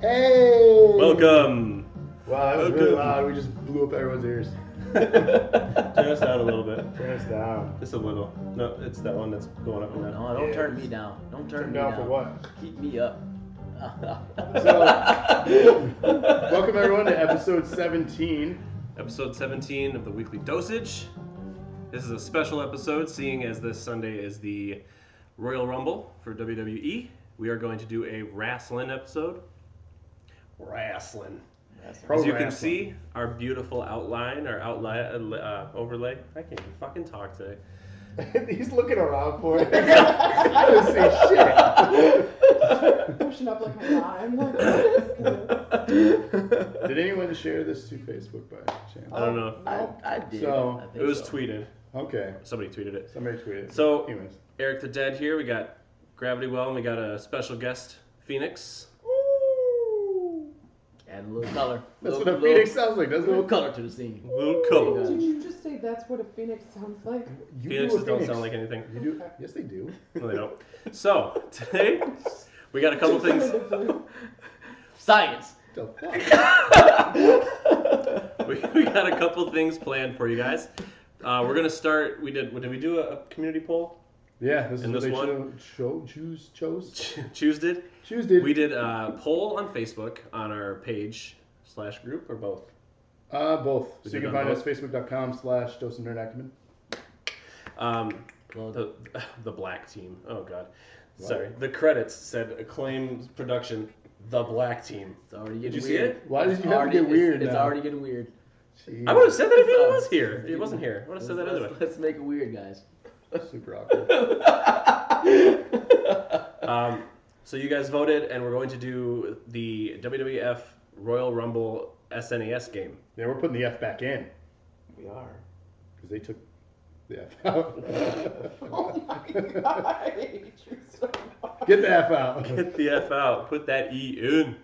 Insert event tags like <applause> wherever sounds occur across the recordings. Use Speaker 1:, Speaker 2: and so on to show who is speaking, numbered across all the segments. Speaker 1: Hey!
Speaker 2: Welcome.
Speaker 1: Wow, that was really
Speaker 2: Welcome.
Speaker 1: loud. We just blew up everyone's ears.
Speaker 2: Turn us down a little bit.
Speaker 1: Turn us down.
Speaker 2: Just a little. No, it's that one that's going up and down.
Speaker 3: No, don't
Speaker 1: Yeah.
Speaker 3: turn me down. Don't turn
Speaker 1: Turn
Speaker 3: me
Speaker 1: down
Speaker 3: down.
Speaker 1: for
Speaker 2: <laughs>
Speaker 1: what?
Speaker 3: Keep me up.
Speaker 1: Welcome everyone to episode 17.
Speaker 2: Episode 17 of the weekly dosage. This is a special episode, seeing as this Sunday is the Royal Rumble for WWE. We are going to do a wrestling episode. Wrestling.
Speaker 1: Pro
Speaker 2: As you can
Speaker 1: wrestling.
Speaker 2: see, our beautiful outline, our outline uh, overlay. I can't even fucking talk today.
Speaker 1: <laughs> He's looking around for it. <laughs> <laughs> I didn't <laughs> say
Speaker 4: pushing up like a lime. Like, what is this?
Speaker 1: shit. Did anyone share this to Facebook by chance?
Speaker 2: I don't know.
Speaker 3: I, I did.
Speaker 1: So,
Speaker 3: I think
Speaker 2: It was
Speaker 3: so.
Speaker 2: tweeted.
Speaker 1: Okay.
Speaker 2: Somebody tweeted it.
Speaker 1: Somebody tweeted.
Speaker 2: So-
Speaker 1: anyways,
Speaker 2: Eric the Dead here. We got Gravity Well, and we got a special guest, Phoenix.
Speaker 3: Add a little color.
Speaker 1: that's
Speaker 3: little,
Speaker 1: what a
Speaker 3: little-
Speaker 1: phoenix sounds like. That's
Speaker 3: little
Speaker 1: what
Speaker 3: color to the scene.
Speaker 2: Little Cole.
Speaker 4: Did you just say that's what a phoenix
Speaker 1: <laughs>
Speaker 4: sounds like? <laughs>
Speaker 1: you do
Speaker 2: Phoenixes
Speaker 1: a
Speaker 2: don't
Speaker 1: phoenix.
Speaker 2: sound like anything.
Speaker 1: You do? Yes, they do.
Speaker 2: No, they don't. So <laughs> today we got a couple things.
Speaker 1: <laughs>
Speaker 2: <laughs>
Speaker 3: Science.
Speaker 1: The fuck?
Speaker 2: We, we got a couple things planned for you guys. Uh, we're gonna start. We did. Did we do a, a community poll? <laughs>
Speaker 1: Yeah, this is
Speaker 2: And
Speaker 1: what
Speaker 2: this
Speaker 1: they
Speaker 2: one?
Speaker 1: Cho- cho- choose, chose,
Speaker 2: Choose did.
Speaker 1: choose. Did
Speaker 2: We did a poll on Facebook on our page slash group or both.
Speaker 1: Uh, both.
Speaker 2: We
Speaker 1: so you
Speaker 2: did
Speaker 1: can
Speaker 2: on
Speaker 1: find us facebook.com slash Dose and Nerd Acumen.
Speaker 2: Um,
Speaker 3: Well,
Speaker 2: the <laughs> the black team. Oh God. Sorry. The credits said acclaimed production. The black team.
Speaker 3: it's already
Speaker 2: Did
Speaker 3: getting
Speaker 2: you see
Speaker 3: weird.
Speaker 2: it?
Speaker 1: Why did
Speaker 3: It's
Speaker 1: you have to
Speaker 3: already-
Speaker 1: get weird
Speaker 3: It's, it's
Speaker 1: now?
Speaker 3: already getting weird.
Speaker 1: Jeez,
Speaker 2: I would have said that if it
Speaker 3: Oh.
Speaker 2: was here. It wasn't here. I would have said that
Speaker 3: Let's-
Speaker 2: anyway.
Speaker 3: Let's make it weird, guys.
Speaker 2: <laughs>
Speaker 1: super awkward.
Speaker 2: Um, so you guys voted, and we're going to do the WWF Royal Rumble SNES game. <laughs>
Speaker 1: yeah, we're putting the F back in
Speaker 4: We are.
Speaker 1: because they took the F <laughs> out.
Speaker 4: Oh my god, I hate you so much.
Speaker 1: get the F out.
Speaker 2: Get the F out. Put that E in.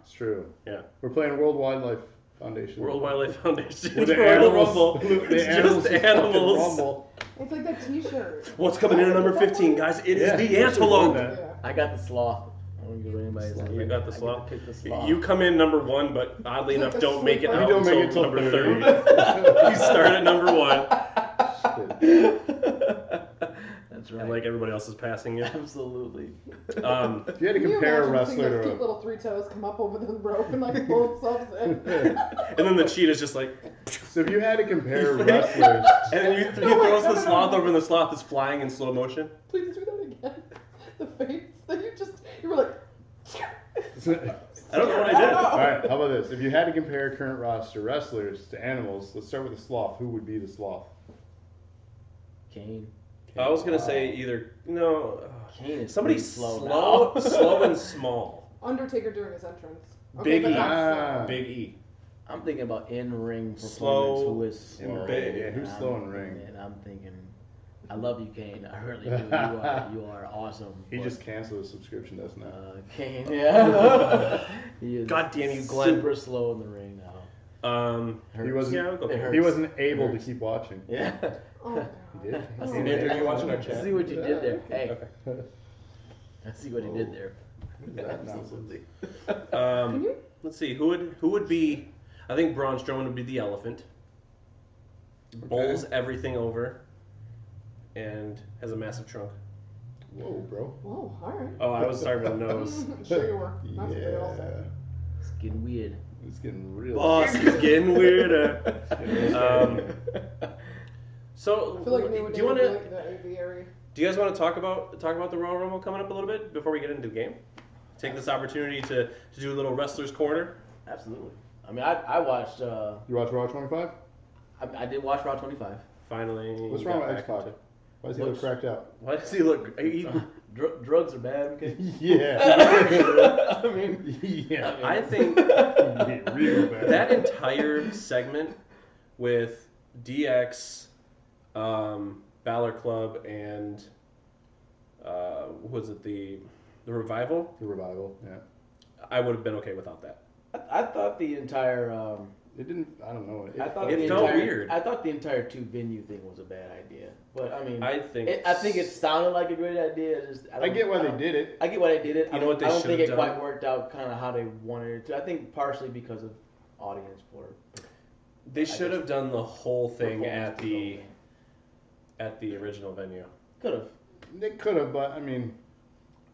Speaker 1: It's true.
Speaker 2: Yeah.
Speaker 1: We're playing World Wildlife Foundation.
Speaker 2: World Wildlife Foundation. <laughs>
Speaker 1: With the
Speaker 2: Royal
Speaker 1: animals- <laughs>
Speaker 2: Rumble.
Speaker 1: with the
Speaker 2: It's
Speaker 1: animals
Speaker 2: just
Speaker 1: fucking
Speaker 2: animals.
Speaker 1: rumble.
Speaker 4: It's like that t-shirt.
Speaker 2: What's coming in at number 15, guys? It is
Speaker 1: Yeah, we should
Speaker 2: the
Speaker 1: have
Speaker 2: antelope.
Speaker 1: done
Speaker 4: Yeah.
Speaker 3: I got the sloth. I don't give anybody.
Speaker 1: Sloth.
Speaker 2: You got the
Speaker 3: I get to
Speaker 2: sloth.
Speaker 3: pick the sloth. <laughs>
Speaker 2: You come in number one, but oddly enough, don't make it
Speaker 4: You
Speaker 2: out
Speaker 1: don't make
Speaker 2: until
Speaker 1: it till
Speaker 2: number 30.
Speaker 1: 30.
Speaker 2: you start at number one,
Speaker 1: that. Shit.
Speaker 3: That's right.
Speaker 2: and like everybody else is passing you.
Speaker 3: Absolutely.
Speaker 2: Um,
Speaker 1: If you had to
Speaker 4: Can you
Speaker 1: compare a
Speaker 4: imagine seeing
Speaker 1: wrestler
Speaker 4: those cute
Speaker 1: to
Speaker 4: little three toes come up over the rope and like pull themselves
Speaker 1: <laughs>
Speaker 4: in?
Speaker 2: and then the cheetah's just like,
Speaker 1: a, so if you had to
Speaker 2: <laughs>
Speaker 1: compare wrestlers,
Speaker 2: And he, he
Speaker 4: No, wait,
Speaker 2: throws
Speaker 1: <laughs>
Speaker 4: no,
Speaker 2: the
Speaker 4: no,
Speaker 2: sloth
Speaker 4: no.
Speaker 2: over, and the sloth is flying in slow motion.
Speaker 4: Please do that again. The face that you just you
Speaker 1: <laughs>
Speaker 4: were like.
Speaker 2: I don't know what I
Speaker 4: <laughs> don't
Speaker 2: did.
Speaker 4: know.
Speaker 1: All right, how about this? If you had to compare current roster wrestlers to animals, let's start with the sloth. Who would be the sloth?
Speaker 3: Kane.
Speaker 2: I was gonna say either no.
Speaker 3: Kane is
Speaker 2: Somebody
Speaker 3: pretty slow.
Speaker 2: slow, <laughs> slow,
Speaker 3: now.
Speaker 2: and small.
Speaker 4: Undertaker during his entrance.
Speaker 2: Big
Speaker 4: but
Speaker 2: E.
Speaker 4: not
Speaker 1: Ah.
Speaker 2: Big E.
Speaker 3: I'm thinking about in-ring performance.
Speaker 2: Slow
Speaker 3: who is slow?
Speaker 2: and big.
Speaker 1: Yeah, who's
Speaker 3: I'm-
Speaker 1: slow in ring?
Speaker 3: And I'm thinking, I love you, Kane. I really do. You
Speaker 1: <laughs>
Speaker 3: are, you are awesome.
Speaker 1: He
Speaker 3: but,
Speaker 1: just canceled his subscription, doesn't he?
Speaker 3: uh,
Speaker 1: <laughs>
Speaker 3: Kane. Yeah. he is
Speaker 2: God damn you, Glenn.
Speaker 3: Super slow in the ring now.
Speaker 2: Um,
Speaker 3: Hurts.
Speaker 1: He wasn't-
Speaker 2: yeah, I'll go
Speaker 3: It
Speaker 2: there.
Speaker 1: he wasn't able to keep watching.
Speaker 3: <laughs> Yeah.
Speaker 4: Oh, God.
Speaker 1: He <laughs> did.
Speaker 3: I see,
Speaker 2: Oh, Andrew, you watching our
Speaker 3: I
Speaker 2: chat?
Speaker 3: see what you did there. <laughs>
Speaker 1: <laughs>
Speaker 3: Hey,
Speaker 2: Okay.
Speaker 3: I see what he did there.
Speaker 1: That nonsense.
Speaker 4: Can
Speaker 1: Oh.
Speaker 2: Um,
Speaker 4: you?
Speaker 2: let's see. Who would who would be? I think Braun Strowman would be the elephant. Bowls everything over, and has a massive trunk.
Speaker 1: Whoa, bro.
Speaker 4: Whoa, all right.
Speaker 2: Oh, I was starting with the nose.
Speaker 4: <laughs> Sure you were. That's what they all
Speaker 1: Yeah.
Speaker 4: said.
Speaker 3: It's
Speaker 1: <laughs>
Speaker 3: getting weird.
Speaker 1: It's getting real.
Speaker 2: Boss is getting weirder. Um, <laughs> so,
Speaker 4: I feel like
Speaker 2: do
Speaker 4: nowadays
Speaker 2: you want
Speaker 4: it'd
Speaker 2: to?
Speaker 4: be like the aviary.
Speaker 2: Do you guys want to talk about talk about the Royal Rumble coming up a little bit before we get into the game? Take this opportunity to, to do a little wrestler's corner.
Speaker 3: Absolutely. I mean, I, I watched. Uh,
Speaker 1: You watch Raw 25?
Speaker 3: I, I did watch
Speaker 1: <laughs>
Speaker 3: Raw 25.
Speaker 2: Finally,
Speaker 1: What's
Speaker 2: got
Speaker 1: wrong with
Speaker 2: back
Speaker 1: X Pac?
Speaker 2: into-
Speaker 1: Why is he look
Speaker 3: Looks-
Speaker 1: cracked out?
Speaker 2: Why does he look? He,
Speaker 3: Dr- drugs are bad. Okay.
Speaker 1: <laughs> Yeah.
Speaker 3: <laughs> I mean,
Speaker 1: <laughs> yeah.
Speaker 2: Uh, I
Speaker 3: <laughs>
Speaker 2: think
Speaker 1: Get real bad.
Speaker 2: that entire segment with DX, um, Balor Club, and uh, what was it the the revival?
Speaker 1: The revival. Yeah.
Speaker 2: I would have been okay without that.
Speaker 3: I, I thought the entire um,
Speaker 1: It didn't. I don't know. It,
Speaker 3: I thought
Speaker 2: It
Speaker 3: the
Speaker 2: felt
Speaker 3: entire,
Speaker 2: weird.
Speaker 3: I thought the entire two venue thing was a bad idea, but I mean,
Speaker 2: I think.
Speaker 3: it, I think it sounded like a great idea. it's Just, I,
Speaker 1: I
Speaker 3: don't-
Speaker 1: get why
Speaker 3: I
Speaker 1: they
Speaker 3: don't-
Speaker 1: did it.
Speaker 3: I get why they did it.
Speaker 2: You know
Speaker 3: I don't,
Speaker 2: what they
Speaker 3: I don't
Speaker 2: should
Speaker 3: think
Speaker 2: have
Speaker 3: it
Speaker 2: done?
Speaker 3: quite worked out kind of how they wanted it to. I think partially because of audience for
Speaker 2: They should
Speaker 3: guess-
Speaker 2: have done the whole thing at
Speaker 3: performance to go
Speaker 2: the
Speaker 3: in.
Speaker 2: at the original venue.
Speaker 3: could have.
Speaker 1: They could have, but I mean,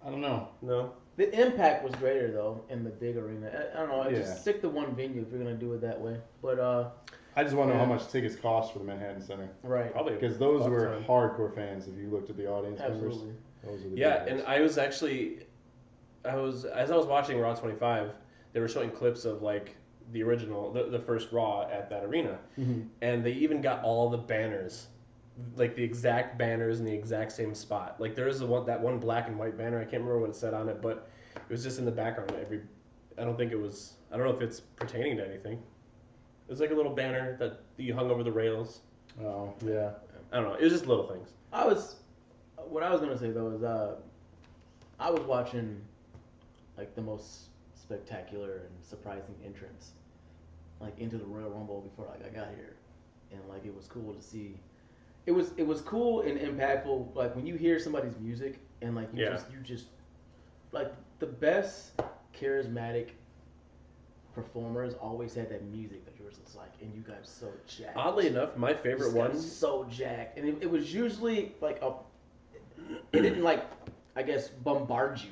Speaker 1: I don't know.
Speaker 2: No,
Speaker 3: The impact was greater though in the big arena. I, I don't know.
Speaker 1: Yeah.
Speaker 3: Just stick to one venue if you're gonna do it that way. But uh,
Speaker 1: I just want to know how
Speaker 3: Yeah.
Speaker 1: much tickets cost for the Manhattan Center
Speaker 3: right,
Speaker 2: probably
Speaker 1: because those
Speaker 2: Fuck
Speaker 1: were
Speaker 2: ton.
Speaker 1: hardcore fans. If you looked at the audience
Speaker 3: absolutely.
Speaker 1: members, those were the
Speaker 2: Yeah,
Speaker 1: big
Speaker 2: and
Speaker 1: ones.
Speaker 2: I was actually, I was as I was watching Raw 25, they were showing clips of like the original, the, the first Raw at that arena,
Speaker 1: Mhm.
Speaker 2: and they even got all the banners, like the exact banners in the exact same spot. Like there is the one that one black and white banner. I can't remember what it said on it, but it was just in the background. of Every, I don't think it was. I don't know if it's pertaining to anything. It was like a little banner that you hung over the rails.
Speaker 1: <laughs> oh yeah,
Speaker 2: I don't know. It was just little things.
Speaker 3: I was, what I was gonna say though is, uh, I was watching, like the most spectacular and surprising entrance, like into the Royal Rumble before like I got here, and like it was cool to see. It was it was cool and impactful. Like when you hear somebody's music and like you
Speaker 2: Yeah.
Speaker 3: just you just, like the best charismatic performers always had that music that you were just like, and you got so jacked
Speaker 2: Oddly enough, my favorite
Speaker 3: just got
Speaker 2: one
Speaker 3: So jacked, and it, it was usually like a. It didn't like, I guess, bombard you.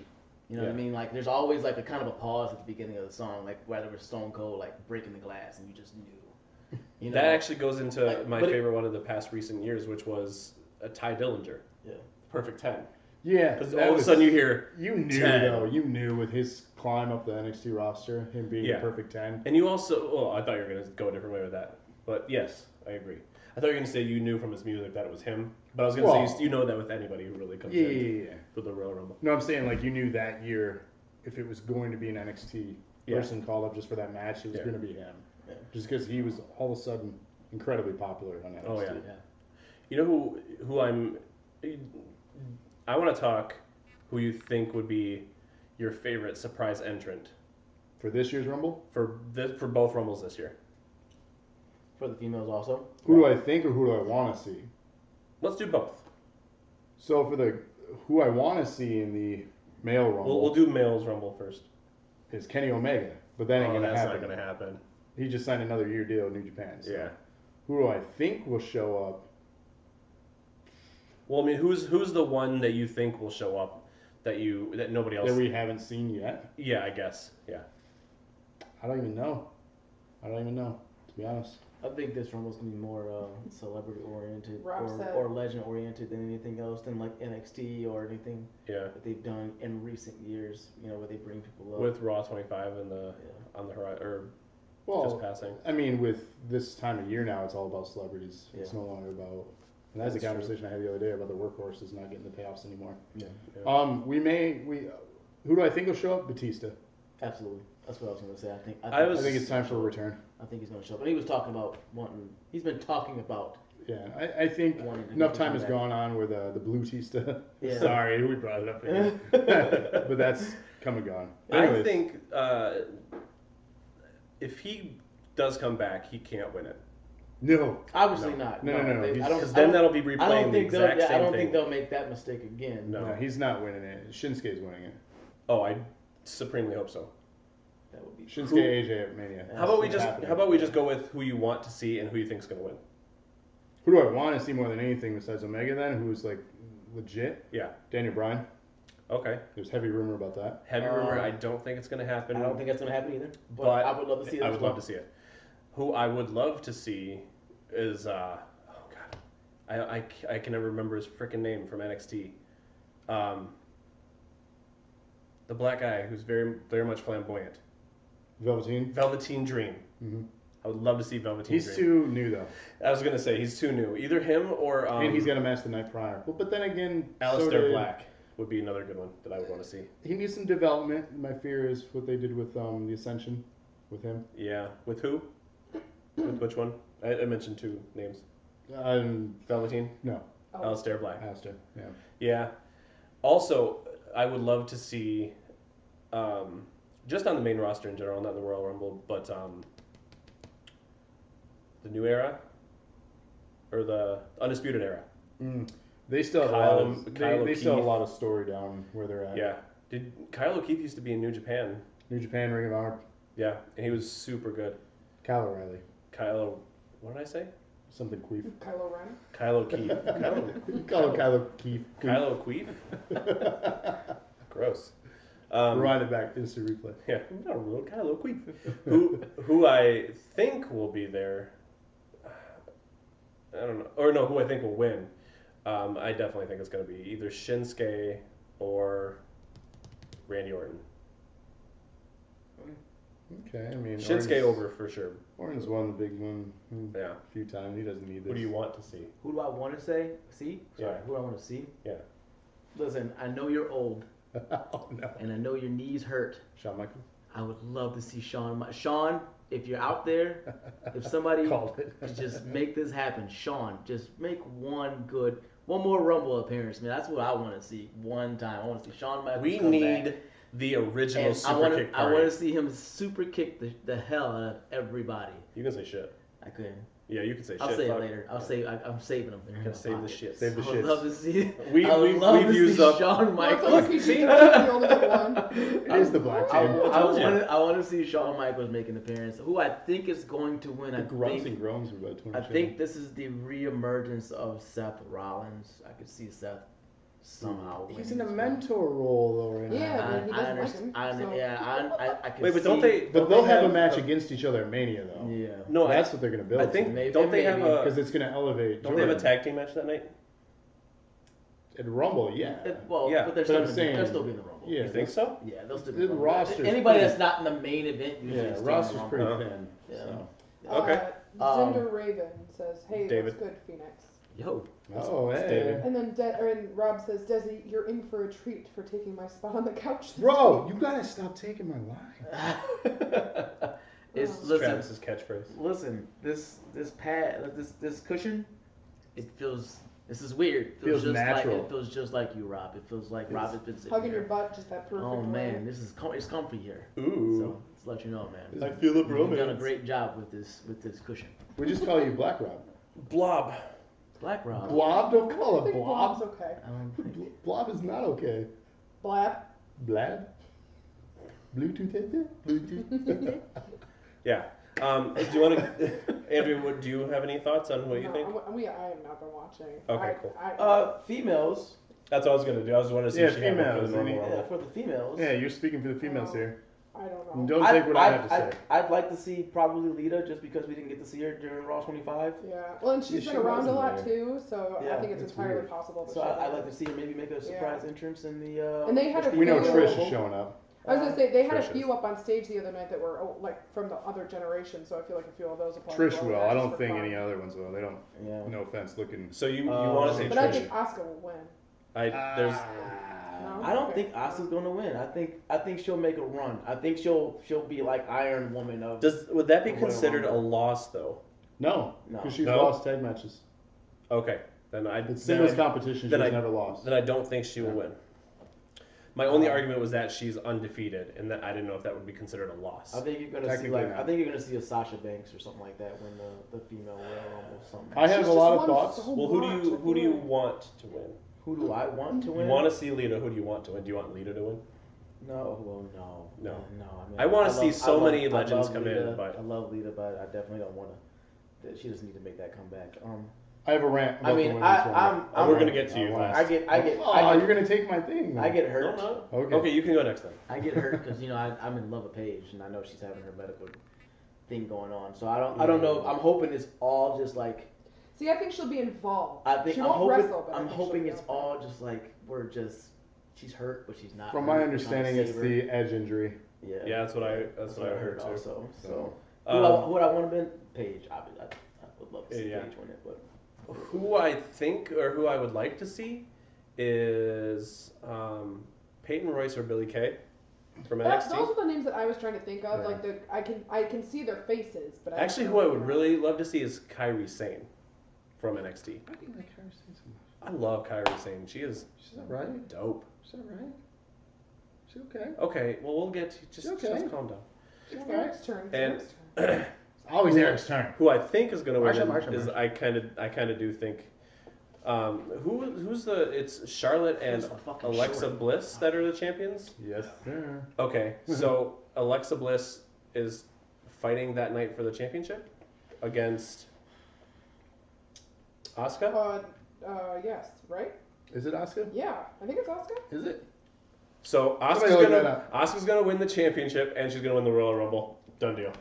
Speaker 3: You know what I
Speaker 1: Yeah.
Speaker 3: mean? Like, there's always like a kind of a pause at the beginning of the song, like whether it was Stone Cold like breaking the glass, and you just knew. You know?
Speaker 2: that actually goes into
Speaker 3: Like,
Speaker 2: my
Speaker 3: but it-
Speaker 2: favorite one of the past recent years, which was a Ty Dillinger.
Speaker 3: Yeah.
Speaker 2: Perfect 10.
Speaker 1: yeah.
Speaker 2: Because
Speaker 1: that
Speaker 2: all of a
Speaker 1: was-
Speaker 2: sudden you hear,
Speaker 1: you knew
Speaker 2: 10.
Speaker 1: though. You knew with his climb up the NXT roster, him being
Speaker 2: Yeah.
Speaker 1: the perfect ten.
Speaker 2: and you also, oh, I thought you were going to go a different way with that. But yes, I agree. I thought you were going to say you knew from his music that it was him. But I was going to
Speaker 1: Well-
Speaker 2: say, you, you know that with anybody who really comes
Speaker 1: Yeah,
Speaker 2: in
Speaker 1: yeah, yeah.
Speaker 2: with the Royal Rumble.
Speaker 1: No, I'm saying like you knew that year if it was going to be an NXT
Speaker 2: Yeah.
Speaker 1: person called up just for that match, it was
Speaker 2: Yeah.
Speaker 1: going to be him,
Speaker 3: Yeah.
Speaker 1: just because he was all of a sudden incredibly popular on NXT.
Speaker 2: Oh, yeah.
Speaker 3: Yeah.
Speaker 2: You know who, who I'm. I want to talk who you think would be your favorite surprise entrant
Speaker 1: For this year's Rumble,
Speaker 2: for this, for both Rumbles this year.
Speaker 3: For the females also.
Speaker 1: who do I think or who do I want to see?
Speaker 2: Let's do both.
Speaker 1: So for the who I want to see in the male Rumble
Speaker 2: We'll, we'll do males Rumble first.
Speaker 1: is Kenny Omega, but that ain't
Speaker 2: Oh,
Speaker 1: gonna
Speaker 2: that's
Speaker 1: happen.
Speaker 2: not going to happen.
Speaker 1: He just signed another year deal with New Japan. So Who do I think will show up?
Speaker 2: Well, I mean, who's who's the one that you think will show up that you that nobody else?
Speaker 1: That we haven't seen yet.
Speaker 2: yeah, I guess. Yeah.
Speaker 1: I don't even know. I don't even know, to be honest.
Speaker 3: I think this Rumble's gonna be more uh, celebrity oriented
Speaker 4: Rob
Speaker 3: or,
Speaker 4: said-
Speaker 3: or legend oriented than anything else, than like NXT or anything
Speaker 2: Yeah.
Speaker 3: that they've done in recent years. You know, where they bring people up.
Speaker 2: With Raw 25 and the
Speaker 3: yeah.
Speaker 2: on the horizon or just
Speaker 1: Well,
Speaker 2: passing.
Speaker 1: I mean, with this time of year now, it's all about celebrities. It's
Speaker 3: Yeah.
Speaker 1: no longer about. And that's,
Speaker 3: That's
Speaker 1: a
Speaker 3: true.
Speaker 1: conversation I had the other day about the workhorses not getting the payoffs anymore.
Speaker 3: Yeah.
Speaker 2: Yeah.
Speaker 1: Um, we may we. Who do I think will show up? Batista.
Speaker 3: Absolutely. That's what I was going to say. I think I,
Speaker 2: I
Speaker 1: I
Speaker 2: was-
Speaker 1: think it's time for a return.
Speaker 3: I think he's going to show up. And he was talking about wanting. He's been talking about.
Speaker 1: Yeah, I, I think
Speaker 3: Wanted to
Speaker 1: enough
Speaker 3: get
Speaker 1: time
Speaker 3: him
Speaker 1: has
Speaker 3: back.
Speaker 1: gone on with uh, the blue Tista. <laughs>
Speaker 3: Yeah.
Speaker 1: Sorry, we brought it up again. <laughs>
Speaker 2: <laughs>
Speaker 1: but that's come and gone.
Speaker 2: I
Speaker 1: Anyways,
Speaker 2: think uh, if he does come back, he can't win it.
Speaker 1: no.
Speaker 3: Obviously
Speaker 2: No.
Speaker 3: not.
Speaker 1: No, no, no.
Speaker 3: They,
Speaker 1: He's-
Speaker 3: I don't.
Speaker 2: Because
Speaker 3: I
Speaker 2: then
Speaker 3: don't,
Speaker 2: that'll be
Speaker 3: I
Speaker 2: replaying
Speaker 3: don't
Speaker 2: the
Speaker 3: think they'll.
Speaker 2: exact
Speaker 3: Yeah, I
Speaker 2: same
Speaker 3: don't
Speaker 2: thing.
Speaker 3: think they'll make that mistake again.
Speaker 2: No.
Speaker 1: No, he's not winning it. Shinsuke's winning it.
Speaker 2: Oh, I supremely hope so.
Speaker 3: That would be.
Speaker 1: Shinsuke
Speaker 2: Who-
Speaker 1: AJ at Mania.
Speaker 2: How about we
Speaker 1: It's
Speaker 2: just
Speaker 1: happening.
Speaker 2: how about we just go with who you want to see and who you think's going to win?
Speaker 1: Who do I want to see more than anything besides Omega then, who's like legit?
Speaker 2: Yeah.
Speaker 1: Daniel Bryan.
Speaker 2: Okay.
Speaker 1: There's heavy rumor about that.
Speaker 2: Heavy
Speaker 3: Uh,
Speaker 2: rumor. Um, I don't think it's going to happen.
Speaker 3: I don't think that's going to happen either. But,
Speaker 2: But
Speaker 3: I would love to see that.
Speaker 2: I
Speaker 3: as
Speaker 2: would
Speaker 3: well.
Speaker 2: love to see it. Who I would love to see is uh, oh god, I, I c- I can never remember his freaking name from NXT. Um, the black guy who's very very much flamboyant,
Speaker 1: Velveteen.
Speaker 2: Velveteen Dream.
Speaker 1: Mhm.
Speaker 2: I would love to see Velveteen
Speaker 1: He's
Speaker 2: Dream.
Speaker 1: too new though,
Speaker 2: I was gonna say he's too new. Either him or um,
Speaker 1: and he's got a match the night prior. Well, but then again, so
Speaker 2: Alistair
Speaker 1: did-
Speaker 2: Black would be another good one that I would want to see.
Speaker 1: He needs some development. My fear is what they did with um the Ascension, with him.
Speaker 2: Yeah, with who? with which one? I, I mentioned two names.
Speaker 1: Um,
Speaker 2: Velveteen,
Speaker 1: no,
Speaker 4: Oh.
Speaker 2: Alistair Black.
Speaker 1: Alistair. Yeah.
Speaker 2: Yeah. Also, I would love to see, um, just on the main roster in general, not the Royal Rumble, but um, the New Era, or the Undisputed Era.
Speaker 1: Mm. They still have a lot
Speaker 2: Kyle-
Speaker 1: of they,
Speaker 2: Kyle
Speaker 1: they still have
Speaker 2: O'Keefe.
Speaker 1: a lot of story down where they're at.
Speaker 2: Yeah. Did Kyle O'Keefe used to be in New Japan?
Speaker 1: New Japan Ring of Honor,
Speaker 2: Yeah, and he was super good.
Speaker 1: Kyle O'Reilly,
Speaker 2: Kyle, what did I say?
Speaker 1: something queef.
Speaker 4: Kylo Ren.
Speaker 1: <laughs>
Speaker 2: Kyle O'Keefe. <laughs> Kyle,
Speaker 1: You Call him Kyle O'Keefe. <laughs>
Speaker 2: Kyle O'Keefe. Gross.
Speaker 1: We'll
Speaker 2: Um,
Speaker 1: Run it back, instant replay.
Speaker 2: Yeah, no, real Kyle O'Keefe. who, who I think will be there. I don't know, or no, who I think will win. Um, I definitely think it's going to be either Shinsuke or Randy Orton.
Speaker 1: Okay, I mean
Speaker 2: Shinsuke
Speaker 1: Orton's-
Speaker 2: over for sure.
Speaker 1: Orton's won the big one mm,
Speaker 2: Yeah.
Speaker 1: a few times. He doesn't need this.
Speaker 2: Who do you want to see?
Speaker 3: Who do I want to say? See? Sorry,
Speaker 2: Yeah.
Speaker 3: who do I want to see?
Speaker 2: Yeah.
Speaker 3: Listen, I know you're old
Speaker 1: <laughs> oh no,
Speaker 3: and I know your knees hurt.
Speaker 1: Shawn Michaels.
Speaker 3: I would love to see Sean. Mi- Sean, if you're out there, if
Speaker 1: <laughs>
Speaker 3: somebody
Speaker 1: Called it.
Speaker 3: could just make this happen, Sean, just make one good, one more Rumble appearance, man. That's what I want to see one time. I want to see Sean Michaels.
Speaker 2: We
Speaker 3: come
Speaker 2: need
Speaker 3: back.
Speaker 2: the original
Speaker 3: And
Speaker 2: super
Speaker 3: I want
Speaker 2: kick
Speaker 3: to. I
Speaker 2: party.
Speaker 3: want to see him super kick the, the hell out of everybody.
Speaker 2: You can say shit.
Speaker 3: I couldn't.
Speaker 2: Yeah, you can say
Speaker 3: I'll
Speaker 2: shit.
Speaker 3: say
Speaker 2: fuck.
Speaker 3: it later. I'll
Speaker 2: Yeah.
Speaker 3: say. I, I'm saving them. They're in
Speaker 2: Gotta
Speaker 3: my
Speaker 2: save the
Speaker 3: pocket.
Speaker 2: shit.
Speaker 1: Save the
Speaker 3: I would
Speaker 1: shits.
Speaker 3: love to see.
Speaker 2: We-
Speaker 3: <laughs> I would
Speaker 2: we-
Speaker 3: love
Speaker 2: we've
Speaker 3: to
Speaker 2: used
Speaker 3: see
Speaker 2: up- <laughs>
Speaker 3: Shawn
Speaker 4: Look,
Speaker 3: Michaels. <laughs>
Speaker 4: he's the only one.
Speaker 1: It is the black
Speaker 2: I-
Speaker 1: team.
Speaker 2: I-
Speaker 3: I
Speaker 2: told ya.
Speaker 3: want, to, I want to see Shawn Michaels make an appearance. Who I think is going to win. I
Speaker 1: The grunts
Speaker 3: think,
Speaker 1: and groans were about 20
Speaker 3: I think this is the reemergence of Seth Rollins. I could see Seth somehow.
Speaker 1: He's
Speaker 3: winning
Speaker 1: in a
Speaker 3: this one.
Speaker 1: mentor role though right now.
Speaker 3: I,
Speaker 4: Yeah.
Speaker 3: I,
Speaker 4: dude, he doesn't like
Speaker 3: underst-
Speaker 4: him,
Speaker 3: I under-
Speaker 4: so.
Speaker 3: yeah, I, I, I could
Speaker 2: Wait, but don't
Speaker 3: see-
Speaker 2: they?
Speaker 1: But
Speaker 2: don't
Speaker 1: they'll have a match
Speaker 2: uh,
Speaker 1: against each other at Mania though.
Speaker 3: Yeah.
Speaker 2: No,
Speaker 1: that's
Speaker 2: I,
Speaker 1: what they're gonna build.
Speaker 2: I think
Speaker 3: Maybe-
Speaker 2: don't they have
Speaker 3: maybe.
Speaker 2: a?
Speaker 1: because it's gonna elevate.
Speaker 2: Don't they have a
Speaker 1: Jordan.
Speaker 2: tag team match that night?
Speaker 1: at Rumble? Yeah.
Speaker 3: It- well,
Speaker 2: Yeah,
Speaker 3: but they're
Speaker 1: but
Speaker 3: still,
Speaker 1: I'm
Speaker 3: gonna be- they'll
Speaker 1: saying-
Speaker 3: still be in the Rumble.
Speaker 1: Yeah.
Speaker 2: You think so?
Speaker 3: Yeah, they'll still be
Speaker 1: The
Speaker 3: in the Rumble.
Speaker 1: roster's
Speaker 3: Anybody
Speaker 1: pretty-
Speaker 3: that's not in the main event usually
Speaker 1: Yeah,
Speaker 3: is still in
Speaker 1: roster's
Speaker 3: the Rumble.
Speaker 1: pretty
Speaker 2: Huh.
Speaker 1: thin.
Speaker 3: Yeah.
Speaker 1: So.
Speaker 2: Okay.
Speaker 4: Uh,
Speaker 3: Um,
Speaker 4: Gender Raven says, "Hey,
Speaker 2: David.
Speaker 4: what's good, Phoenix?"
Speaker 3: Yo, <laughs>
Speaker 1: Oh,
Speaker 2: It's
Speaker 1: hey.
Speaker 2: David.
Speaker 4: And then De- or, and Rob says, "Desi, you're in for a treat for taking my spot on the couch." this
Speaker 1: Bro,
Speaker 4: week."
Speaker 1: you gotta stop taking my line.
Speaker 3: it's
Speaker 4: Oh.
Speaker 3: listen,
Speaker 2: Travis's catchphrase.
Speaker 3: listen. This this pad, this this cushion, it feels. This is weird. It
Speaker 1: Feels
Speaker 3: just
Speaker 1: natural.
Speaker 3: Like, it feels just like you, Rob. It feels like Rob has been sitting
Speaker 4: hugging your
Speaker 3: here.
Speaker 4: butt just that perfect.
Speaker 3: Oh
Speaker 4: way.
Speaker 3: man, this is com- it's comfy here.
Speaker 2: Ooh.
Speaker 3: So just to let you know, man.
Speaker 1: I feel it,
Speaker 3: You've done a great job with this with this cushion.
Speaker 1: We just call you Black Rob.
Speaker 2: Blob.
Speaker 3: Black Rob.
Speaker 1: Blob? Don't
Speaker 4: I
Speaker 1: call it
Speaker 4: think Blob's
Speaker 1: Blob.
Speaker 4: okay.
Speaker 3: I don't think-
Speaker 1: Blob is not okay.
Speaker 4: Blab.
Speaker 1: Blab? Bluetooth headset? Bluetooth. <laughs>
Speaker 2: Yeah. Um, do you <laughs> want to, Andrew? What, do you have any thoughts on what you
Speaker 4: No,
Speaker 2: think?
Speaker 4: I'm- we, I have not been watching.
Speaker 2: Okay,
Speaker 4: I,
Speaker 2: cool.
Speaker 4: I,
Speaker 3: Uh, females.
Speaker 2: That's what I was gonna do. I was wanting to see
Speaker 1: Yeah,
Speaker 2: if she had one for
Speaker 1: females,
Speaker 2: the normal
Speaker 1: any-
Speaker 3: Yeah,
Speaker 2: rumble.
Speaker 3: for the females.
Speaker 1: yeah, you're speaking for the females here.
Speaker 4: I don't know.
Speaker 1: Don't
Speaker 3: I'd-
Speaker 1: take what I
Speaker 3: I'd-
Speaker 1: have to say.
Speaker 3: I'd, I'd like to see probably Lita just because we didn't get to see her during Raw 25.
Speaker 4: Yeah. Well, and she's
Speaker 1: Yeah,
Speaker 4: been
Speaker 1: she
Speaker 4: around a
Speaker 1: wasn't
Speaker 4: lot
Speaker 1: there.
Speaker 4: too, so
Speaker 3: Yeah,
Speaker 4: I think it's,
Speaker 1: it's
Speaker 4: entirely
Speaker 1: weird.
Speaker 4: possible. That
Speaker 3: So
Speaker 4: she
Speaker 3: I, I'd
Speaker 4: was.
Speaker 3: like to see her maybe make a surprise entrance in the. Uh,
Speaker 4: And they had a
Speaker 3: the
Speaker 1: We know
Speaker 4: Yeah.
Speaker 1: Trish is showing up.
Speaker 4: I was gonna say they had
Speaker 2: Trish
Speaker 4: a
Speaker 2: is.
Speaker 4: few up on stage the other night that were oh, like from the other generation, so I feel like a few of those. Apply
Speaker 1: Trish will. I don't
Speaker 4: for
Speaker 1: think
Speaker 4: fun.
Speaker 1: any other ones will. They don't.
Speaker 3: Yeah.
Speaker 1: No offense, looking.
Speaker 2: So you you
Speaker 3: Um,
Speaker 2: want to see
Speaker 1: But
Speaker 4: But I
Speaker 2: Trish?
Speaker 4: think Oscar will win.
Speaker 2: I there's
Speaker 4: Oh,
Speaker 1: Ah.
Speaker 3: I don't think Asuka's gonna win. I think I think she'll make a run. I think she'll she'll be like Iron Woman of.
Speaker 2: does would that be
Speaker 3: Royal
Speaker 2: considered a
Speaker 3: Rumble.
Speaker 2: loss though?
Speaker 1: No,
Speaker 3: No.
Speaker 1: because she's
Speaker 2: No?
Speaker 1: lost tag matches.
Speaker 2: Okay, then I
Speaker 1: It's
Speaker 2: then
Speaker 1: singles
Speaker 2: I,
Speaker 1: competition. She's
Speaker 2: then I-
Speaker 1: never lost.
Speaker 2: then I don't think she will win. My only
Speaker 3: Um,
Speaker 2: argument was that she's undefeated, and that I didn't know if that would be considered a loss.
Speaker 3: I think you're gonna see
Speaker 1: Technically
Speaker 3: like I
Speaker 1: not.
Speaker 3: think you're gonna see a Sasha Banks or something like that when the, the female Royal Rumble something.
Speaker 1: I have
Speaker 4: She's
Speaker 1: a
Speaker 4: just
Speaker 1: lot of
Speaker 4: won
Speaker 1: thoughts.
Speaker 4: so
Speaker 2: Well, who do
Speaker 4: much.
Speaker 2: you
Speaker 4: Like,
Speaker 2: who do you
Speaker 4: really.
Speaker 2: want to win?
Speaker 3: Who do I want to win?
Speaker 2: You want to see Lita? Who do you want to win? Do you want Lita to win?
Speaker 3: No, well, no,
Speaker 2: No.
Speaker 3: no. I, mean,
Speaker 2: I wanna
Speaker 3: love-
Speaker 2: see so
Speaker 3: I love-
Speaker 2: many
Speaker 3: I love
Speaker 2: legends come in,
Speaker 3: Lita.
Speaker 2: but-
Speaker 3: I love Lita, but I definitely don't want to. She doesn't need to make that comeback. Um,
Speaker 1: I have a rant. About
Speaker 3: I mean,
Speaker 1: the
Speaker 3: I-
Speaker 1: women's
Speaker 3: I'm-
Speaker 1: rumble.
Speaker 3: I'm-
Speaker 2: We're gonna get to you
Speaker 1: I want-
Speaker 2: last.
Speaker 3: I get, I get,
Speaker 1: oh,
Speaker 3: I
Speaker 1: you're
Speaker 3: get,
Speaker 1: gonna take my thing. then.
Speaker 3: I get hurt.
Speaker 2: No, no.
Speaker 1: Okay.
Speaker 2: Okay, you can go next then.
Speaker 3: I get hurt because you know I, I'm in love with Paige, and I know she's having her medical thing going on. So I don't, I don't
Speaker 2: Mm-hmm.
Speaker 3: know. I'm hoping it's all just like
Speaker 4: See, I think she'll be involved.
Speaker 3: I think
Speaker 4: she
Speaker 3: I'm
Speaker 4: won't
Speaker 3: hoping,
Speaker 4: wrestle, but I
Speaker 3: I'm
Speaker 4: think she'll
Speaker 3: hoping
Speaker 4: be
Speaker 3: it's
Speaker 4: involved.
Speaker 3: all just like we're just she's hurt, but she's not.
Speaker 1: From
Speaker 3: hurt.
Speaker 1: my
Speaker 3: We're trying to
Speaker 1: understanding, it's
Speaker 3: save her.
Speaker 1: the edge injury.
Speaker 3: yeah,
Speaker 2: Yeah, that's what I that's what I heard too.
Speaker 3: also. So who, I,
Speaker 2: Um,
Speaker 3: who would I want to been Paige? Obviously, I, I would love to see
Speaker 2: Yeah.
Speaker 3: Paige win it, but
Speaker 2: who I think or who I would like to see is um, Peyton Royce or Billy Kay from
Speaker 4: That, those
Speaker 2: NXT.
Speaker 4: are the names that I was trying to think of.
Speaker 1: Yeah.
Speaker 4: Like the, I can I can see their faces, but I don't
Speaker 2: Actually,
Speaker 4: know
Speaker 2: who I would
Speaker 4: their-
Speaker 2: really love to see is Kyrie Sane from NXT.
Speaker 1: I think like Kyrie Sane's enough.
Speaker 2: I love Kyrie Sane. She is
Speaker 1: She's all right.
Speaker 2: dope.
Speaker 1: She's all right. She's okay.
Speaker 2: Okay, well we'll get to, just,
Speaker 1: Okay.
Speaker 2: just calm down.
Speaker 4: It's Eric's turn. It's
Speaker 2: And-
Speaker 4: Eric's turn. It's
Speaker 1: Always Eric's turn.
Speaker 2: <clears throat> who I think is going to win
Speaker 1: Marsha,
Speaker 2: in-
Speaker 1: Marsha,
Speaker 2: is
Speaker 1: Marsha.
Speaker 2: I kind of I kind of do think. Um, who who's the? It's Charlotte and
Speaker 3: Who's the fucking
Speaker 2: Alexa
Speaker 3: short?
Speaker 2: Bliss that are the champions.
Speaker 1: Yes, sir.
Speaker 2: Okay,
Speaker 3: <laughs>
Speaker 2: so Alexa Bliss is fighting that night for the championship against Asuka.
Speaker 4: Uh, uh, yes, right?
Speaker 1: Is it Oscar?
Speaker 4: Yeah, I think it's Oscar.
Speaker 1: Is
Speaker 2: <laughs>
Speaker 1: it?
Speaker 2: So Asuka's
Speaker 1: Somebody look that
Speaker 2: gonna
Speaker 1: up.
Speaker 2: Asuka's gonna win the championship and she's gonna win the Royal Rumble. Done deal.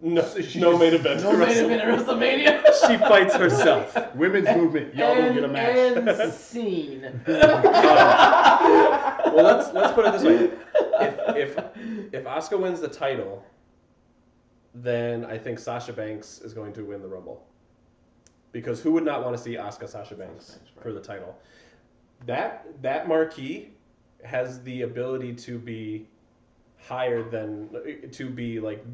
Speaker 2: No,
Speaker 3: <laughs>
Speaker 1: So she
Speaker 2: no
Speaker 1: just-
Speaker 2: main event.
Speaker 3: No main <laughs> event at WrestleMania.
Speaker 2: she <laughs> fights herself.
Speaker 1: Women's movement. Y'all don't get a match.
Speaker 3: And, <laughs> and scene.
Speaker 2: Well, let's let's put it this way: if if if Asuka wins the title, then I think Sasha Banks is going to win the Rumble, because who would not want to see Asuka Sasha Banks
Speaker 3: Banks, right.
Speaker 2: for the title? That that marquee has the ability to be higher than to be like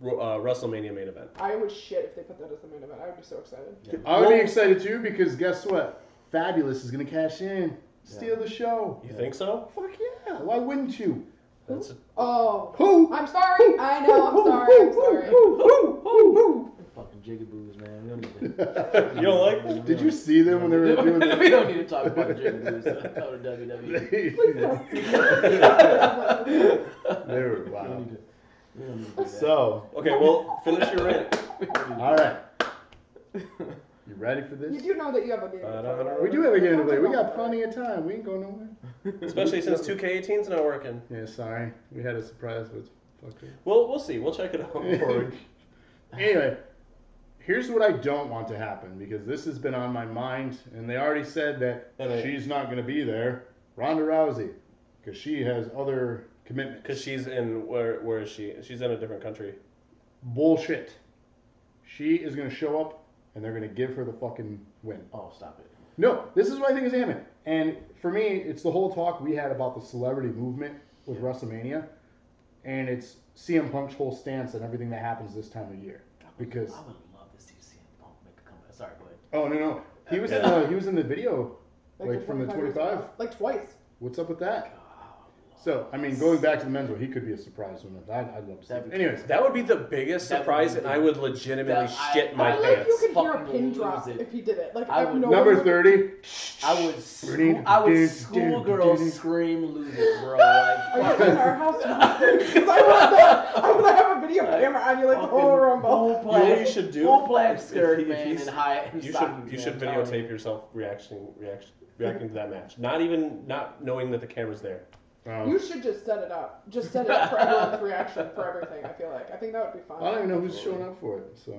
Speaker 2: Ro- uh, WrestleMania main event.
Speaker 4: I would shit if they put that as the main event. I would be so excited.
Speaker 1: I would be
Speaker 2: Well-
Speaker 1: excited too because guess what? Fabulous is gonna cash in, steal the show.
Speaker 2: You think so?
Speaker 1: Fuck yeah! Why wouldn't you?
Speaker 2: That's
Speaker 4: Oh,
Speaker 1: Who?
Speaker 4: I'm sorry. I know. I'm sorry. I'm sorry.
Speaker 3: Fucking jigaboos, man. We don't need
Speaker 2: you don't like
Speaker 3: <laughs>
Speaker 2: this?
Speaker 1: Did you see them when they were doing <laughs>
Speaker 3: to, <laughs> we
Speaker 1: that?
Speaker 3: don't need to talk about jigaboos. Go to
Speaker 2: <laughs>
Speaker 3: WWE.
Speaker 1: they were
Speaker 3: We don't
Speaker 1: wow.
Speaker 3: need to- we don't need to do
Speaker 1: <laughs>
Speaker 3: that.
Speaker 1: So,
Speaker 2: <laughs> Okay, well finish your rant.
Speaker 3: We don't need to-
Speaker 1: all right. You ready for
Speaker 4: You
Speaker 1: this?
Speaker 4: do know that you have a game.
Speaker 2: I don't know.
Speaker 1: We do have a game to play. We got plenty of time. We ain't going nowhere.
Speaker 2: Especially since 2K18's not working.
Speaker 1: Yeah, sorry. We had a surprise, but fuck <laughs> it.
Speaker 2: We'll we'll see. We'll
Speaker 1: <laughs>
Speaker 2: check it out. forward.
Speaker 1: anyway, here's what I don't want to happen because this has been on my mind, and they already said that
Speaker 2: And I-
Speaker 1: she's not going to be there. Ronda Rousey, because she has other commitments.
Speaker 2: Because she's in where? Where is she? She's in a different country.
Speaker 1: Bullshit. She is going to show up, and they're going to give her the fucking win.
Speaker 3: Oh, stop it.
Speaker 1: No, this is what I think is Hammond. And for me, it's the whole talk we had about the celebrity movement with WrestleMania, and it's CM Punk's whole stance and everything that happens this time of year. Because
Speaker 3: I would love to see CM Punk make a comeback. Sorry, go ahead.
Speaker 1: oh no no, he was in
Speaker 2: Yeah.
Speaker 1: the he was in the video Like from the 25?
Speaker 4: Like twice.
Speaker 1: What's up with that?
Speaker 3: Oh, Lord.
Speaker 1: So, I mean, going back to the men's one, he could be a surprise winner. That I'd love to see.
Speaker 3: That'd be-
Speaker 1: Anyways,
Speaker 2: That would be the biggest
Speaker 3: That would
Speaker 2: surprise,
Speaker 3: be-
Speaker 2: and I would legitimately
Speaker 3: That I-
Speaker 2: shit
Speaker 4: I
Speaker 2: my
Speaker 4: feel like
Speaker 2: pants.
Speaker 4: you could hear a
Speaker 3: Fucking
Speaker 4: pin
Speaker 3: lose
Speaker 4: drop
Speaker 3: it.
Speaker 4: if he did it. Like
Speaker 3: I
Speaker 4: if
Speaker 3: would-
Speaker 4: no
Speaker 1: number
Speaker 4: one would-
Speaker 1: thirty.
Speaker 3: I would,
Speaker 1: Brady,
Speaker 3: school, I would
Speaker 1: dude,
Speaker 3: schoolgirl
Speaker 1: dude, dude.
Speaker 3: scream lose
Speaker 1: <laughs>
Speaker 3: it, bro. Like,
Speaker 4: <laughs> Are you
Speaker 3: fucking-
Speaker 4: in our <laughs> house? Because I want that. I want to have a video camera on you like the whole
Speaker 3: fucking
Speaker 2: You know what
Speaker 3: Full
Speaker 4: rumble.
Speaker 3: plaid,
Speaker 2: you should do?
Speaker 3: Full plaid
Speaker 2: If- if
Speaker 3: skirt,
Speaker 2: he- if
Speaker 3: man,
Speaker 2: he's-
Speaker 3: and high. And
Speaker 2: You should
Speaker 3: stockings,
Speaker 2: you
Speaker 3: man,
Speaker 2: should
Speaker 3: I'm telling you.
Speaker 2: videotape yourself reacting reaction reacting to that match. Not even not knowing that the camera's there.
Speaker 1: Um,
Speaker 4: <laughs> You should just set it up. Just set it up
Speaker 1: <laughs>
Speaker 4: for everyone's reaction for everything. I feel like I think that would be fun.
Speaker 1: I don't even know who's showing up for it. So,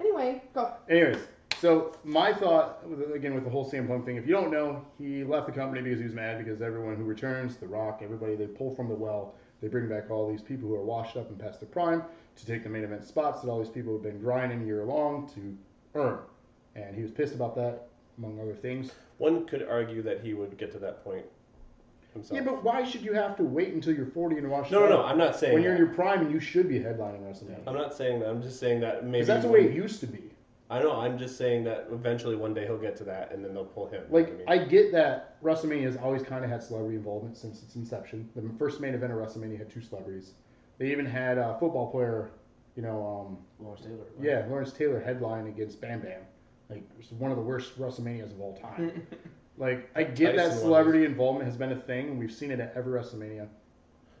Speaker 4: Anyway, go.
Speaker 1: anyways, so my thought again with the whole Sam Punk thing. If you don't know, he left the company because he was mad because everyone who returns, The Rock, everybody, they pull from the well. They bring back all these people who are washed up and past their prime to take the main event spots that all these people have been grinding year long to earn. And he was pissed about that, among other things.
Speaker 2: One could argue that he would get to that point himself.
Speaker 1: Yeah, but why should you have to wait until you're 40 and watch?
Speaker 2: no, no,
Speaker 1: the-
Speaker 2: no. I'm not saying
Speaker 1: when you're in
Speaker 2: that.
Speaker 1: your prime and you should be headlining WrestleMania.
Speaker 2: I'm not saying that. I'm just saying that maybe
Speaker 1: Because that's the way it used to be.
Speaker 2: I know. I'm just saying that eventually one day he'll get to that, and then they'll pull him.
Speaker 1: Like,
Speaker 2: mean?
Speaker 1: I get that WrestleMania has always kind of had celebrity involvement since its inception. The first main event of WrestleMania had two celebrities. They even had a football player, you know, um,
Speaker 3: Lawrence Taylor. right?
Speaker 1: yeah, Lawrence Taylor headline against Bam Bam. Like, it's one of the worst WrestleManias of all
Speaker 3: Hmm.
Speaker 1: time.
Speaker 3: <laughs>
Speaker 1: like, I get that
Speaker 2: Tyson
Speaker 1: celebrity involvement has been a thing, and we've seen it at every WrestleMania.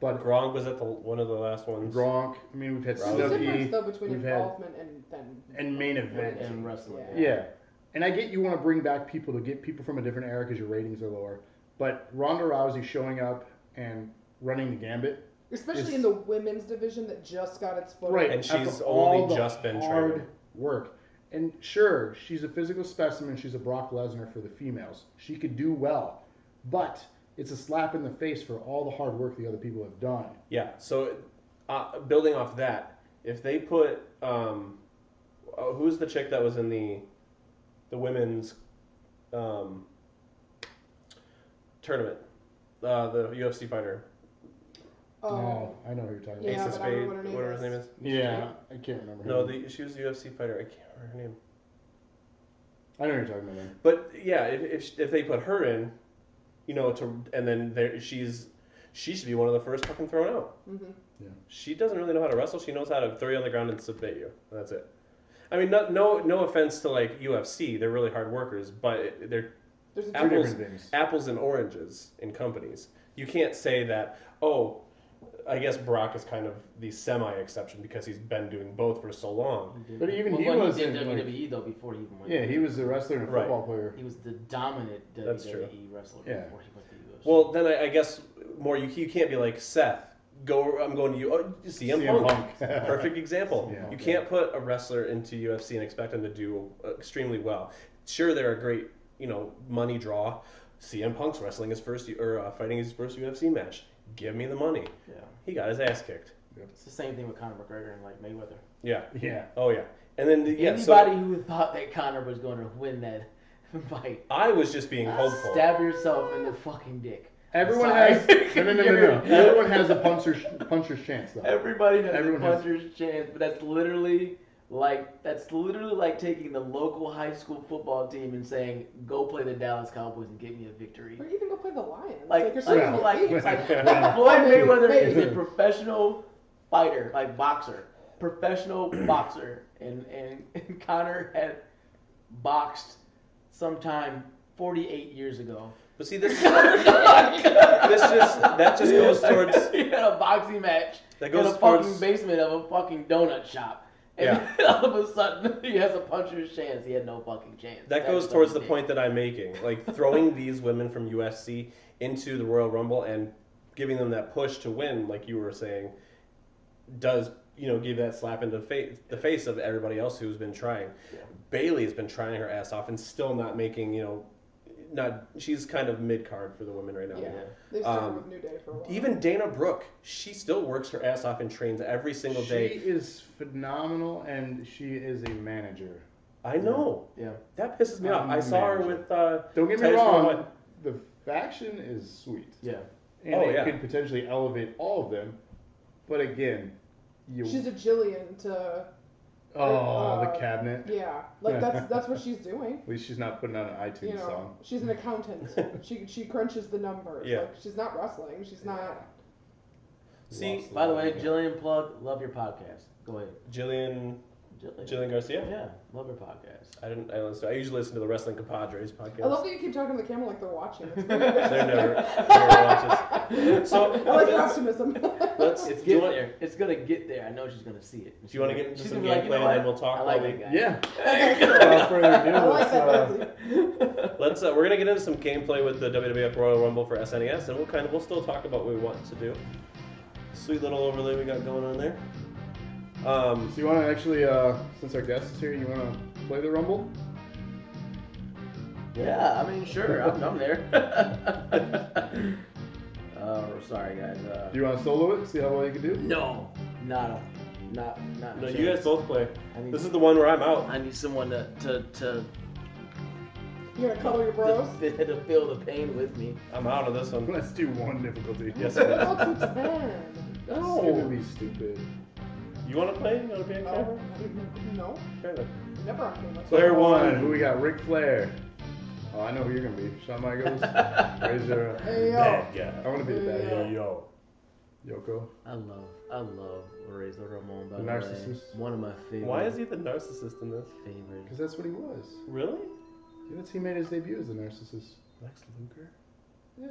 Speaker 1: But
Speaker 2: Gronk was at the one of the last ones.
Speaker 1: Gronk, I mean, we've had
Speaker 2: There's a
Speaker 4: There's a difference
Speaker 1: Snooki
Speaker 4: though between
Speaker 1: we've had-
Speaker 4: involvement and then.
Speaker 1: and main
Speaker 3: And,
Speaker 1: event.
Speaker 3: and wrestling.
Speaker 4: Yeah.
Speaker 1: Yeah. And I get you want to bring back people to get people from a different era because your ratings are lower. But Ronda Rousey showing up and running the gambit.
Speaker 4: Especially
Speaker 1: It's-
Speaker 4: in the women's division that just got its foot.
Speaker 1: Right.
Speaker 2: And
Speaker 1: after
Speaker 2: she's
Speaker 1: all
Speaker 2: only
Speaker 1: the
Speaker 2: just been
Speaker 1: hard
Speaker 2: training.
Speaker 1: work. And sure, she's a physical specimen. She's a Brock Lesnar for the females. She could do well. But it's a slap in the face for all the hard work the other people have done.
Speaker 2: Yeah. So, uh, building off that, if they put um, uh, who's the chick that was in the the women's um, tournament, uh, the UFC fighter,
Speaker 1: no,
Speaker 4: Oh.
Speaker 1: I know who you're talking
Speaker 4: Yeah,
Speaker 2: Ace of
Speaker 4: but I don't
Speaker 2: Spade,
Speaker 4: know what her name
Speaker 2: whatever his
Speaker 4: is.
Speaker 2: name is.
Speaker 1: about. Yeah, I can't remember. her
Speaker 2: No,
Speaker 1: name.
Speaker 2: the, she was the UFC fighter. I can't remember her name.
Speaker 1: I know who you're talking about.
Speaker 2: But yeah, if if, if they put her in, you know, to and then there she's She should be one of the first fucking thrown out.
Speaker 4: hmm
Speaker 2: She doesn't really know how to wrestle. She knows how to throw you on the ground and submit you. That's it. I mean, no, no, no offense to like UFC. They're really hard workers, but they're
Speaker 4: There's a
Speaker 1: Two
Speaker 2: Apples-
Speaker 1: different things.
Speaker 2: apples and oranges in companies. You can't say that. Oh, I guess Brock is kind of the semi-exception because he's been doing both for so long.
Speaker 1: But even
Speaker 3: Well,
Speaker 1: he
Speaker 3: when
Speaker 1: was
Speaker 3: did
Speaker 1: in, like-
Speaker 3: WWE though before he even went.
Speaker 1: Yeah, he was a wrestler and a
Speaker 2: Right.
Speaker 1: football player.
Speaker 3: He was the dominant WWE
Speaker 2: That's true.
Speaker 3: wrestler
Speaker 1: Yeah.
Speaker 3: before he went to the UFC.
Speaker 2: Well, then I, I guess more you, you can't be like Seth. Go, I'm going to you. Oh, CM,
Speaker 1: <laughs>
Speaker 2: Punk. Perfect example.
Speaker 1: Yeah.
Speaker 2: You can't put a wrestler into UFC and expect them to do extremely well. Sure, they're a great, you know, money draw. CM Punk's wrestling his first or uh, fighting his first UFC match. Give me the money.
Speaker 3: yeah,
Speaker 2: He got his ass kicked.
Speaker 3: it's the same thing with Conor McGregor and like Mayweather.
Speaker 2: Yeah.
Speaker 1: Yeah.
Speaker 2: Oh yeah. And then yeah.
Speaker 3: Anybody
Speaker 2: So
Speaker 3: who thought that Conor was going to win that <laughs> fight,
Speaker 2: I was just being hopeful.
Speaker 3: stab yourself in the fucking dick.
Speaker 1: Everyone
Speaker 3: Sorry.
Speaker 1: has no, no, no, no, no. Everyone has a puncher's puncher's chance though.
Speaker 3: Everybody has
Speaker 1: Everyone
Speaker 3: a
Speaker 1: has-
Speaker 3: puncher's chance, but that's literally like that's literally like taking the local high school football team and saying, "Go play the Dallas Cowboys and get me a victory."
Speaker 4: Or even go play the Lions.
Speaker 3: Like,
Speaker 4: there's
Speaker 3: like,
Speaker 4: so many
Speaker 3: like-
Speaker 4: leagues.
Speaker 2: like-
Speaker 3: Floyd Mayweather
Speaker 4: Maybe.
Speaker 3: is a professional fighter, like boxer, professional <clears throat> boxer, and and, <laughs> and Connor had boxed sometime 48 years ago.
Speaker 2: But see, <laughs> this
Speaker 3: <laughs>
Speaker 2: this just that just goes towards
Speaker 3: he had a boxing match
Speaker 2: That goes
Speaker 3: in a
Speaker 2: towards-
Speaker 3: fucking basement of a fucking donut shop. And
Speaker 2: Yeah.
Speaker 3: then <laughs> all of a sudden, he has a puncher's chance. He had no fucking chance.
Speaker 2: that
Speaker 3: is
Speaker 2: goes towards the
Speaker 3: fucking
Speaker 2: point that I'm making. Like throwing these women from USC into the Royal Rumble and giving them that push to win, like you were saying, does you know give that slap into face, the face of everybody else who's been trying.
Speaker 3: Yeah.
Speaker 2: Bailey has been trying her ass off and still not making you know, not she's kind of mid card for the women right now.
Speaker 3: Yeah.
Speaker 4: They've started
Speaker 2: Um,
Speaker 4: with New Day for a while.
Speaker 2: Even Dana Brooke, she still works her ass off and trains every single
Speaker 1: she
Speaker 2: day.
Speaker 1: is phenomenal, and she is a manager.
Speaker 2: I know
Speaker 3: dick. Yeah.
Speaker 2: that pisses me off. I saw her
Speaker 1: Manager.
Speaker 2: with uh,
Speaker 1: Don't get me
Speaker 2: Titus
Speaker 1: wrong,
Speaker 2: Mohammed.
Speaker 1: the faction is sweet,
Speaker 3: Yeah.
Speaker 1: and
Speaker 2: Oh,
Speaker 1: it
Speaker 2: yeah.
Speaker 1: could potentially elevate all of them. But again, you
Speaker 4: she's a Jillian to
Speaker 1: oh
Speaker 4: uh,
Speaker 1: the cabinet.
Speaker 4: yeah. Like that's that's what she's doing.
Speaker 1: At least she's not putting out an iTunes
Speaker 4: You know,
Speaker 1: song.
Speaker 4: she's an accountant. she she crunches the numbers.
Speaker 2: Yeah.
Speaker 4: Like she's not wrestling. She's not.
Speaker 2: See,
Speaker 1: Lost
Speaker 3: By the way,
Speaker 1: line.
Speaker 3: Jillian plug, love your podcast. Go ahead.
Speaker 2: Jillian
Speaker 3: Jillian.
Speaker 2: Jillian Garcia.
Speaker 3: Yeah, love your podcast.
Speaker 2: I didn't. I, don't listen, I usually listen to the Wrestling Compadres podcast.
Speaker 4: I love that you keep talking to the camera like they're watching. It's great.
Speaker 2: They're never, never
Speaker 4: <laughs>
Speaker 2: watches. So
Speaker 4: I like your
Speaker 2: let's,
Speaker 4: optimism.
Speaker 2: let's
Speaker 3: It's
Speaker 2: do you
Speaker 3: getting
Speaker 2: want,
Speaker 3: there. It's gonna get there. I know she's gonna see it.
Speaker 2: Do you wanna get into
Speaker 3: She's
Speaker 2: some
Speaker 3: gonna be like, you know
Speaker 2: gameplay and then
Speaker 3: what?
Speaker 2: we'll talk
Speaker 3: I like
Speaker 2: while we-
Speaker 3: that guy.
Speaker 1: Yeah.
Speaker 4: <laughs>
Speaker 1: Without
Speaker 3: Yeah.
Speaker 1: further ado,
Speaker 4: I
Speaker 1: let's,
Speaker 4: like that.
Speaker 1: uh,
Speaker 4: Leslie.
Speaker 2: let's uh, we're gonna get into some gameplay with the WWF Royal Rumble for SNES, and we'll kind of we'll still talk about what we want to do. Sweet little overlay we got going on there. Um,
Speaker 1: so you want to actually, uh, since our guest is here, you want to play the Rumble?
Speaker 3: <laughs> Yeah, I mean, sure, I'm, I'm there. <laughs> uh, sorry, guys. Uh,
Speaker 1: Do you want to solo it? See how well you can do.
Speaker 3: no, not, a, not, not. a
Speaker 2: no, you
Speaker 3: chance.
Speaker 2: guys both play.
Speaker 3: I need,
Speaker 2: This is the one where I'm out.
Speaker 3: I need someone to to to,
Speaker 4: You're gonna color your bros.
Speaker 3: to, fi- to feel the pain with me.
Speaker 2: I'm out of this one.
Speaker 1: <laughs> Let's do one <laughs> difficulty.
Speaker 2: Yes,
Speaker 4: We're
Speaker 2: it
Speaker 4: all too tan.
Speaker 1: That's gonna be stupid.
Speaker 2: is. You want to play? You want to be on
Speaker 4: Oh,
Speaker 2: camera?
Speaker 4: no,
Speaker 2: Sure then.
Speaker 4: never on camera.
Speaker 2: Player
Speaker 1: Hold on,
Speaker 2: one.
Speaker 1: Who we got? Ric Flair. Oh, I know who you're gonna be. Shawn <laughs> Michaels. <laughs> Razor.
Speaker 4: Hey yo,
Speaker 2: Bad
Speaker 1: I
Speaker 2: guy.
Speaker 1: want to be the bad guy.
Speaker 4: Yeah.
Speaker 2: Yo.
Speaker 1: Yoko.
Speaker 3: I love, I love Razor Ramon. By
Speaker 1: The
Speaker 3: the way.
Speaker 1: narcissist.
Speaker 3: One of my favorite.
Speaker 2: Why is he the narcissist in this?
Speaker 3: favorite?
Speaker 1: Because that's what he was.
Speaker 2: Really?
Speaker 1: Yeah, That's he made his debut as a narcissist.
Speaker 2: Lex Luger?
Speaker 1: Yeah.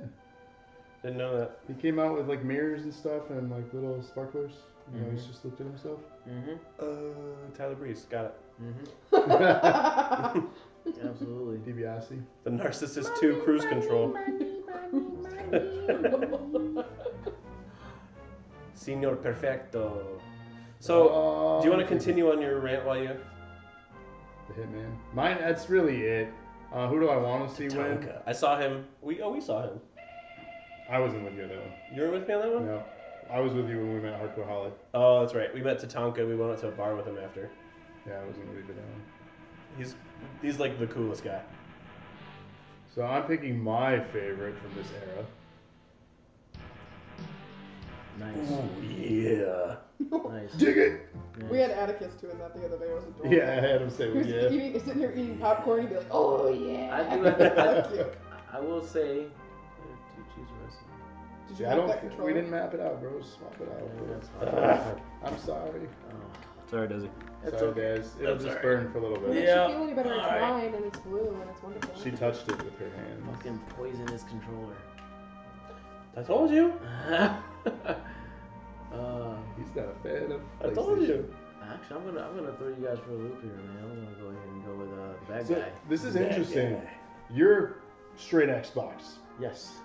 Speaker 2: Didn't know that.
Speaker 1: He came out with like mirrors and stuff and like little sparklers. You know, he's
Speaker 3: Mhm.
Speaker 1: just looked at himself.
Speaker 3: Mm-hmm.
Speaker 2: Uh, Tyler Breeze, got it.
Speaker 3: Mm-hmm.
Speaker 4: <laughs>
Speaker 1: DiBiase.
Speaker 3: <laughs> Absolutely.
Speaker 2: The Narcissist 2 Cruise Control. Senor Perfecto. So, do you want to continue on your rant while you.
Speaker 1: Oh, The Hitman. Mine. That's really it. Uh, who do I want to see win?
Speaker 2: Tonka. I saw him. We Oh, we saw him.
Speaker 1: I wasn't with you on that one.
Speaker 2: You were with me on that one?
Speaker 1: No, I was with you when we met Hardcore Holly.
Speaker 2: Oh, that's right. We met Tatanka. We went out to a bar with him after.
Speaker 1: Yeah, I wasn't with you for that one.
Speaker 2: He's he's like the coolest guy.
Speaker 1: So I'm picking my favorite from this era.
Speaker 3: Nice.
Speaker 2: yeah.
Speaker 3: Nice.
Speaker 1: Dig it.
Speaker 3: nice.
Speaker 4: <laughs> we had Atticus too in that the other day. It was adorable.
Speaker 1: Yeah, I had him say
Speaker 4: He was
Speaker 1: yeah.
Speaker 4: eating, sitting there eating popcorn. He'd be like, "Oh yeah."
Speaker 3: I do have to-
Speaker 4: Cute.
Speaker 3: I will say, I have two cheese fries.
Speaker 4: Did
Speaker 1: See,
Speaker 4: you
Speaker 1: I
Speaker 4: have
Speaker 1: don't.
Speaker 4: that control?
Speaker 1: We didn't map it out, bro. Just map it out.
Speaker 3: That's fine.
Speaker 2: Uh,
Speaker 1: I'm sorry.
Speaker 3: Oh,
Speaker 2: sorry, Desi.
Speaker 3: that's
Speaker 1: sorry,
Speaker 3: okay.
Speaker 1: guys. It'll
Speaker 2: That's
Speaker 1: just
Speaker 2: all right.
Speaker 1: burn for a little
Speaker 4: It makes
Speaker 1: bit.
Speaker 4: you
Speaker 3: Yeah.
Speaker 4: feel any better. It's
Speaker 3: All right.
Speaker 4: mine and it's blue and it's wonderful.
Speaker 1: She touched it with her hands.
Speaker 3: Fucking poisonous controller. <laughs>
Speaker 2: I told you.
Speaker 3: uh,
Speaker 1: He's not a fan of.
Speaker 2: I told you.
Speaker 3: actually, I'm gonna I'm gonna throw you guys for a loop here, man. I'm gonna go ahead and go with uh, the bad
Speaker 1: So
Speaker 3: guy.
Speaker 1: this is
Speaker 2: Bad
Speaker 1: interesting.
Speaker 2: guy.
Speaker 1: You're straight Xbox.
Speaker 3: Yes.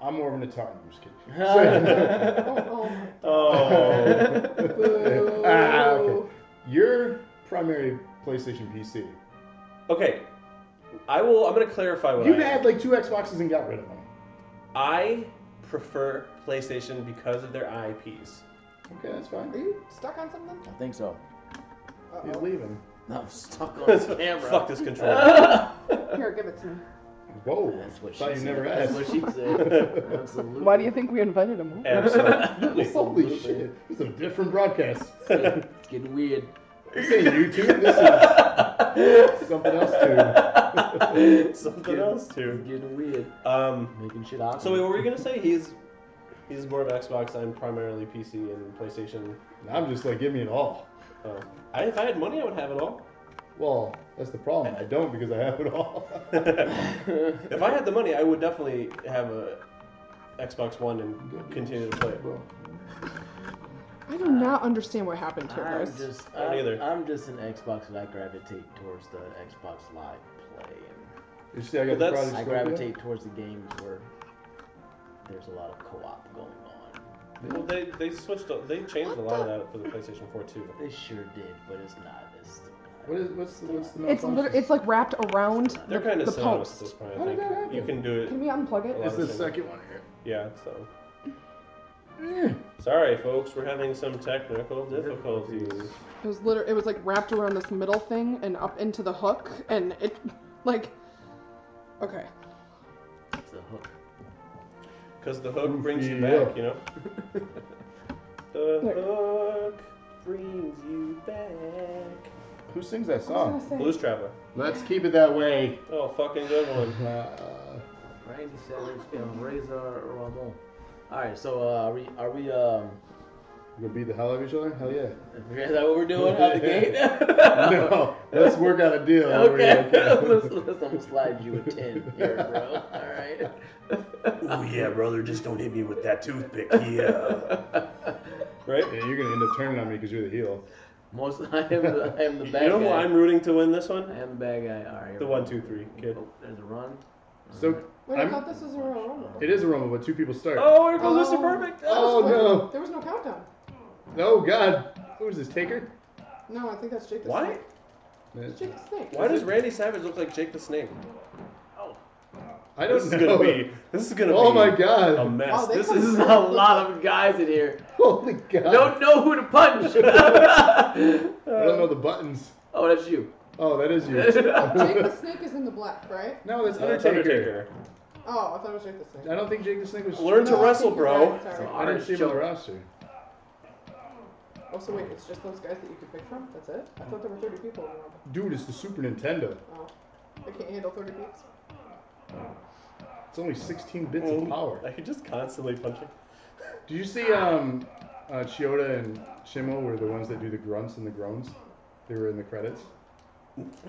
Speaker 1: I'm more of an Atari. I'm just kidding.
Speaker 4: Oh, my
Speaker 1: <laughs> Oh.
Speaker 4: Boo.
Speaker 1: ah, okay. <laughs> Your primary PlayStation PC.
Speaker 2: Okay. I will. I'm gonna clarify what
Speaker 1: You
Speaker 2: I am.
Speaker 1: had like two Xboxes and got rid of them.
Speaker 2: I prefer PlayStation because of their IPs.
Speaker 1: Okay, that's
Speaker 4: Are
Speaker 1: fine.
Speaker 4: you stuck on something?
Speaker 3: I think so. <laughs>
Speaker 1: He's
Speaker 4: Uh-oh.
Speaker 1: leaving.
Speaker 3: I'm stuck
Speaker 2: <laughs>
Speaker 3: on this camera.
Speaker 2: Fuck
Speaker 1: <laughs>
Speaker 2: this controller.
Speaker 4: Here, give it to me.
Speaker 1: Whoa.
Speaker 3: That's what
Speaker 1: Thought
Speaker 3: she
Speaker 1: you never
Speaker 3: said. That's
Speaker 1: asked.
Speaker 3: what she
Speaker 1: <laughs>
Speaker 3: said. Absolutely.
Speaker 4: think we invited him?
Speaker 1: Eh.
Speaker 2: Absolutely.
Speaker 1: <laughs> Holy shit. This is a different broadcast.
Speaker 2: Absolutely.
Speaker 3: It's getting weird.
Speaker 1: This ain't YouTube. This
Speaker 2: <laughs>
Speaker 1: is something else too.
Speaker 2: Something else too.
Speaker 3: It's getting weird.
Speaker 2: Um,
Speaker 3: Making shit awkward.
Speaker 2: so wait, what were you gonna say? He's he's more of Xbox. I'm primarily PC and PlayStation.
Speaker 1: And I'm just like, give me it all.
Speaker 2: Oh, I, if I had money, I would have it all.
Speaker 1: Well, that's the problem. I don't because I have it all.
Speaker 3: <laughs>
Speaker 2: if I had the money, I would definitely have a Xbox One and <laughs> continue to play it.
Speaker 1: Well,
Speaker 4: I do not understand what happened to
Speaker 3: I'm
Speaker 4: us.
Speaker 3: just,
Speaker 2: Not
Speaker 3: I'm,
Speaker 2: either.
Speaker 3: I'm just an Xbox and I gravitate towards the Xbox Live play. And
Speaker 1: you see, I
Speaker 2: Well,
Speaker 1: got the
Speaker 2: that's-
Speaker 1: Project
Speaker 3: I
Speaker 1: Scorpio.
Speaker 3: gravitate towards the games where there's a lot of co-op going on.
Speaker 2: Well, they they switched. up- They changed a lot of that for the PlayStation 4 too.
Speaker 3: They sure did, but it's not. It's still not.
Speaker 1: What is what's the what's the
Speaker 4: It's
Speaker 1: malfunction?
Speaker 4: literally, it's like wrapped around
Speaker 2: They're
Speaker 4: the,
Speaker 2: kind of
Speaker 4: the
Speaker 2: synonymous
Speaker 4: post.
Speaker 2: at this point. I
Speaker 1: How did
Speaker 2: think
Speaker 1: that happen?
Speaker 2: you can do
Speaker 4: Can
Speaker 2: it.
Speaker 4: we unplug it?
Speaker 2: Well,
Speaker 1: It's the second one here.
Speaker 2: Yeah. So
Speaker 1: Eh,
Speaker 2: sorry, folks. We're having some technical difficulties.
Speaker 4: It was literally, it was like wrapped around this middle thing and up into the hook, and it, like, okay.
Speaker 3: It's a hook.
Speaker 2: Because the hook
Speaker 1: Oof,
Speaker 2: brings you
Speaker 1: yeah.
Speaker 2: back,
Speaker 1: <laughs>
Speaker 2: you know? the
Speaker 4: There.
Speaker 2: hook brings you back.
Speaker 1: Who sings that
Speaker 4: I was
Speaker 1: song?
Speaker 4: gonna
Speaker 2: Blues
Speaker 4: say,
Speaker 2: Traveler.
Speaker 1: Let's keep it that way.
Speaker 2: Oh, fucking good one.
Speaker 1: Uh,
Speaker 3: Randy Savage and Razor Ramon. All right, so uh, are we? Are we? Um, <laughs>
Speaker 1: you gonna beat the hell out of each other? Hell
Speaker 2: <laughs>
Speaker 1: yeah.
Speaker 3: is that what we're doing out the gate?
Speaker 1: No, let's work out a deal.
Speaker 3: <laughs>
Speaker 1: where we-
Speaker 3: Okay.
Speaker 1: <laughs>
Speaker 2: <laughs>
Speaker 3: let's, let's, I'm gonna slide you a ten here, bro. All right.
Speaker 2: Oh, yeah, brother. Just don't hit me with that <laughs> toothpick.
Speaker 3: <laughs>
Speaker 2: Yeah. right?
Speaker 1: Yeah, you're gonna end up turning on me because you're the heel.
Speaker 3: Most I am the, I am the
Speaker 2: You
Speaker 3: bad
Speaker 2: know who
Speaker 3: guy.
Speaker 2: I'm rooting to win this one?
Speaker 3: I am the bad guy. All right. here
Speaker 2: The
Speaker 3: we
Speaker 2: one,
Speaker 3: go.
Speaker 2: two, three kid.
Speaker 3: Oh, there's a run.
Speaker 1: So
Speaker 4: Wait, I
Speaker 1: I'm-
Speaker 4: thought this was a Royal Rumble.
Speaker 1: it is a rumble, but two people start.
Speaker 2: Oh, here goes
Speaker 4: Oh.
Speaker 2: Mr. Perfect.
Speaker 1: Oh, no.
Speaker 4: There was no countdown.
Speaker 1: No, Oh, God. Who is this Taker? Uh,
Speaker 4: No, I think that's Jake the
Speaker 2: Why?
Speaker 4: Snake. It's
Speaker 1: I
Speaker 4: Jake the Snake.
Speaker 2: Why does Randy Savage look like Jake the Snake?
Speaker 1: don't
Speaker 3: Oh,
Speaker 2: This is
Speaker 1: know.
Speaker 2: gonna be. This is gonna
Speaker 1: oh
Speaker 2: be
Speaker 1: my
Speaker 2: a
Speaker 1: God.
Speaker 2: mess.
Speaker 4: Oh, they
Speaker 2: this
Speaker 3: <laughs>
Speaker 4: come
Speaker 2: is <laughs>
Speaker 3: There's a lot of guys in here.
Speaker 1: Holy God.
Speaker 3: Don't know who to
Speaker 2: <laughs>
Speaker 3: punch. <laughs>
Speaker 2: Uh,
Speaker 1: I don't know the buttons.
Speaker 3: oh, that's you.
Speaker 1: Oh, that is you.
Speaker 4: Jake the Snake is in the black, right?
Speaker 1: no, that's
Speaker 2: Uh, it's
Speaker 1: Undertaker.
Speaker 2: Undertaker.
Speaker 4: Oh, I thought it was Jake the Snake.
Speaker 1: I don't think Jake the Snake was.
Speaker 2: Learn to
Speaker 4: No, I
Speaker 2: wrestle,
Speaker 4: think you're
Speaker 2: bro.
Speaker 4: right, sorry.
Speaker 1: I didn't see him on the roster.
Speaker 4: Oh, so wait, it's just those guys that you could pick from? That's it? I thought there were 30 people in the Rumble.
Speaker 1: Dude, it's the Super Nintendo.
Speaker 4: Oh. I can't handle 30 peeps.
Speaker 1: It's only 16 bits
Speaker 2: Oh,
Speaker 1: of power.
Speaker 2: I could just constantly punch him.
Speaker 1: Did you see um, uh, Chiyoda and Shimo were the ones that do the grunts and the groans? They were in the credits.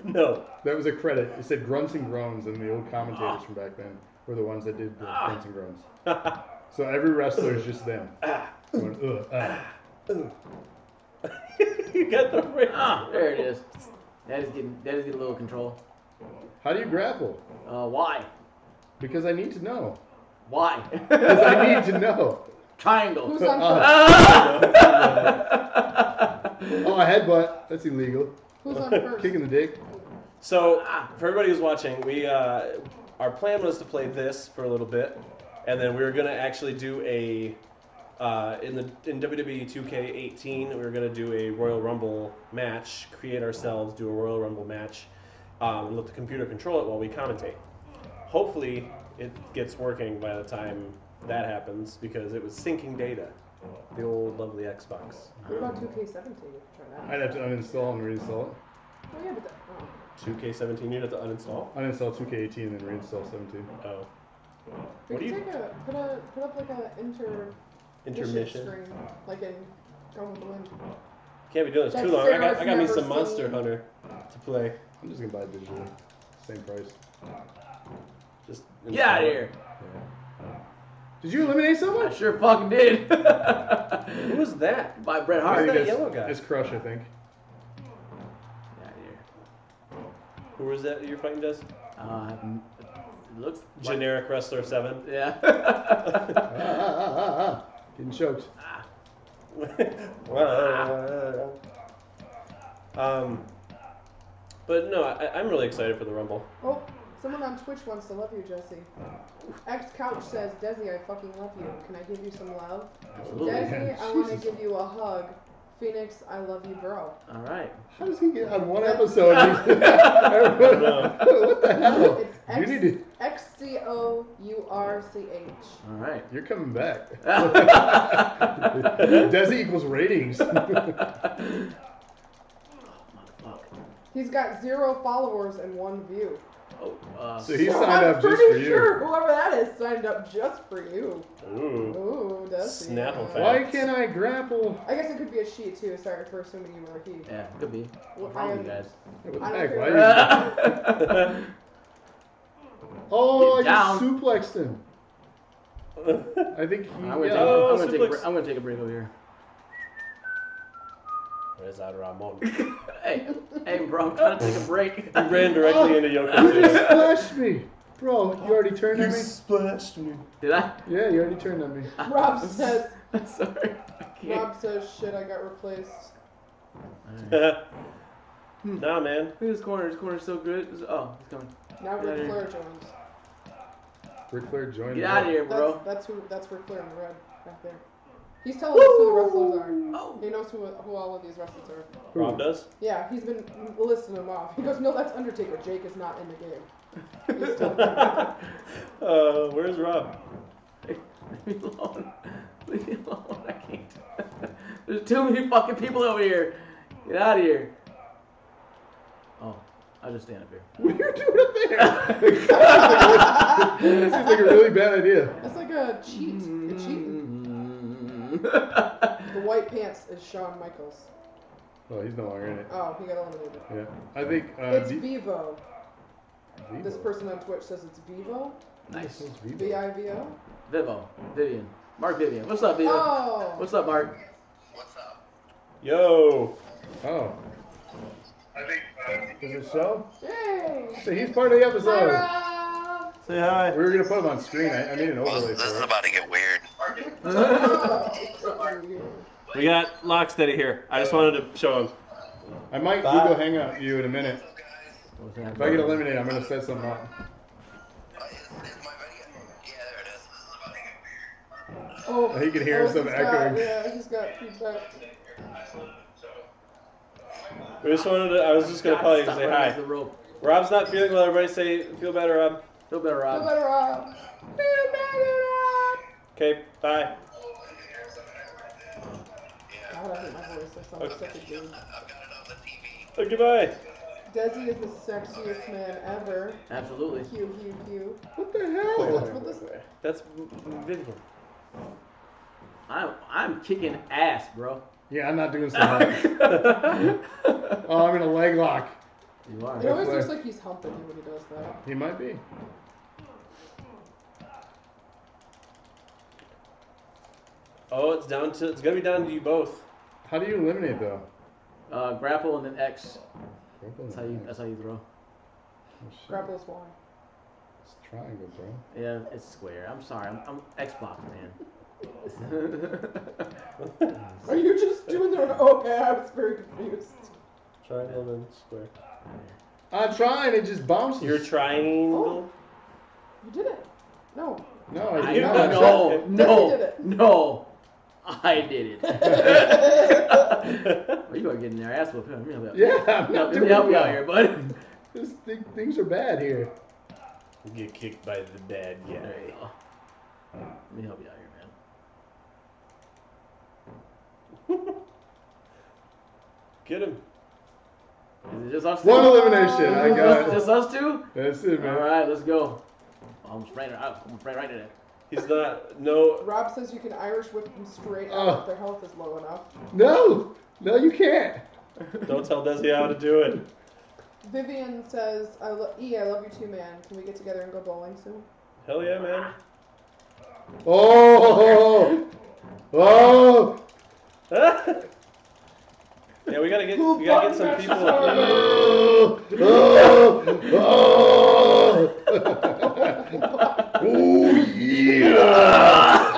Speaker 2: No.
Speaker 1: That was a credit. It said grunts and groans, and the old commentators from back then were the ones that did the grunts and groans.
Speaker 2: <laughs>
Speaker 1: So every wrestler is just them. Going, "Ugh, ah."
Speaker 2: you got the right.
Speaker 3: Ah, there it is. That is getting that is getting a little control.
Speaker 1: How do you grapple?
Speaker 3: Uh, why?
Speaker 1: Because I need to know.
Speaker 2: <laughs>
Speaker 3: Why?
Speaker 1: Because I need to know.
Speaker 4: Who's
Speaker 1: <laughs>
Speaker 3: Triangle.
Speaker 4: on
Speaker 1: Uh,
Speaker 4: first?
Speaker 1: oh, a headbutt. That's illegal.
Speaker 4: Who's
Speaker 1: <laughs>
Speaker 4: on first?
Speaker 1: Kicking the dick.
Speaker 2: So, for everybody who's watching, we uh, our plan was to play this for a little bit, and then we were gonna actually do a uh, in the in WWE 2K18. We were gonna do a Royal Rumble match, create ourselves, do a Royal Rumble match, um, and let the computer control it while we commentate. Hopefully, it gets working by the time that happens because it was syncing data. The old lovely Xbox.
Speaker 4: What about 2K17? You can try that.
Speaker 1: I'd have to uninstall and reinstall it.
Speaker 4: Oh, yeah, but that, oh.
Speaker 2: 2K17, you'd have to uninstall.
Speaker 1: Uninstall 2K18 and then reinstall 17.
Speaker 2: Oh.
Speaker 4: We
Speaker 2: What do
Speaker 4: could
Speaker 2: you-
Speaker 4: take a put a put up like a inter
Speaker 2: Intermission.
Speaker 4: screen, like in Gone with the Wind.
Speaker 2: Can't be doing this too
Speaker 4: That's
Speaker 2: long. I got,
Speaker 4: Sarah's
Speaker 2: I got me
Speaker 4: never
Speaker 2: some Monster
Speaker 4: seen-
Speaker 2: Hunter to play.
Speaker 1: I'm just gonna buy it digitally, same price.
Speaker 2: Just
Speaker 3: Get out of here.
Speaker 1: Did you eliminate
Speaker 3: I
Speaker 1: someone?
Speaker 3: sure fucking did.
Speaker 2: Who was that?
Speaker 3: By Bret
Speaker 1: I
Speaker 3: Hart.
Speaker 1: think
Speaker 2: that
Speaker 1: it's-
Speaker 2: yellow guy?
Speaker 1: It's Crush, I think.
Speaker 3: Get out of here.
Speaker 2: Who was that you're fighting, Jess?
Speaker 3: Uh, it looks like-
Speaker 2: Generic Wrestler 7. <laughs>
Speaker 3: Yeah.
Speaker 1: Ah, ah, ah, ah, ah. Getting choked.
Speaker 2: um, but no, I, I'm really excited for the Rumble.
Speaker 4: Oh, someone on Twitch wants to love you, Jesse. X Couch says, Desi, I fucking love you. Can I give you some love?
Speaker 2: Oh,
Speaker 3: Absolutely.
Speaker 4: Desi,
Speaker 2: <laughs>
Speaker 4: I want to give you a hug. Phoenix, I love you, bro.
Speaker 3: All right.
Speaker 1: How does he get on one episode? <laughs>
Speaker 4: <laughs>
Speaker 1: Everyone- what the hell?
Speaker 4: It's
Speaker 1: You
Speaker 4: X
Speaker 1: need to.
Speaker 4: X C O U R C H.
Speaker 3: All
Speaker 2: <laughs>
Speaker 3: right.
Speaker 1: You're coming
Speaker 4: <laughs>
Speaker 1: back. Desi equals
Speaker 3: Oh,
Speaker 1: ratings. <laughs>
Speaker 3: Fuck.
Speaker 4: He's got zero followers and one view.
Speaker 3: Oh, uh,
Speaker 1: So he
Speaker 4: So
Speaker 1: signed
Speaker 4: I'm
Speaker 1: up just for
Speaker 4: pretty
Speaker 1: you.
Speaker 4: sure whoever that is signed up just for you.
Speaker 2: <laughs> Ooh.
Speaker 4: Ooh, Desi.
Speaker 2: Snapple fan.
Speaker 1: Why can't I grapple?
Speaker 4: I guess it could be a she too. Sorry for assuming you were a he.
Speaker 3: yeah, could be.
Speaker 4: Well,
Speaker 3: Wrong with
Speaker 4: I'm-
Speaker 3: you guys.
Speaker 1: What the
Speaker 4: I don't
Speaker 1: heck?
Speaker 4: care.
Speaker 1: Why you-
Speaker 3: <laughs> All
Speaker 1: Oh, I
Speaker 3: Get
Speaker 1: just suplexed him. I think he.
Speaker 3: I'm
Speaker 1: <laughs>
Speaker 3: gonna, take,
Speaker 1: yeah.
Speaker 2: Oh,
Speaker 3: I'm, gonna take a
Speaker 2: suplex.
Speaker 3: break, I'm gonna take a break over here.
Speaker 2: Where's that Ramon?
Speaker 3: <laughs> hey, hey, bro, I'm trying to take a <laughs> break.
Speaker 2: He ran directly into
Speaker 1: You just <laughs>
Speaker 2: <laughs> Yokozuna.
Speaker 1: splashed me, bro. You already turned on me.
Speaker 2: splashed me.
Speaker 3: Did I?
Speaker 1: Yeah, you already turned on me.
Speaker 3: <laughs>
Speaker 4: Rob says.
Speaker 3: I'm sorry. I can't.
Speaker 4: Rob says shit. I got replaced.
Speaker 3: Alright.
Speaker 2: nah, man.
Speaker 3: Look at this corner. This corner's so good. It's- oh, it's coming.
Speaker 4: Now
Speaker 3: Get outta
Speaker 4: Ric
Speaker 3: here.
Speaker 4: Flair joins.
Speaker 1: Ric Flair joined.
Speaker 3: Get
Speaker 1: him.
Speaker 3: out of here,
Speaker 4: That's,
Speaker 3: bro.
Speaker 4: that's who. That's Ric Flair in the red, right there. He's telling us who the wrestlers are.
Speaker 3: Oh.
Speaker 4: He knows who, who all of these wrestlers are.
Speaker 1: Who?
Speaker 2: Rob does? <laughs>
Speaker 4: Yeah, he's been listing them off. He goes, "No, that's Undertaker. Jake is not in the game." He's telling them.
Speaker 2: uh, where's Rob?
Speaker 4: Oh.
Speaker 3: <laughs> Leave me alone. Leave me alone. I can't. <laughs> There's too many fucking people over here. Get out of here. Oh, I'll just stand up here.
Speaker 1: <laughs> What are you doing up there? this seems like a really bad idea.
Speaker 4: That's like a cheat. A
Speaker 1: Mm-hmm.
Speaker 4: cheat. The white pants is Shawn Michaels.
Speaker 1: Oh, he's no longer in it.
Speaker 4: Oh, he got eliminated.
Speaker 1: Yeah, I think. Uh,
Speaker 4: It's
Speaker 1: V-
Speaker 4: Vivo.
Speaker 1: Vivo.
Speaker 4: This person on Twitch says it's Vivo.
Speaker 3: nice.
Speaker 1: This is Vivo.
Speaker 4: V I V O.
Speaker 3: Vivo. Vivian. Mark <laughs> Vivian. What's up, Vivian?
Speaker 4: Oh.
Speaker 3: What's up, Mark?
Speaker 5: What's up?
Speaker 2: Yo.
Speaker 1: Oh,
Speaker 5: I think uh,
Speaker 1: is it so?
Speaker 4: Yay!
Speaker 1: So he's part of the episode.
Speaker 4: Hi,
Speaker 2: Say hi.
Speaker 1: We were gonna put him on screen. I, I made an overlay
Speaker 5: this is
Speaker 1: for it.
Speaker 5: about to get weird.
Speaker 4: Rob! Oh.
Speaker 2: We got Locksteady here. I just wanted to show him.
Speaker 1: I might
Speaker 2: Bye.
Speaker 1: Google Hangout you in a minute.
Speaker 3: What's happening?
Speaker 1: If I get eliminated, I'm gonna set something up.
Speaker 5: Uh, is, is my video? Yeah, there it is. This is about to get weird.
Speaker 4: Oh,
Speaker 1: He can hear
Speaker 4: he's
Speaker 1: some
Speaker 4: got-
Speaker 1: echoing.
Speaker 4: Yeah, he's got feedback.
Speaker 2: We just wanted to, I was just gonna call you and
Speaker 3: Stop
Speaker 2: say
Speaker 3: running into
Speaker 2: hi.
Speaker 3: The rope.
Speaker 2: Rob's not feeling well. Everybody say, feel better, Rob.
Speaker 3: Feel better,
Speaker 4: Feel
Speaker 3: Rob.
Speaker 4: better, Rob. Feel better, Rob.
Speaker 2: Okay, bye.
Speaker 4: God, I hate my voice. I sound like such a dude.
Speaker 5: I've got it on the TV.
Speaker 2: Oh, goodbye.
Speaker 4: Desi is the sexiest man ever.
Speaker 3: Absolutely.
Speaker 4: Pew, pew, pew.
Speaker 1: What the
Speaker 4: That's
Speaker 1: hell?
Speaker 4: what this
Speaker 2: That's Vivian.
Speaker 3: I'm I'm kicking ass, bro.
Speaker 1: Yeah, I'm not doing something.
Speaker 3: <laughs> you
Speaker 1: oh, I'm in a leg lock.
Speaker 3: are.
Speaker 4: It always
Speaker 1: Ric
Speaker 4: looks
Speaker 1: Flair.
Speaker 4: like he's humping you when he does that.
Speaker 1: He might be.
Speaker 2: Oh, it's down to, it's gonna be down to you both. <laughs>
Speaker 1: How do you eliminate though?
Speaker 3: Uh, grapple and then X. That's how you. That's how you throw.
Speaker 1: Oh, shit.
Speaker 4: Grapples Y.
Speaker 1: It's triangle, bro.
Speaker 3: Yeah, it's square. I'm sorry. I'm, I'm Xbox man.
Speaker 4: Are you just doing the Oh, Okay, I was very confused.
Speaker 2: Triangle and square.
Speaker 1: I'm trying. It just bounces.
Speaker 2: Your triangle.
Speaker 4: You did it. No.
Speaker 1: no, I,
Speaker 3: I,
Speaker 1: did not.
Speaker 3: no,
Speaker 4: Desi did
Speaker 3: no,
Speaker 4: it.
Speaker 3: no. I
Speaker 1: <laughs>
Speaker 3: did it. well, you are getting their ass whooped. Let me help you
Speaker 1: Yeah,
Speaker 3: out.
Speaker 1: I'm not
Speaker 3: Help me
Speaker 1: doing
Speaker 3: help you
Speaker 1: well.
Speaker 3: out here, bud.
Speaker 1: This thing, things are bad here.
Speaker 2: <laughs> Get kicked by the bad
Speaker 3: There you go. Let me help you out here, man.
Speaker 2: <laughs> Get him.
Speaker 3: Is it just us two?
Speaker 1: One elimination. I
Speaker 3: Just-
Speaker 1: got it.
Speaker 3: Just us two?
Speaker 1: That's it, man.
Speaker 3: All right, let's go. I'm spraying it out. I'm spraying right at it.
Speaker 2: He's not. No.
Speaker 4: Rob says you can Irish whip them straight out
Speaker 1: Oh.
Speaker 4: if their health is low enough.
Speaker 1: No, no, you can't.
Speaker 2: Don't tell Desi how to do it.
Speaker 4: Vivian says, I lo- "E, I love you too, man. Can we get together and go bowling soon?"
Speaker 2: Hell yeah, man. <laughs>
Speaker 1: Oh, oh,
Speaker 2: yeah, we gotta get we gotta get some people.
Speaker 1: oh, oh,
Speaker 3: <laughs>
Speaker 1: oh. <laughs> oh yeah,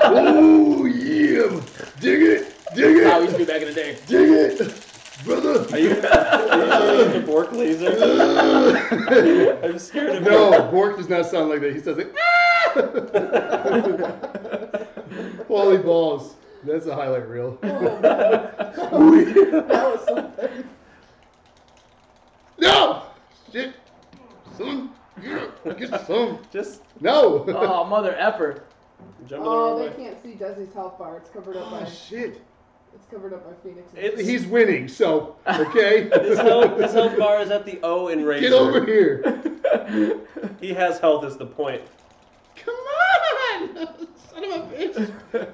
Speaker 1: oh yeah. Dig it, dig
Speaker 3: Wow, we used
Speaker 1: it,
Speaker 3: to be back in the day.
Speaker 1: dig it, brother.
Speaker 2: Are you, are you using the fork laser? I'm scared of
Speaker 1: <laughs> no, Bork does not sound like that. He says like, ah! <laughs> Holy balls. That's a highlight reel.
Speaker 4: That was something.
Speaker 1: no! Shit. Son. Get some.
Speaker 2: Just
Speaker 1: <laughs> No!
Speaker 3: Oh, mother effer.
Speaker 2: jump in the
Speaker 4: Oh,
Speaker 2: wrong
Speaker 4: they
Speaker 2: way.
Speaker 4: can't see Desi's health bar. It's covered up by
Speaker 1: Oh, shit.
Speaker 4: it's covered up by Phoenix.
Speaker 2: It's-
Speaker 1: He's winning, so, okay?
Speaker 2: His health, his health bar is at the O in Razor.
Speaker 1: Get over here.
Speaker 2: He has health is the point.
Speaker 1: Come on! <laughs> Son of a bitch.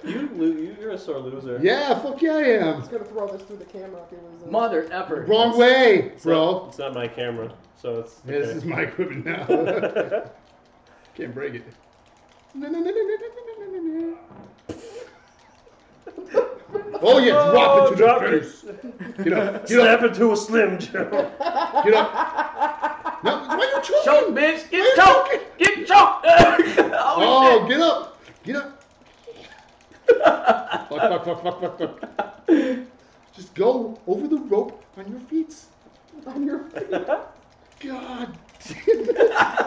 Speaker 2: You, lo- you you're a sore loser.
Speaker 1: Yeah, fuck yeah, I am.
Speaker 4: It's gonna throw this through the camera if he loses.
Speaker 3: <laughs>
Speaker 4: <laughs>
Speaker 3: Mother effer.
Speaker 1: Wrong way,
Speaker 2: It's not,
Speaker 1: bro.
Speaker 2: it's not my camera, so it's.
Speaker 1: Yeah, this is
Speaker 2: okay.
Speaker 1: my <laughs> equipment now. Can't break it. Oh yeah, drop it to
Speaker 2: Oh, drop
Speaker 1: the
Speaker 2: it. <laughs>
Speaker 1: face. Get up, get
Speaker 2: Snap
Speaker 1: up,
Speaker 2: into a slim Jim.
Speaker 1: get up. No, why you choking?
Speaker 3: Choke, bitch. Get
Speaker 1: Why
Speaker 3: choked.
Speaker 1: you choking?
Speaker 3: Get choked. <laughs> oh,
Speaker 1: Oh, get up, get up.
Speaker 3: <laughs>
Speaker 1: fuck, fuck, fuck, fuck, fuck, fuck.
Speaker 3: shit.
Speaker 1: Just go over the rope on your feet.
Speaker 4: on your feet.
Speaker 1: God. <laughs> I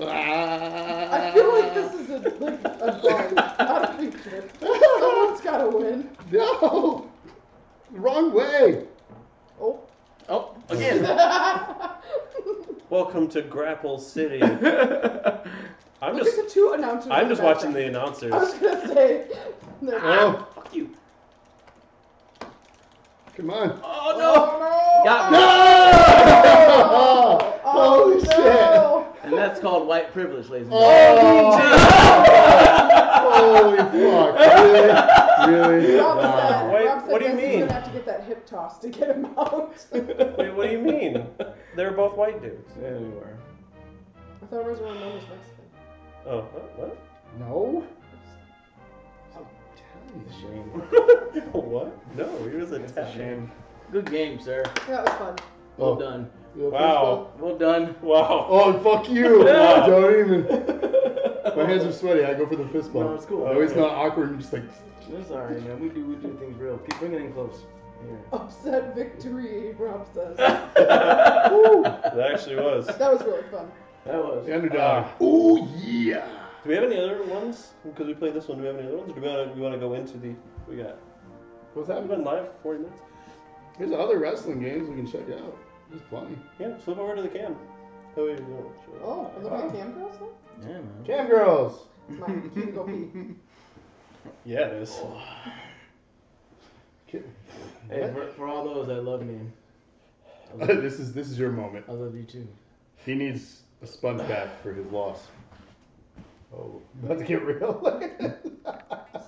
Speaker 1: Ah,
Speaker 4: I feel like this is a like a drawing, not a picture. Someone's gotta win.
Speaker 1: No, wrong way.
Speaker 4: Oh.
Speaker 3: oh, again.
Speaker 4: Look
Speaker 2: Welcome to Grapple City. I'm
Speaker 4: at
Speaker 2: just
Speaker 4: the two announcers.
Speaker 2: I'm
Speaker 4: in
Speaker 2: just watching
Speaker 4: background.
Speaker 2: the
Speaker 4: I was
Speaker 2: announcers.
Speaker 4: gonna say. No.
Speaker 1: Oh,
Speaker 3: Fuck you.
Speaker 1: come on.
Speaker 3: Oh no.
Speaker 4: Oh no!
Speaker 3: Got me.
Speaker 1: No!
Speaker 4: Oh,
Speaker 1: <laughs> Holy
Speaker 4: no.
Speaker 1: shit! Oh.
Speaker 3: And that's called white privilege, ladies and gentlemen.
Speaker 1: Holy fuck! Really? Really?
Speaker 4: Rob
Speaker 1: Wow.
Speaker 4: said,
Speaker 2: Wait,
Speaker 4: Rob said
Speaker 2: what do you
Speaker 4: Desi's
Speaker 2: mean?
Speaker 4: Gonna have to get that hip toss to get him
Speaker 2: <laughs>
Speaker 4: out. I
Speaker 2: Wait, what do you mean? They're both white dudes.
Speaker 3: There we were.
Speaker 4: thought Razor Ramon was Mexican.
Speaker 2: Oh, what?
Speaker 1: No.
Speaker 3: Shame.
Speaker 2: What? what? No, he was
Speaker 1: That's a
Speaker 2: Italian.
Speaker 1: shame.
Speaker 3: Good game, sir.
Speaker 4: That was fun.
Speaker 3: Well
Speaker 1: Oh.
Speaker 3: done.
Speaker 1: You want
Speaker 2: Wow.
Speaker 3: Well done.
Speaker 2: Wow.
Speaker 1: fist bump? Oh fuck you!
Speaker 2: <laughs> Yeah.
Speaker 1: Don't even. My
Speaker 2: <laughs>
Speaker 1: hands are sweaty. I go for the fist bump.
Speaker 3: No, it's cool.
Speaker 1: No, it's not awkward. You just like.
Speaker 3: It's alright, man. We do we do things real. Keep bringing it in <laughs> close. Yeah.
Speaker 4: Upset victory, Rob
Speaker 3: <laughs>
Speaker 4: says. that
Speaker 2: It actually was. Do
Speaker 4: was really fun.
Speaker 3: That was.
Speaker 1: The underdog.
Speaker 2: Ah.
Speaker 1: oh yeah.
Speaker 2: we have any other ones? Because we played this one. Do we have any other ones? Or do we want to, we want to go into the? We got.
Speaker 1: What's
Speaker 2: We've
Speaker 1: happening?
Speaker 2: been live for 40 minutes.
Speaker 1: There's other wrestling games we can check out. There's plenty.
Speaker 2: Yeah, flip over to the cam. Oh, wait, no, sure.
Speaker 4: Oh, are looking at cam girls now?
Speaker 3: Yeah, man.
Speaker 1: Cam girls.
Speaker 4: It's my cue to go pee.
Speaker 2: <laughs> Yeah, it is. <laughs>
Speaker 3: Hey, for, for all those that love me,
Speaker 1: <laughs> this is this is your moment.
Speaker 3: I love you too.
Speaker 1: He needs a sponge bath for his loss. Oh, about to get real. <laughs> Look at this.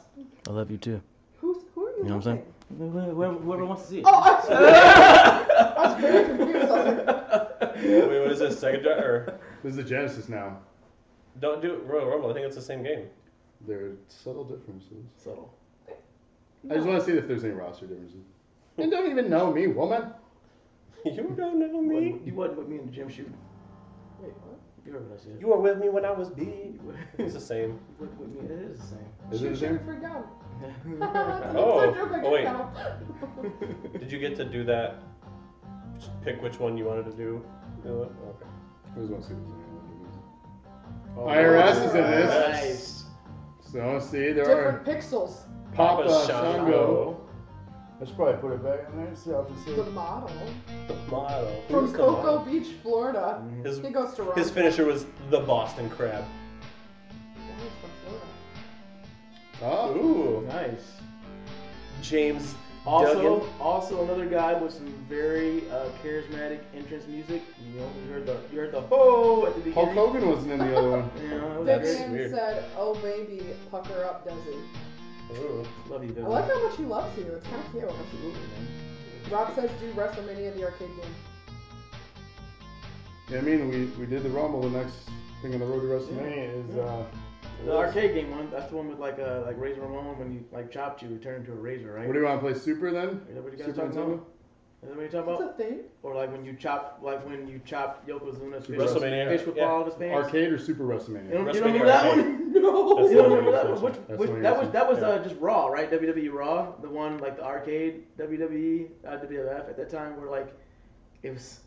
Speaker 3: I love you too.
Speaker 4: Who's who are you?
Speaker 3: You know what I'm
Speaker 4: looking?
Speaker 3: saying? Whoever, whoever wants to see it.
Speaker 4: Oh,
Speaker 3: <laughs>
Speaker 4: I was, I was very confused. I was like,
Speaker 2: Wait, what is this? Second dra- or
Speaker 1: This is the Genesis now.
Speaker 2: don't do Royal Rumble. I think it's the same game. <laughs>
Speaker 1: There are subtle differences.
Speaker 3: So,
Speaker 1: I just want to see if there's any roster differences. And don't even know me, woman.
Speaker 2: You don't know me.
Speaker 3: you wasn't with me in the gym shoot.
Speaker 4: wait, what?
Speaker 3: You heard what I said.
Speaker 2: You were with me when I was big.
Speaker 3: You
Speaker 2: It's the same.
Speaker 3: wasn't with me. It is the same.
Speaker 1: Is it
Speaker 4: Shoot,
Speaker 1: the
Speaker 4: shoot
Speaker 1: same?
Speaker 4: for gun.
Speaker 2: <laughs>
Speaker 4: <laughs>
Speaker 3: <laughs>
Speaker 2: Oh, oh, <laughs> wait.
Speaker 4: wait.
Speaker 2: Did you get to do that? Just pick which one you wanted to do. You know what? Okay.
Speaker 1: I just want to see if there's any other differences. IRS
Speaker 2: Oh,
Speaker 1: is in
Speaker 2: Nice.
Speaker 1: this. So see, there
Speaker 4: Different
Speaker 1: are
Speaker 4: pixels.
Speaker 1: Papa,
Speaker 2: Papa
Speaker 1: Shango. I should probably put it back in there. See how this
Speaker 4: The model
Speaker 2: The model.
Speaker 4: from
Speaker 2: Who's Hmm. the
Speaker 4: Cocoa
Speaker 2: model?
Speaker 4: Beach, Florida.
Speaker 2: His,
Speaker 4: He goes to Ron.
Speaker 2: his finisher was the Boston Crab.
Speaker 4: Yeah, he's from
Speaker 1: Oh,
Speaker 4: Florida.
Speaker 2: Ooh.
Speaker 3: Nice.
Speaker 2: James
Speaker 3: Also,
Speaker 2: Duggan.
Speaker 3: also another guy with some very uh, charismatic entrance music. You know, you heard the you heard the ho at the
Speaker 1: Hulk
Speaker 3: beginning.
Speaker 1: Hogan wasn't in the other one.
Speaker 3: You know, that was
Speaker 2: That's-
Speaker 3: great.
Speaker 2: weird.
Speaker 4: Vivian said, "Oh baby, pucker up, Desi."
Speaker 1: Ooh.
Speaker 3: Love you,
Speaker 4: I
Speaker 3: Bill.
Speaker 4: like how much he loves you. It's kind of cute.
Speaker 3: Absolutely, man.
Speaker 4: Rob says, "Do WrestleMania in the arcade game."
Speaker 1: Yeah, I mean, we, we did the Rumble. The next thing on the road to WrestleMania is uh,
Speaker 3: The arcade game one. That's the one with like a like Razor Ramon when you like chopped you, turned into a razor, right?
Speaker 1: what do you want to play? Super then?
Speaker 3: Is that what you guys
Speaker 1: Super
Speaker 3: talking
Speaker 1: Nintendo?
Speaker 3: about? Is that what you're talking
Speaker 4: That's
Speaker 3: about?
Speaker 4: a thing. <laughs>
Speaker 3: Or like when you chop, like when you chop Yokozuna's fish,
Speaker 2: WrestleMania.
Speaker 3: fish would
Speaker 2: Yeah.
Speaker 3: fall out of his pants.
Speaker 1: Arcade or Super
Speaker 3: You
Speaker 1: WrestleMania?
Speaker 3: don't, you
Speaker 2: WrestleMania
Speaker 3: don't remember that
Speaker 2: arcade.
Speaker 3: one?
Speaker 4: No.
Speaker 2: That's
Speaker 3: You don't
Speaker 2: the
Speaker 3: remember
Speaker 2: one
Speaker 3: that
Speaker 2: you're
Speaker 3: one? Which,
Speaker 1: That's
Speaker 3: which,
Speaker 1: the one
Speaker 3: that
Speaker 1: you're
Speaker 3: was that was
Speaker 1: searching.
Speaker 3: uh, just Raw, right? WWE Raw, the one like the arcade WWE uh, WWF at that time, where like it was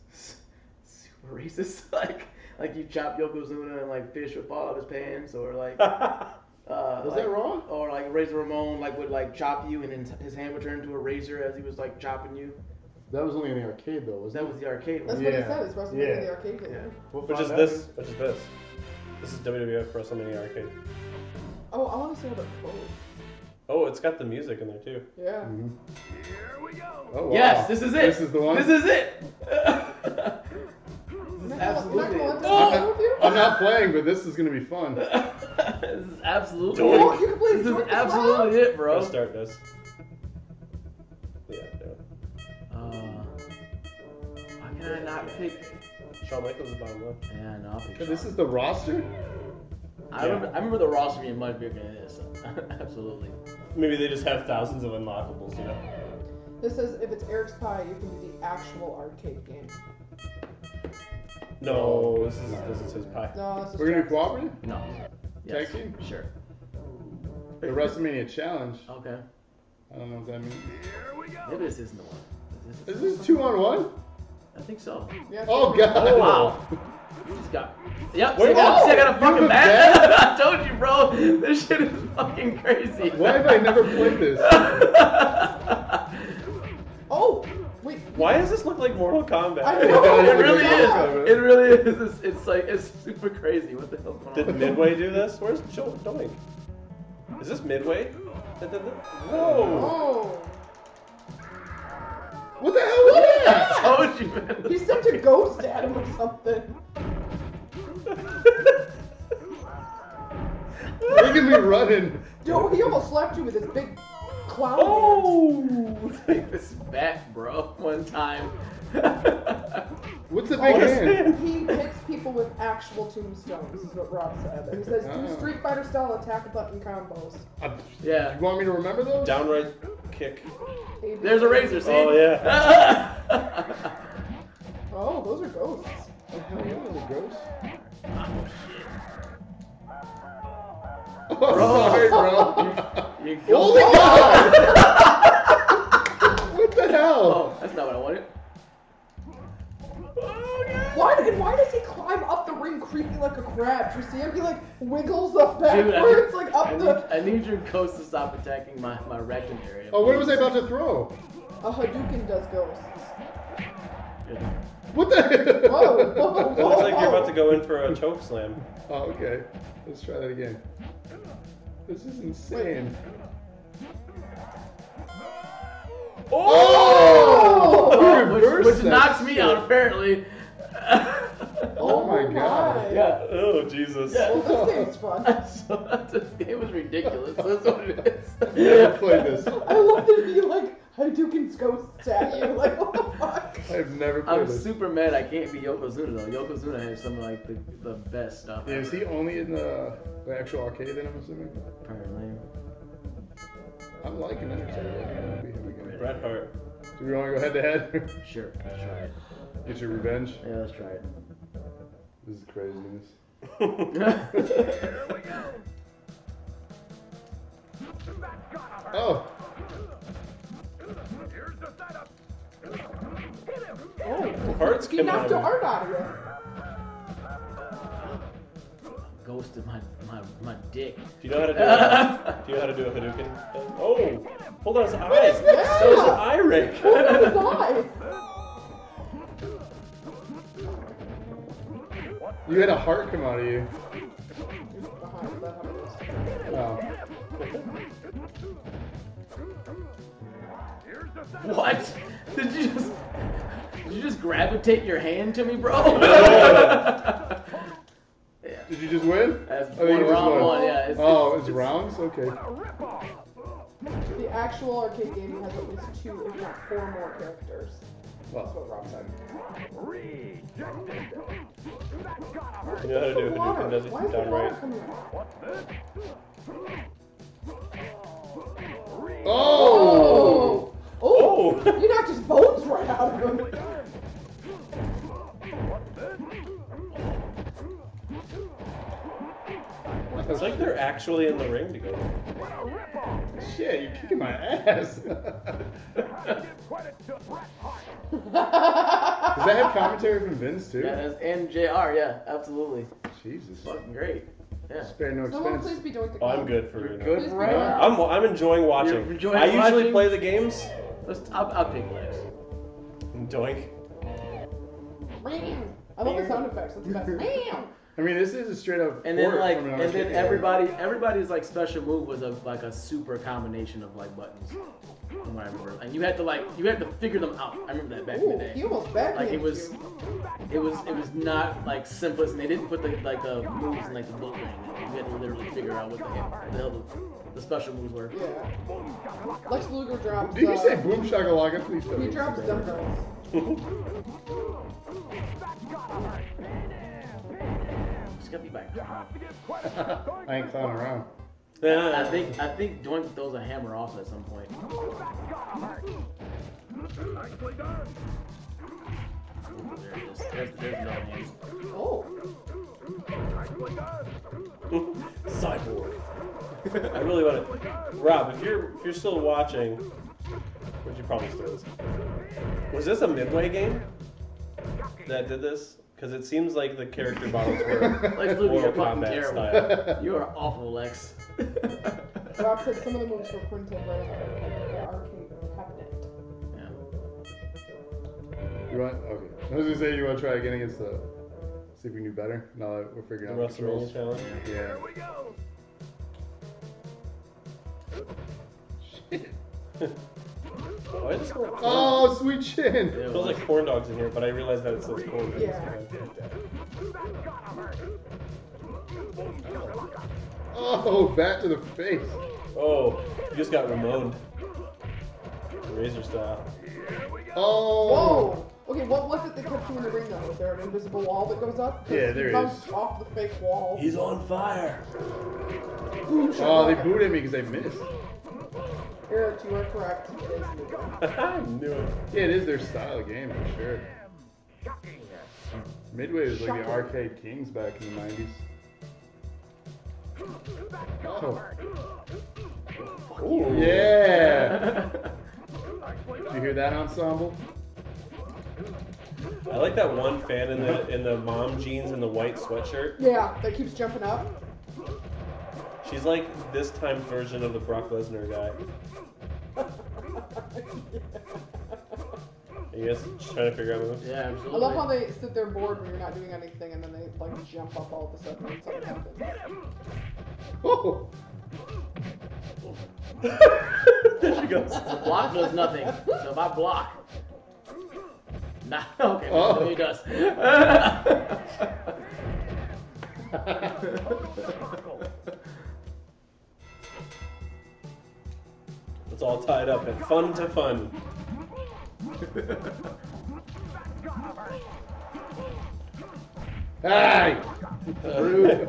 Speaker 3: super racist. <laughs> like like you chop Yokozuna and like fish would fall out of his pants,
Speaker 1: <laughs>
Speaker 3: or like uh,
Speaker 1: Was
Speaker 3: like-
Speaker 1: that Raw?
Speaker 3: Or like Razor Ramon like would like chop you and then his hand would turn into a razor as he was like chopping you.
Speaker 1: That was only in the arcade though, wasn't
Speaker 3: That was the arcade
Speaker 4: That's
Speaker 3: one.
Speaker 4: what he
Speaker 1: Yeah.
Speaker 4: said. It's WrestleMania in the
Speaker 1: Yeah.
Speaker 4: arcade game.
Speaker 3: Yeah.
Speaker 1: it? We'll
Speaker 2: Which
Speaker 1: find
Speaker 2: is
Speaker 1: out.
Speaker 2: this? Which is this? This is WWF WrestleMania Arcade.
Speaker 4: Oh, I want to see what it was.
Speaker 2: Oh, it's got the music in there too.
Speaker 4: Yeah.
Speaker 1: Mhm.
Speaker 6: Here we go.
Speaker 1: Oh, wow.
Speaker 3: Yes, this is it.
Speaker 1: This is the one.
Speaker 3: This is it.
Speaker 4: You're
Speaker 3: this is
Speaker 4: not gonna- you're not
Speaker 3: absolutely.
Speaker 4: gonna
Speaker 3: it.
Speaker 4: let
Speaker 1: I'm
Speaker 3: Oh,
Speaker 4: that go with you?
Speaker 1: not, Mm. I'm not playing, but this is gonna be fun. <laughs>
Speaker 3: <laughs> this is absolutely
Speaker 2: Don't-
Speaker 4: Oh,
Speaker 3: it.
Speaker 4: you can play
Speaker 3: This is
Speaker 4: Dork the Clown?
Speaker 3: absolutely it,
Speaker 2: I'll
Speaker 3: bro.
Speaker 2: start this. Yeah. there.
Speaker 3: Uh, why can I not pick?
Speaker 2: Shawn Michaels is bottom left.
Speaker 3: Yeah, no, I'll pick Sean.
Speaker 1: This is the roster?
Speaker 3: I, remember, I remember the roster being much bigger than this. <laughs> absolutely.
Speaker 2: Maybe they just have thousands of unlockables, you know.
Speaker 4: This is if it's Eric's Pie, you can do the actual arcade game.
Speaker 2: No, this is this is his pie.
Speaker 4: No, this is
Speaker 1: We're gonna be cooperative?
Speaker 3: No.
Speaker 1: Tag
Speaker 3: Yes.
Speaker 1: team?
Speaker 3: Sure.
Speaker 1: The WrestleMania challenge.
Speaker 3: Okay.
Speaker 1: I don't know what that means.
Speaker 6: Here we go.
Speaker 3: Maybe this isn't the one. Is
Speaker 1: Is this two on one?
Speaker 3: I think so.
Speaker 4: Yeah,
Speaker 1: Oh god!
Speaker 2: Oh, wow.
Speaker 3: You just got. Yep.
Speaker 2: Wait,
Speaker 3: see, I
Speaker 1: oh,
Speaker 3: see, I got a
Speaker 1: you have
Speaker 3: fucking bat. <laughs> I
Speaker 1: that?
Speaker 3: told you, bro. This shit is fucking crazy.
Speaker 1: Why have I never played
Speaker 3: <laughs>
Speaker 1: this?
Speaker 4: Oh, wait.
Speaker 2: Why does this look like Mortal Kombat?
Speaker 4: I know.
Speaker 3: It really
Speaker 4: Yeah.
Speaker 3: is. It really is. It's, it's like it's super crazy. What the hell's going
Speaker 2: Did
Speaker 3: on?
Speaker 2: Midway do this? Where's Joe Doink? Is this Midway? that did this? Whoa!
Speaker 4: Oh,
Speaker 1: <laughs> What the hell was that?
Speaker 3: I told you, man.
Speaker 4: he sent a ghost <laughs> at him or something.
Speaker 1: Look at me running.
Speaker 4: Yo, he almost slapped you with his big clown hand.
Speaker 2: oh!
Speaker 3: Take this back, bro. One time. <laughs>
Speaker 1: What's the big hand?
Speaker 4: He hits people with actual tombstones, is what Rob said. He says, do
Speaker 1: Oh.
Speaker 4: Street Fighter style attack button combos.
Speaker 1: Uh,
Speaker 3: yeah.
Speaker 1: You want me to remember those?
Speaker 2: Downright kick.
Speaker 3: There's a razor. See?
Speaker 2: Oh,
Speaker 3: yeah.
Speaker 4: Oh, those are ghosts.
Speaker 1: Oh, hell yeah, the ghost. Oh, sorry, bro.
Speaker 3: <laughs> you
Speaker 1: Holy
Speaker 3: go.
Speaker 1: god! what the hell?
Speaker 3: Oh, that's not what I wanted.
Speaker 4: Why and why does he climb up the ring creepy like a crab? Do you see him? He like wiggles up
Speaker 3: Dude, I
Speaker 4: backwards,
Speaker 3: need-
Speaker 4: like
Speaker 3: I
Speaker 4: up
Speaker 3: need,
Speaker 4: the
Speaker 3: I need your ghost to stop attacking my, my rectum area.
Speaker 1: Oh, what was I
Speaker 3: please.
Speaker 1: about to throw?
Speaker 4: a Hadouken does ghosts.
Speaker 1: What the?
Speaker 4: Whoa, whoa,
Speaker 2: It
Speaker 4: whoa.
Speaker 2: looks like you're about to go in for a choke slam.
Speaker 1: Oh, okay. Let's try that again. This is insane.
Speaker 4: Oh!
Speaker 1: Oh!
Speaker 3: Which,
Speaker 1: Reverse
Speaker 3: which
Speaker 1: that
Speaker 3: knocks me
Speaker 1: shit.
Speaker 3: out, apparently. <laughs>
Speaker 1: Oh my god.
Speaker 3: yeah.
Speaker 2: Oh Jesus!
Speaker 3: Yeah.
Speaker 4: Well, this game's fun.
Speaker 3: So, it was ridiculous. That's what it is.
Speaker 1: <laughs> Never played this.
Speaker 4: I love that he like Hadouken's ghosts at you. Like what the fuck?
Speaker 1: I've never played
Speaker 3: I'm
Speaker 1: this.
Speaker 3: super mad I can't be Yokozuna though. Yokozuna has some of like the, the best stuff.
Speaker 1: Yeah, is
Speaker 3: ever,
Speaker 1: he only in the, the actual arcade then, I'm assuming?
Speaker 3: apparently.
Speaker 1: I'm liking it. so I think it might be him again.
Speaker 2: Bret Hart.
Speaker 1: Do we want to go head to head?
Speaker 3: Sure, let's try it.
Speaker 1: Get your revenge?
Speaker 3: Yeah, let's try it.
Speaker 1: This is craziness.
Speaker 2: <laughs> Here
Speaker 6: Here we go. Back got him.
Speaker 1: Oh!
Speaker 6: Here's the setup. Hit him.
Speaker 4: Oh,
Speaker 2: Hearts
Speaker 4: he
Speaker 2: came out
Speaker 4: knocked
Speaker 2: of
Speaker 4: your
Speaker 2: it.
Speaker 4: heart out of you.
Speaker 3: Ghosted my my, my dick.
Speaker 2: Do you know how to do it? Do you know how to do a Hadouken? Oh! Hold on, his eyes!
Speaker 4: that?
Speaker 2: So is an eye rake!
Speaker 4: His eyes.
Speaker 1: You had a heart come out of you.
Speaker 4: Behind, that happened.
Speaker 1: Oh.
Speaker 3: What? Did you just did you just gravitate your hand to me, bro? yeah.
Speaker 1: Did you just win?
Speaker 3: That's
Speaker 1: Oh, you
Speaker 3: one
Speaker 1: just
Speaker 3: round
Speaker 1: won.
Speaker 3: one, yeah, it's-
Speaker 1: oh,
Speaker 3: it's-
Speaker 1: it's, rounds? Okay.
Speaker 4: The actual arcade game has at least two, if not four more characters. That's
Speaker 1: Well,
Speaker 4: what Rob said.
Speaker 2: You know how to do it, but
Speaker 4: Water.
Speaker 2: it doesn't
Speaker 4: Why is the
Speaker 2: sound
Speaker 4: water
Speaker 2: right.
Speaker 4: coming out?
Speaker 1: oh!
Speaker 4: Oh! Oh! You knocked his bones right out of him.
Speaker 2: <laughs>
Speaker 1: Oh!
Speaker 2: It's like they're actually in the ring together. <laughs>
Speaker 1: Shit, you're kicking my ass. <laughs> Does that
Speaker 4: <laughs>
Speaker 1: have commentary from Vince too?
Speaker 3: Yeah, that's NJR, yeah, absolutely.
Speaker 1: Jesus.
Speaker 3: Fucking great. Yeah.
Speaker 1: Spare no
Speaker 7: Someone
Speaker 1: expense.
Speaker 7: please be doing the
Speaker 2: Oh, I'm good for
Speaker 1: You're
Speaker 2: now.
Speaker 1: good,
Speaker 7: Please
Speaker 1: right?
Speaker 7: be-
Speaker 2: I'm, I'm enjoying watching.
Speaker 3: You're enjoying
Speaker 2: I usually
Speaker 3: watching?
Speaker 2: play the games.
Speaker 3: Let's, I'll, I'll take last.
Speaker 2: Doink. <laughs>
Speaker 4: I love the sound effects. That's
Speaker 1: <laughs>
Speaker 4: the best. Meow.
Speaker 1: I mean, this is a straight up.
Speaker 3: And then
Speaker 1: port
Speaker 3: like,
Speaker 1: from an
Speaker 3: and
Speaker 1: arcade
Speaker 3: then
Speaker 1: game.
Speaker 3: everybody, everybody's like special move was a like a super combination of like buttons, from what I remember. And you had to like, you had to figure them out. I remember that back in
Speaker 4: Ooh,
Speaker 3: the day.
Speaker 4: he almost backhanded
Speaker 3: like it was,
Speaker 4: you.
Speaker 3: it was, it was not like simplest, and they didn't put the like the moves in like the book thing. You had to literally figure out what the hell, what the, hell the, the special moves were.
Speaker 4: Yeah. Lex Luger drops.
Speaker 1: Did you
Speaker 4: uh,
Speaker 1: say boom shakalaka? Please tell
Speaker 4: He
Speaker 1: me.
Speaker 4: drops dumbbells.
Speaker 3: Just gotta be back.
Speaker 1: I ain't clowning around.
Speaker 3: I think I think Doink throws a hammer off at some point. There it is. There's, there's another hand.
Speaker 4: Oh.
Speaker 2: <laughs> Cyborg. I really want to. Rob, if you're if you're still watching, which you probably still is, was this a midway game that did this? Because it seems like the character models
Speaker 3: <laughs>
Speaker 2: were
Speaker 3: Lex Luger,
Speaker 2: Mortal
Speaker 3: you're fucking
Speaker 2: Kombat
Speaker 3: terrible.
Speaker 2: style.
Speaker 3: <laughs> You are awful, Lex.
Speaker 4: Rob said some of the moves were printed right on the arcade cabinet.
Speaker 3: Yeah.
Speaker 1: You want? Okay. I was gonna say you want to try again against the. See if we knew better. Now that we're figuring
Speaker 2: The
Speaker 1: out the controls.
Speaker 2: WrestleMania challenge.
Speaker 1: Yeah. Shit.
Speaker 2: Why is this going?
Speaker 1: Oh, sweet chin.
Speaker 2: It feels like corn dogs in here, but I realize that it says corn dogs.
Speaker 4: Yeah.
Speaker 1: Oh, bat to the face.
Speaker 2: Oh, you just got Ramon. Razor style.
Speaker 1: Oh.
Speaker 4: Whoa! Okay, what was it that kept you in the ring though? Is there an invisible wall that goes up? 'Cause
Speaker 1: Yeah,
Speaker 4: he
Speaker 1: there is.
Speaker 4: bounced Off the fake wall.
Speaker 2: He's on fire.
Speaker 4: Boom
Speaker 1: Oh, they
Speaker 4: shakalaka.
Speaker 1: booted me because I missed.
Speaker 4: Eric, you are correct. It is Luger.
Speaker 2: <laughs> I knew it.
Speaker 1: Yeah, it is their style of game for sure. Midway was like the
Speaker 4: Shocking.
Speaker 1: arcade kings back in the 90s. Oh.
Speaker 2: Ooh.
Speaker 1: Yeah! Did you hear that ensemble?
Speaker 2: I like that one fan in the in the mom jeans and the white sweatshirt.
Speaker 4: Yeah, that keeps jumping up.
Speaker 2: She's like this time's version of the Brock Lesnar guy. Are you guys trying to figure out moves?
Speaker 3: <laughs> Yeah,
Speaker 4: I
Speaker 3: absolutely.
Speaker 4: love how they sit there bored when you're not doing anything and then they like jump up all of a sudden when something happens.
Speaker 1: Oh.
Speaker 2: there she goes.
Speaker 3: The block does nothing. So if I block. Nah, <laughs> okay, well,
Speaker 1: Oh.
Speaker 3: no, he does.
Speaker 2: <laughs> It's all tied up and fun to fun.
Speaker 1: Hey! Rude.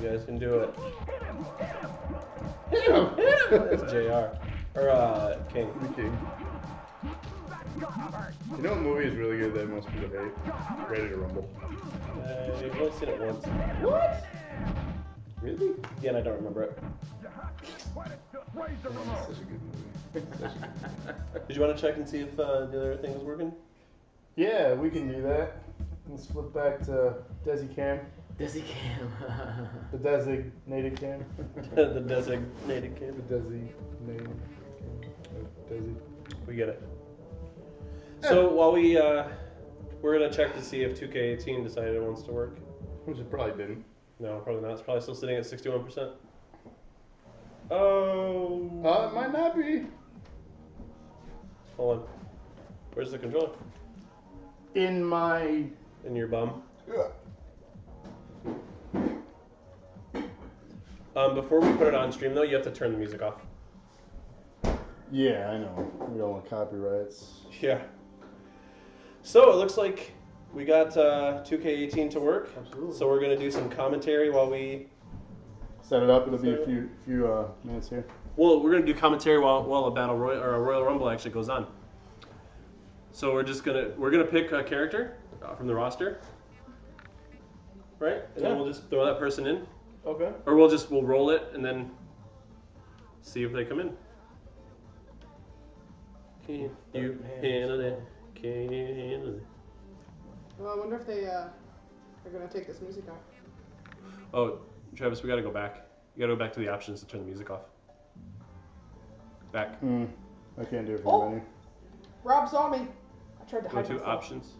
Speaker 2: You guys can <laughs> do it.
Speaker 1: Hit him!
Speaker 2: That's JR. Or uh King.
Speaker 1: The king. You know what movie is really good that most people hate? Ready to Rumble.
Speaker 2: Uh, I've only seen it once.
Speaker 1: What? Really?
Speaker 2: Again, I don't remember it.
Speaker 1: Such a good movie.
Speaker 2: <laughs>
Speaker 1: Such a good movie.
Speaker 2: Did you want to check and see if uh, the other thing was working? <laughs>
Speaker 1: Yeah, we can do that. Let's flip back to Desi Cam,
Speaker 3: Dizzy Cam. <laughs>
Speaker 1: the designated <laughs> cam.
Speaker 2: the designated kid.
Speaker 1: The designated Desi.
Speaker 2: We get it. So while we uh, we're gonna check to see if 2K18 decided it wants to work.
Speaker 1: Which it probably didn't.
Speaker 2: No, probably not. It's probably still sitting at 61%. Oh.
Speaker 1: Uh, it might not be.
Speaker 2: Hold on. Where's the controller?
Speaker 1: In my.
Speaker 2: In your bum. Um, before we put it on stream, though, you have to turn the music off.
Speaker 1: Yeah, I know. We don't want copyrights.
Speaker 2: Yeah. So it looks like we got uh, 2K18 to work.
Speaker 1: Absolutely.
Speaker 2: So we're gonna do some commentary while we.
Speaker 1: Set it up. It'll be
Speaker 2: Set
Speaker 1: a
Speaker 2: it up.
Speaker 1: few few uh, minutes here.
Speaker 2: Well, we're gonna do commentary while, while a battle royal or a Royal Rumble actually goes on. So we're just gonna we're gonna pick a character uh, from the roster, right? And
Speaker 3: Yeah.
Speaker 2: then we'll just throw that person in,
Speaker 3: Okay.
Speaker 2: or we'll just we'll roll it and then see if they come in. Can you handle it? Can you handle it?
Speaker 4: Well, I wonder if they uh, are gonna take this music off.
Speaker 2: Oh, Travis, we gotta go back. You gotta go back to the options to turn the music off. Back.
Speaker 1: Hmm. I can't do it
Speaker 4: Oh.
Speaker 1: from the menu.
Speaker 4: Rob saw me. I tried to
Speaker 2: Go
Speaker 4: hide
Speaker 2: to
Speaker 4: myself.
Speaker 2: options.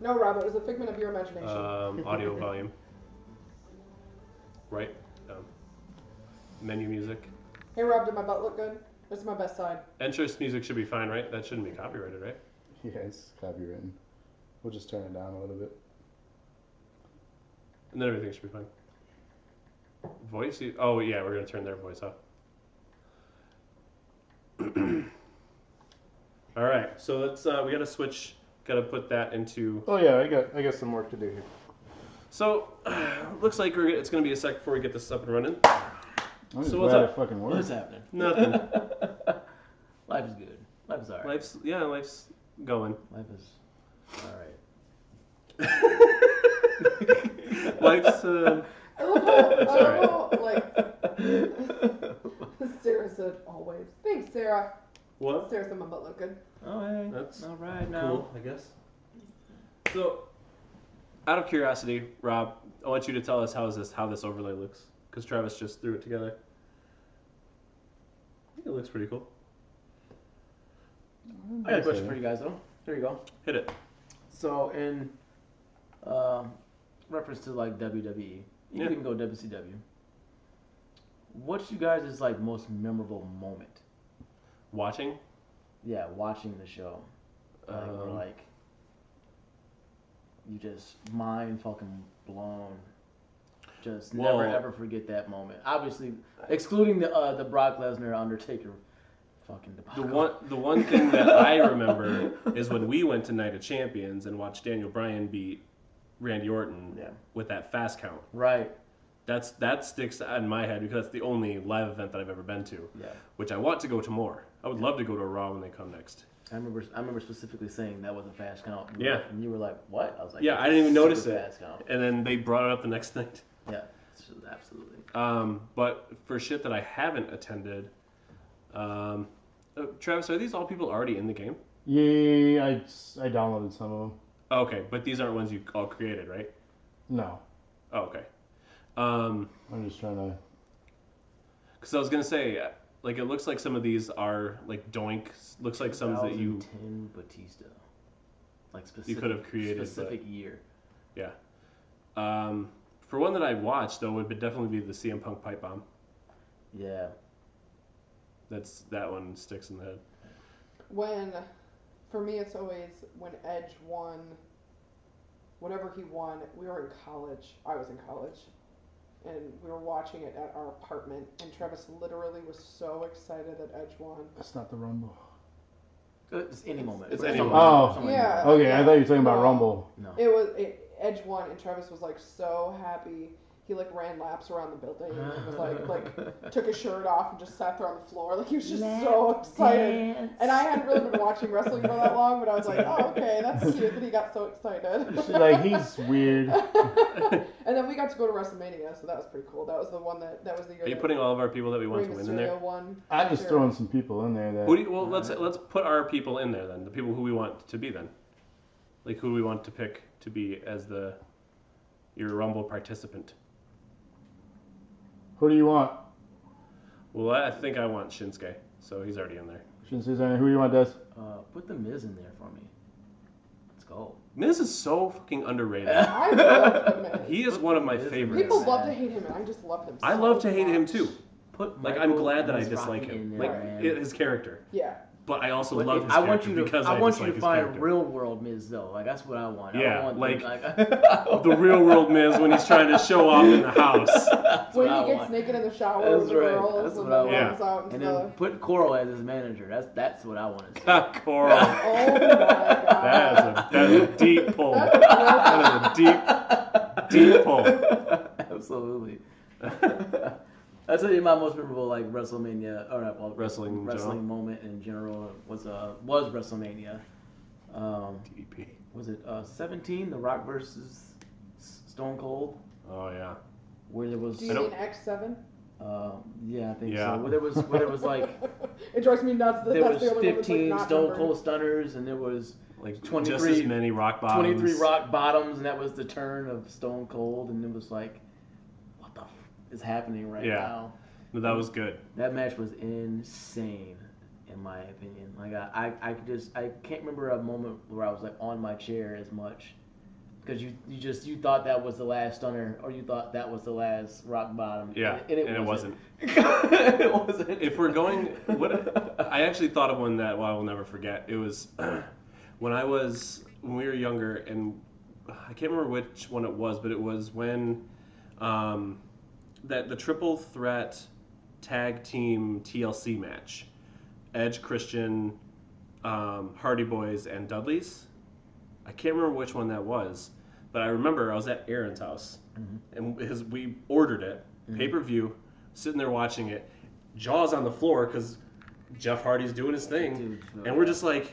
Speaker 4: No, Rob, it was a figment of your imagination.
Speaker 2: Um, audio volume. Right. Um, menu music.
Speaker 4: hey, Rob, did my butt look good? This is my best side.
Speaker 2: Entrance music should be fine, right? That shouldn't be copyrighted, right?
Speaker 1: <laughs> Yeah, it's copywritten. We'll just turn it down a little bit.
Speaker 2: And then everything should be fine. Voice. you- Oh yeah, we're gonna turn their voice off. <clears throat> All right. So let's. Uh, we gotta switch. Gotta put that into.
Speaker 1: Oh yeah, I got I got some work to do here.
Speaker 2: So, <sighs> looks like we're, it's going to be a sec before we get this up and running.
Speaker 1: I'm just
Speaker 2: So what's
Speaker 1: glad
Speaker 2: up?
Speaker 1: it fucking
Speaker 3: What is
Speaker 1: works.
Speaker 3: happening?
Speaker 2: Nothing.
Speaker 3: <laughs> Life is good. Life is alright.
Speaker 2: life's yeah, life's going.
Speaker 3: Life is alright.
Speaker 2: <laughs> Life's uh, <laughs>
Speaker 4: I love
Speaker 3: <laughs>
Speaker 4: how, I love how like, Sarah said always. Thanks, Sarah.
Speaker 2: what?
Speaker 4: Sarah said my butt looked good.
Speaker 3: Oh hey.
Speaker 2: That's
Speaker 3: all right now.
Speaker 2: Cool, I guess. So, out of curiosity, Rob, I want you to tell us how is this how this overlay looks because Travis just threw it together. I think it looks pretty cool.
Speaker 3: I got a question for you guys though. There you go.
Speaker 2: Hit it.
Speaker 3: So in um reference to like WWE, you
Speaker 2: Yeah.
Speaker 3: can go WCW. What's you guys' like most memorable moment?
Speaker 2: Watching.
Speaker 3: Yeah, watching the show, like, or,
Speaker 2: Um,
Speaker 3: like you just mind fucking blown. Just never
Speaker 2: Well-
Speaker 3: ever forget that moment. Obviously, excluding the uh, the Brock Lesnar Undertaker, fucking
Speaker 2: The
Speaker 3: <laughs> debacle.
Speaker 2: one, the one thing that I remember is when we went to Night of Champions and watched Daniel Bryan beat Randy Orton
Speaker 3: Yeah.
Speaker 2: with that fast count.
Speaker 3: right?
Speaker 2: That's that sticks in my head because that's the only live event that I've ever been to,
Speaker 3: Yeah.
Speaker 2: which I want to go to more. I would love to go to a Raw when they come next.
Speaker 3: I remember. I remember specifically saying that was a fast count. And
Speaker 2: Yeah.
Speaker 3: And you were like, "What?" I was like,
Speaker 2: Yeah,
Speaker 3: "It's
Speaker 2: I didn't even
Speaker 3: super
Speaker 2: notice it.
Speaker 3: Fast count.
Speaker 2: And then they brought it up the next <laughs> night.
Speaker 3: Yeah. it's just absolutely.
Speaker 2: Um, but for shit that I haven't attended, um, uh, Travis, are these all people already in the game?
Speaker 1: Yay! I, s- I downloaded some of them.
Speaker 2: Oh, Okay, but these aren't ones you all created, right?
Speaker 1: No,
Speaker 2: Oh, okay. Um,
Speaker 1: I'm just trying to.
Speaker 2: Because I was gonna say, like, it looks like some of these are like doink. Looks like some that you.
Speaker 3: 2010 Batista. Like specific.
Speaker 2: could've created, but-
Speaker 3: specific year.
Speaker 2: Um, for one that I watched though, would be- definitely be the CM Punk pipe bomb.
Speaker 3: Yeah.
Speaker 2: That's that one sticks in the head.
Speaker 4: When, for me, it's always when Edge won. Whatever he won, we were in college. I was in college, and we were watching it at our apartment. And Travis literally was so excited that Edge won.
Speaker 1: That's not the Rumble.
Speaker 3: It's any moment.
Speaker 2: It's
Speaker 3: But
Speaker 2: any
Speaker 3: someone-
Speaker 1: moment. Oh.
Speaker 3: someone-
Speaker 4: Yeah.
Speaker 1: Okay, I thought you were talking about
Speaker 4: No.
Speaker 1: Rumble.
Speaker 3: No.
Speaker 4: It was it, Edge won, and Travis was like so happy. He like ran laps around the building and was like like took his shirt off and just sat there on the floor. Like he was just so excited. And I hadn't really been watching wrestling for that long, but I was like, oh okay, that's cute that he got so excited.
Speaker 1: She's like, he's weird.
Speaker 4: <laughs> and then we got to go to WrestleMania, so that was pretty cool. That was the one that that was the year.
Speaker 2: Are you
Speaker 4: that
Speaker 2: putting all of our people that we want
Speaker 4: Rey
Speaker 2: to win in there?
Speaker 4: Mysterio won.
Speaker 1: I'm just
Speaker 4: Sure.
Speaker 1: throwing some people in there that.
Speaker 2: Who do you, well, let's let's put our people in there then. The people who we want to be then. Like who we want to pick to be as the your Rumble participant.
Speaker 1: who do you want?
Speaker 2: Well, I think I want Shinsuke, so he's already in there.
Speaker 1: Shouldn't say something. Who do you want, Des?
Speaker 3: <laughs> Uh, put the Miz in there for me. Let's go.
Speaker 2: Miz is so fucking underrated.
Speaker 3: <laughs>
Speaker 4: <laughs> I love him.
Speaker 2: He is one of my
Speaker 3: Miz is
Speaker 2: favorites.
Speaker 4: People
Speaker 3: Yes.
Speaker 4: love to hate him, and I just love him.
Speaker 2: I
Speaker 4: so
Speaker 2: love to hate him
Speaker 4: much.
Speaker 2: too. Put like I'm glad that I dislike him, like it- his character,
Speaker 4: Yeah.
Speaker 2: but I also
Speaker 3: But
Speaker 2: love
Speaker 3: if-
Speaker 2: his
Speaker 3: I want
Speaker 2: character
Speaker 3: you to.
Speaker 2: because
Speaker 3: I
Speaker 2: I
Speaker 3: want
Speaker 2: dislike
Speaker 3: you to
Speaker 2: his
Speaker 3: find
Speaker 2: character.
Speaker 3: real world Miz though. Like that's what I want. I
Speaker 2: Yeah,
Speaker 3: don't want
Speaker 2: like,
Speaker 3: the,
Speaker 2: <laughs>
Speaker 3: like <laughs>
Speaker 2: the real world Miz when he's trying to show off in the house.
Speaker 3: That's
Speaker 4: when
Speaker 3: what I
Speaker 4: he gets
Speaker 3: want.
Speaker 4: naked in the shower
Speaker 3: That's
Speaker 4: with the
Speaker 3: right.
Speaker 4: girls
Speaker 3: That's
Speaker 4: and
Speaker 3: what I
Speaker 4: then
Speaker 2: want.
Speaker 4: comes out and,
Speaker 3: And
Speaker 4: stuff.
Speaker 3: then put Coral as his manager. That's that's what I want to see.
Speaker 2: <laughs> Coral.
Speaker 4: <laughs> Oh my god.
Speaker 2: That is a, that
Speaker 4: <laughs> Oh
Speaker 2: is a deep pull. That is a deep, deep pull.
Speaker 3: Absolutely. <laughs> That's really my most memorable like WrestleMania or not, well,
Speaker 2: Wrestling in
Speaker 3: wrestling moment in general was uh was WrestleMania. Um,
Speaker 2: DDP.
Speaker 3: was it uh 17? The Rock versus S- Stone Cold,
Speaker 2: Oh yeah.
Speaker 3: where there was
Speaker 4: Do you
Speaker 2: I don't-
Speaker 4: mean X7?
Speaker 3: uh, yeah I think
Speaker 2: Yeah.
Speaker 3: so. Where there was where there was like
Speaker 4: <laughs> it drives me nuts that
Speaker 3: there
Speaker 4: that's
Speaker 3: was
Speaker 4: the only one that's like
Speaker 3: 15
Speaker 4: not
Speaker 3: Stone
Speaker 4: numbered.
Speaker 3: Cold Stunners and there was
Speaker 2: Like
Speaker 3: 23
Speaker 2: just as many rock bottoms.
Speaker 3: 23 rock bottoms and that was the turn of Stone Cold and it was like what the f- is happening right
Speaker 2: Yeah.
Speaker 3: now?
Speaker 2: But that was good.
Speaker 3: That match was insane, in my opinion. Like I, I, I could just, I can't remember a moment where I was like on my chair as much, because you, you just, you thought that was the last stunner, or you thought that was the last rock bottom.
Speaker 2: Yeah,
Speaker 3: and, it- and it wasn't. <laughs> it wasn't.
Speaker 2: If we're going, what
Speaker 3: <laughs>
Speaker 2: I actually thought of one that well, I will never forget. It was <clears throat> when I was when we were younger, and I can't remember which one it was, but it was when um, that the triple threat tag team TLC match, Edge, Christian, um, Hardy Boys, and Dudleys. I can't remember which one that was, but I remember I was at Aaron's house,
Speaker 3: Mm-hmm.
Speaker 2: and his, we ordered it pay per view, sitting there watching it, jaws on the floor because Jeff Hardy's doing his thing,
Speaker 3: Dude, no.
Speaker 2: and we're
Speaker 3: <laughs>
Speaker 2: just like,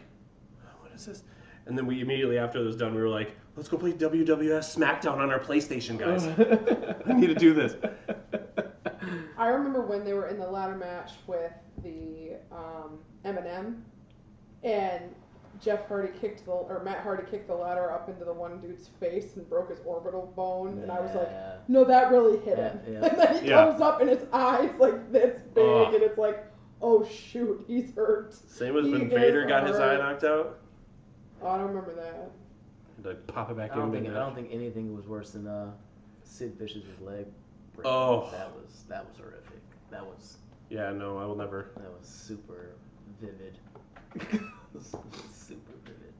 Speaker 2: what is this? And then we immediately after it was done, we were like, let's go play WWF SmackDown on our PlayStation,
Speaker 3: <laughs>
Speaker 2: guys. I need to do this.
Speaker 4: I remember when they were in the ladder match with the um, Eminem, and Jeff Hardy kicked the or Matt Hardy kicked the ladder up into the one dude's face and broke his orbital bone, and I was like,
Speaker 3: Yeah.
Speaker 4: no, that really hit him.
Speaker 3: Yeah, yeah.
Speaker 4: <laughs> And then he
Speaker 2: Yeah.
Speaker 4: comes up and his eyes like this big,
Speaker 2: Ugh.
Speaker 4: and it's like, oh shoot, he's hurt.
Speaker 2: Same as
Speaker 4: He
Speaker 2: when
Speaker 4: is
Speaker 2: Vader got his eye
Speaker 4: hurt.
Speaker 2: knocked out.
Speaker 4: Oh, I don't remember that.
Speaker 2: Like pop it back
Speaker 3: I don't
Speaker 2: in.
Speaker 3: think, I
Speaker 2: and-
Speaker 3: don't think anything was worse than uh, Sid Vicious' leg. break.
Speaker 2: Oh.
Speaker 3: that was that was horrific. That was
Speaker 2: Yeah, no, I will never.
Speaker 3: that was super vivid. <laughs> super vivid.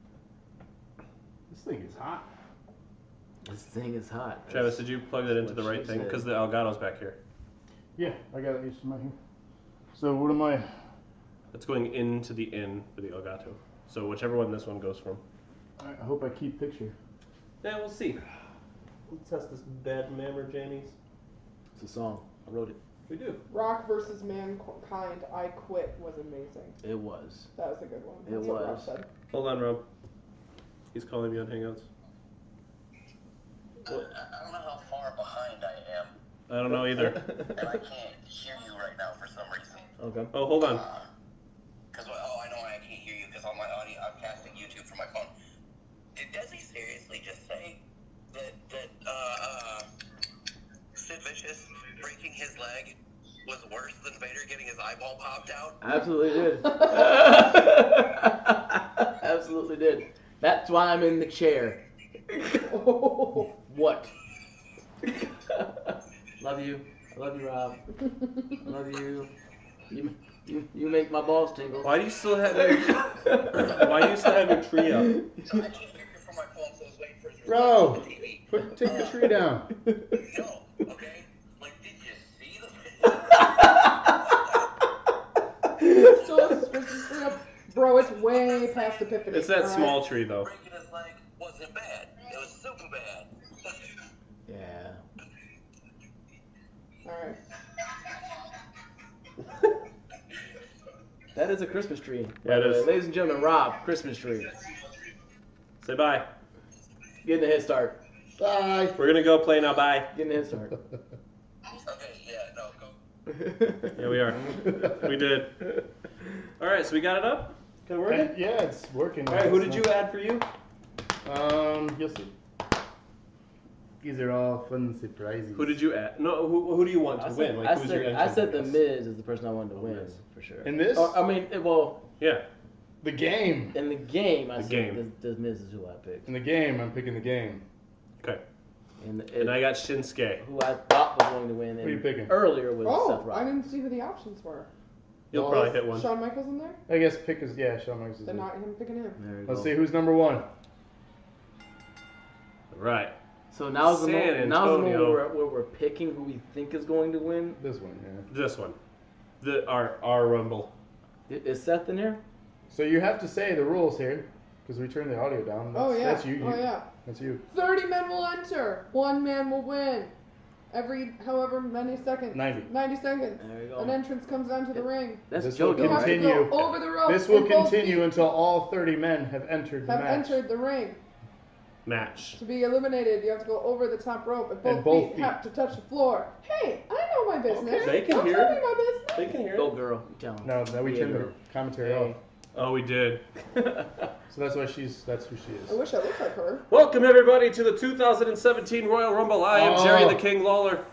Speaker 1: This thing is hot.
Speaker 3: This thing is hot.
Speaker 2: Travis, did you plug that into the right thing? Because the Elgato's back here.
Speaker 1: Yeah, I got it used to my here. So what am I?
Speaker 2: That's going into the in for the Elgato. So whichever one this one goes from.
Speaker 1: I hope I keep picture.
Speaker 2: Yeah, we'll see.
Speaker 8: Let's test this bad mammer, Jamie's.
Speaker 3: It's a song. I wrote it.
Speaker 8: We do.
Speaker 4: Rock versus Mankind, I Quit was amazing.
Speaker 3: It was.
Speaker 4: That was a good one.
Speaker 3: It
Speaker 4: That's what Rob
Speaker 3: was.
Speaker 4: said.
Speaker 2: Hold on, Rob. He's calling me on Hangouts.
Speaker 5: I, I don't know how far behind I am,
Speaker 2: I don't know
Speaker 3: <laughs>
Speaker 2: either.
Speaker 5: and I can't hear you right now for some reason.
Speaker 3: okay.
Speaker 2: Oh, hold on.
Speaker 5: Because, oh, I know why I can't hear you, because on my audio, I'm casting YouTube from my phone. Did Desi seriously just say that, that uh, uh, Sid Vicious breaking his leg was worse than Vader getting his eyeball popped out?
Speaker 3: I absolutely <laughs> did. absolutely did. That's why I'm in the <laughs> chair. what? love you. I love you, Rob.
Speaker 4: <laughs>
Speaker 3: I love you. You, you, you make my balls tingle.
Speaker 2: Why do you still have your,
Speaker 3: <laughs>
Speaker 2: Why do you still have your tree up?
Speaker 5: So I can't hear you from my phone, so I was waiting for his
Speaker 1: Bro.
Speaker 5: response on the TV.
Speaker 1: Put take the tree down.
Speaker 5: No, okay? Like, did you see the...
Speaker 4: So it's supposed to be up- Bro, it's way past Epiphany.
Speaker 2: It's that
Speaker 4: alright?
Speaker 2: small tree though.
Speaker 5: breaking his leg wasn't bad. It was super bad. <laughs>
Speaker 3: Yeah.
Speaker 4: Alright.
Speaker 3: <laughs> That is a Christmas tree.
Speaker 2: Yeah, it is.
Speaker 3: Ladies and gentlemen, Rob, Christmas tree.
Speaker 2: Say bye.
Speaker 3: Getting a head start.
Speaker 1: Bye.
Speaker 2: We're gonna go play now. Bye.
Speaker 3: Getting a head start.
Speaker 5: Okay, yeah, no, go.
Speaker 2: <laughs> Yeah, we are. <laughs> We did.
Speaker 3: <laughs>
Speaker 2: All right, so we got it up. Good work. All
Speaker 1: Yeah, it's working.
Speaker 2: right, who did you add for you?
Speaker 1: Um, you'll see. These are all fun surprises.
Speaker 2: Who did you add? No, who, who do you want to
Speaker 3: I
Speaker 2: win?
Speaker 3: said,
Speaker 2: Like,
Speaker 3: I
Speaker 2: who's
Speaker 3: said-
Speaker 2: your
Speaker 3: I said the
Speaker 2: entrant?
Speaker 3: Miz is the person I wanted to win
Speaker 2: Miz.
Speaker 3: for sure.
Speaker 1: In this,
Speaker 4: Uh, um,
Speaker 3: Or, I mean, it- well,
Speaker 2: Yeah.
Speaker 1: the game.
Speaker 3: in the game, I
Speaker 2: The
Speaker 3: said
Speaker 2: game.
Speaker 3: The, the Miz is who I picked.
Speaker 1: In the game, I'm picking the game.
Speaker 2: Okay.
Speaker 3: And And, it,
Speaker 2: And I got Shinsuke.
Speaker 3: who I thought was going to win
Speaker 1: Who you
Speaker 3: and
Speaker 1: picking?
Speaker 3: earlier was Seth
Speaker 4: Oh, I
Speaker 3: Rollins.
Speaker 4: didn't see who the options were.
Speaker 2: You'll
Speaker 1: Well,
Speaker 2: probably hit one.
Speaker 4: Shawn Michaels in there?
Speaker 1: I guess pick is yeah. Shawn Michaels. Is
Speaker 4: They're
Speaker 1: in.
Speaker 4: not him picking him.
Speaker 3: There you
Speaker 1: Let's
Speaker 3: go.
Speaker 1: see who's number one.
Speaker 2: Right.
Speaker 3: So now's the
Speaker 2: San
Speaker 3: moment, now's the moment
Speaker 2: Antonio.
Speaker 3: where, where we're picking who we think is going to win.
Speaker 1: This one, yeah.
Speaker 2: This one. The our our rumble.
Speaker 3: I- Is Seth in here?
Speaker 1: So you have to say the rules here because we turned the audio down. That's,
Speaker 4: Oh yeah.
Speaker 1: That's you. you.
Speaker 4: Oh yeah.
Speaker 1: That's you.
Speaker 4: Thirty men will enter. One man will win. Every however many seconds.
Speaker 1: 90.
Speaker 4: Ninety seconds.
Speaker 3: There you
Speaker 4: An
Speaker 3: go.
Speaker 4: entrance comes onto the ring.
Speaker 3: That's
Speaker 1: This will
Speaker 3: Joe
Speaker 4: You have to
Speaker 3: right?
Speaker 4: go
Speaker 1: Continue.
Speaker 4: over the rope.
Speaker 1: This will
Speaker 4: and Oh, both
Speaker 1: continue
Speaker 4: feet
Speaker 1: until all 30 men have entered the
Speaker 4: Have
Speaker 1: match.
Speaker 4: entered the ring
Speaker 2: Match.
Speaker 4: to be eliminated. You have to go over the top rope, and both,
Speaker 1: And both feet.
Speaker 4: have to touch the floor. Hey, I know my business.
Speaker 8: Okay, they can
Speaker 4: Don't
Speaker 8: hear
Speaker 4: tell
Speaker 8: it.
Speaker 4: me my business.
Speaker 8: They can hear
Speaker 3: Go
Speaker 8: it.
Speaker 3: girl. You tell him.
Speaker 1: No, no, we
Speaker 3: Yeah,
Speaker 1: turned the
Speaker 3: girl.
Speaker 1: commentary
Speaker 3: Hey.
Speaker 1: off.
Speaker 2: Oh, we did.
Speaker 3: <laughs>
Speaker 1: So that's why she's. That's who she is.
Speaker 4: I wish I looked like her.
Speaker 2: Welcome everybody to the 2017 Royal Rumble. I am Jerry
Speaker 1: Oh.
Speaker 2: the King Lawler.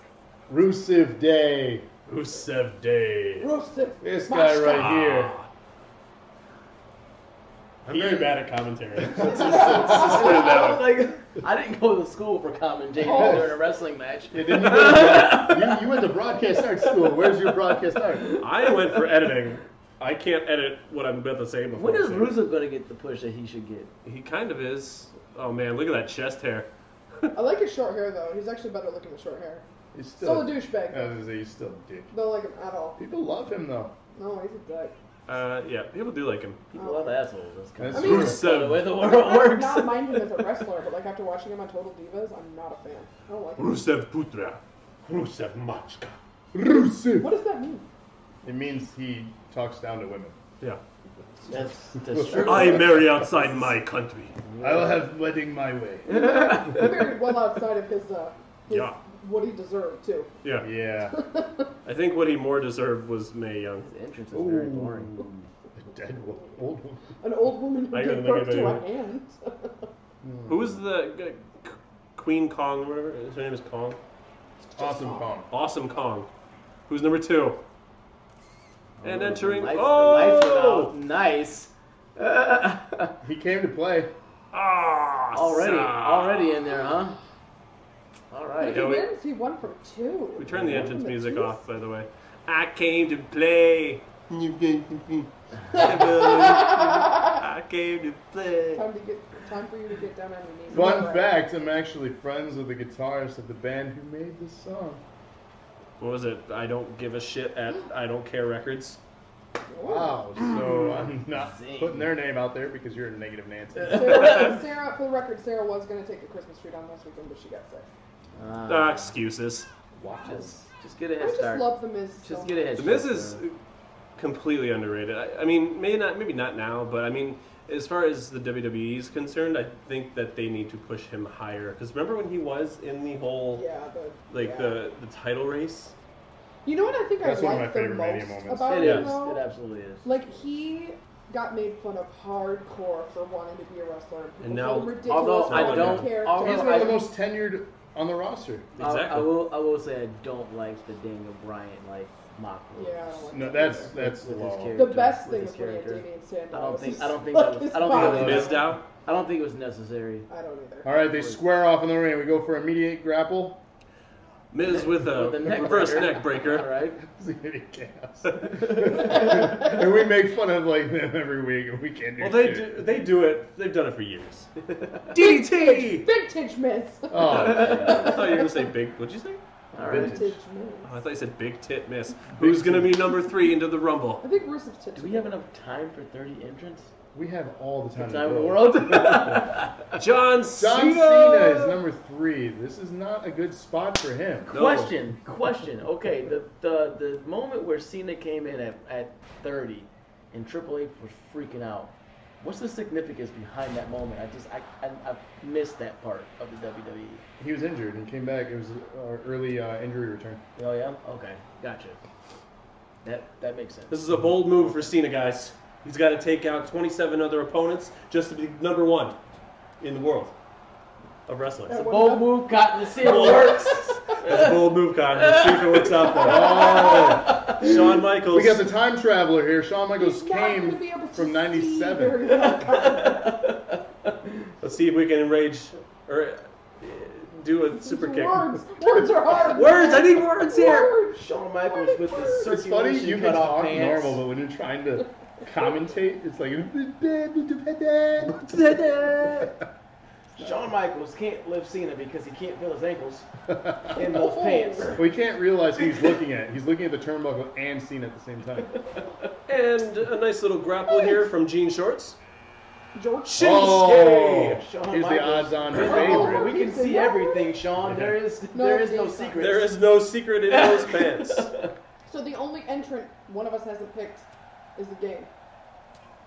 Speaker 1: Rusev
Speaker 3: <laughs>
Speaker 1: Day.
Speaker 2: Rusev Day.
Speaker 4: Rusev.
Speaker 1: This
Speaker 4: My
Speaker 1: guy
Speaker 4: star.
Speaker 1: right here.
Speaker 8: I'm very bad at commentary.
Speaker 3: <laughs> like, I didn't go to school for commentating
Speaker 1: Oh.
Speaker 3: during a wrestling match.
Speaker 1: Yeah, didn't you, go to, broad- you, you went to broadcast art school. Where's your broadcast art?
Speaker 2: I went for editing. I can't edit what I'm about to say before.
Speaker 3: When
Speaker 2: I
Speaker 3: is
Speaker 2: say it.
Speaker 3: Rusev going to get the push that he should get?
Speaker 2: He kind of is. Oh man, look at that chest hair.
Speaker 4: I like his short hair though. He's actually better looking with short hair.
Speaker 1: He's still,
Speaker 4: Still a douchebag.
Speaker 1: I was gonna say, he's still a dick.
Speaker 4: Don't like him at all.
Speaker 1: People love him though.
Speaker 4: No, he's a dick.
Speaker 2: Uh, yeah, people do like him.
Speaker 3: People love assholes. That's kind
Speaker 1: That's
Speaker 3: of
Speaker 4: I mean-
Speaker 3: <laughs> the way
Speaker 2: Rusev.
Speaker 3: the world
Speaker 4: I would
Speaker 3: works.
Speaker 4: not mind him as a wrestler, but like after watching him on Total Divas, I'm not a fan. I don't like him.
Speaker 2: Rusev Putra. Rusev Machka.
Speaker 1: Rusev.
Speaker 4: What does that mean?
Speaker 1: It means he talks down to women.
Speaker 2: Yeah.
Speaker 3: That's, that's true.
Speaker 2: I marry outside my country.
Speaker 1: I will have wedding my way.
Speaker 4: Very well outside of his, uh, his
Speaker 2: Yeah.
Speaker 4: what he deserved too.
Speaker 2: Yeah.
Speaker 1: Yeah.
Speaker 2: I think what he more deserved was Mae Young.
Speaker 3: His entrance is very boring.
Speaker 1: A dead wo- old woman.
Speaker 4: An old woman who
Speaker 2: I gotta
Speaker 4: gave
Speaker 2: think
Speaker 4: birth
Speaker 2: of
Speaker 4: to
Speaker 2: it.
Speaker 4: a hand.
Speaker 2: Who is the g- Q- Queen Kong? or whatever? His name is Kong.
Speaker 1: Awesome Kong.
Speaker 2: Awesome Kong. Who's number two? And entering.
Speaker 3: Lights- Oh, the lights went
Speaker 2: oh!
Speaker 3: out. Nice. <laughs>
Speaker 1: He came to play.
Speaker 2: Ah!
Speaker 3: already,
Speaker 2: sigh.
Speaker 3: already in there, huh? All
Speaker 4: But if
Speaker 3: right.
Speaker 4: he
Speaker 2: Yeah, we-
Speaker 4: wins, he won from two.
Speaker 2: We turned the
Speaker 4: He won
Speaker 2: entrance
Speaker 4: from
Speaker 2: music
Speaker 4: twos.
Speaker 2: off, by the way. I came to
Speaker 3: <laughs>
Speaker 2: play. I came to play.
Speaker 4: Time to get time for you to get down on your knees.
Speaker 1: Fun
Speaker 4: Right.
Speaker 1: fact, I'm actually friends with the guitarist of the band who made this song.
Speaker 2: What was it? I don't give a shit at I don't care records.
Speaker 1: Wow, so I'm not
Speaker 3: Zing.
Speaker 1: putting their name out there because you're a negative
Speaker 4: <laughs>
Speaker 1: Nancy.
Speaker 4: Sarah, Sarah, for the record, Sarah was gonna take the Christmas tree down last weekend, but she got sick.
Speaker 2: Ah,
Speaker 3: Uh,
Speaker 2: excuses.
Speaker 1: Wow.
Speaker 3: just, just get a
Speaker 4: I
Speaker 3: head
Speaker 4: just
Speaker 3: start.
Speaker 4: love the Miz. so
Speaker 3: Just get a head
Speaker 2: The Miz
Speaker 3: start.
Speaker 2: is
Speaker 3: sir.
Speaker 2: completely underrated. I, I mean, maybe not, maybe not now, but I mean, as far as the WWE is concerned, I think that they need to push him higher. Because remember when he was in the
Speaker 4: much.
Speaker 2: whole
Speaker 4: Yeah, the,
Speaker 2: like
Speaker 4: yeah.
Speaker 2: the the title race?
Speaker 4: You know what I think
Speaker 1: That's
Speaker 4: I
Speaker 1: one of my
Speaker 4: like the
Speaker 1: favorite Mania
Speaker 4: most
Speaker 1: moments.
Speaker 4: about
Speaker 3: It
Speaker 4: him
Speaker 3: is.
Speaker 4: though?
Speaker 3: It absolutely is.
Speaker 4: Like he got made fun of hardcore for wanting to be a wrestler. People
Speaker 2: And
Speaker 4: called
Speaker 2: now-
Speaker 4: him ridiculous
Speaker 3: although
Speaker 4: for
Speaker 2: I
Speaker 4: wanting
Speaker 2: don't-
Speaker 4: to care.
Speaker 3: although
Speaker 1: He's
Speaker 4: Just-
Speaker 1: one of the most tenured on the roster.
Speaker 3: I- I,
Speaker 2: Exactly.
Speaker 3: will. I will say I don't like the Daniel Bryan like mock.
Speaker 4: Yeah, I don't like
Speaker 1: No,
Speaker 4: that
Speaker 1: that's
Speaker 4: either.
Speaker 1: that's
Speaker 3: With his
Speaker 1: long.
Speaker 3: character.
Speaker 4: the best thing
Speaker 3: With
Speaker 4: was
Speaker 3: his
Speaker 4: when he had
Speaker 3: character.
Speaker 4: Damian Sandow.
Speaker 3: I don't
Speaker 4: It was
Speaker 3: think-
Speaker 4: just
Speaker 3: I don't think that
Speaker 4: <laughs> like
Speaker 3: was-
Speaker 4: his
Speaker 3: I don't think
Speaker 4: body.
Speaker 3: that was-
Speaker 2: Miz Dow.
Speaker 3: I don't think it was necessary.
Speaker 4: I don't either.
Speaker 1: All right, they square off in the ring. We go for immediate grapple. <laughs>
Speaker 3: <laughs>
Speaker 2: Miz with a
Speaker 3: With the neck
Speaker 2: reverse
Speaker 3: breaker.
Speaker 2: neck breaker.
Speaker 3: All right.
Speaker 1: It's gonna be chaos. and we make fun of like them every week, and we can't do
Speaker 2: Well, they
Speaker 1: shit.
Speaker 2: do, they do it. They've done it for years.
Speaker 3: <laughs>
Speaker 2: DDT.
Speaker 4: Vintage Miz.
Speaker 2: <laughs>
Speaker 1: Oh,
Speaker 2: I thought you were gonna say big. What'd you say?
Speaker 3: All right.
Speaker 4: Vintage Miz.
Speaker 2: Oh, I thought you said big tit miss. Who's gonna be number three into the rumble?
Speaker 4: I think Rusev took
Speaker 3: Do we have enough time for 30 entrants?
Speaker 1: we have all the time. in
Speaker 3: Time in
Speaker 1: the
Speaker 3: the
Speaker 1: world.
Speaker 3: world.
Speaker 1: <laughs>
Speaker 2: John Cena.
Speaker 1: John Cena is number three. This is not a good spot for him.
Speaker 2: <laughs> No.
Speaker 3: Question. Question. Okay. The, the the moment where Cena came in at, at 30, and Triple H was freaking out. What's the significance behind that moment? I just I I, I missed that part of the E. WWE.
Speaker 1: He was injured and came back. It was uh, early uh, injury return.
Speaker 3: Oh yeah. Okay. Gotcha. That that makes sense.
Speaker 2: This is a bold move for Cena, guys. He's got to take out 27 other opponents just to be number one in the world of wrestling.
Speaker 4: Yeah,
Speaker 2: It's
Speaker 4: what-
Speaker 3: Bold move, got to see it
Speaker 1: <laughs>
Speaker 2: Bold.
Speaker 3: works.
Speaker 2: a bold move, Connor. Let's see if it works out
Speaker 1: Oh,
Speaker 2: for him. Shawn Michaels.
Speaker 1: we got the time traveler here. Shawn Michaels
Speaker 4: He's not gonna
Speaker 1: came
Speaker 4: be able to
Speaker 1: from
Speaker 4: see
Speaker 1: '97.
Speaker 3: <laughs>
Speaker 4: very well.
Speaker 2: Let's see if we can enrage or uh, do a super kick.
Speaker 4: Words, <laughs> words are hard.
Speaker 2: Words, I need words here.
Speaker 4: Words.
Speaker 3: Shawn Michaels with the
Speaker 1: It's funny you
Speaker 3: circulation
Speaker 1: can
Speaker 3: cut off
Speaker 1: talk
Speaker 3: pants.
Speaker 1: normal, but when you're trying to commentate, it's like.
Speaker 3: Shawn Michaels can't lift Cena because he can't feel
Speaker 1: <laughs>
Speaker 3: his ankles in those
Speaker 4: Oh.
Speaker 3: pants.
Speaker 1: we can't realize who he's looking at. He's looking at the turnbuckle and Cena at the same time.
Speaker 2: And a nice little grapple here from Gene Shorts.
Speaker 4: George.
Speaker 1: Oh,
Speaker 3: Shawn
Speaker 1: here's the
Speaker 3: Michaels.
Speaker 1: odds-on
Speaker 3: Oh,
Speaker 1: favorite.
Speaker 3: we can see everything, Sean. There is there is no secret.
Speaker 2: There is no secret in
Speaker 3: <laughs>
Speaker 2: those pants.
Speaker 4: So the only entrant one of us hasn't picked is the game.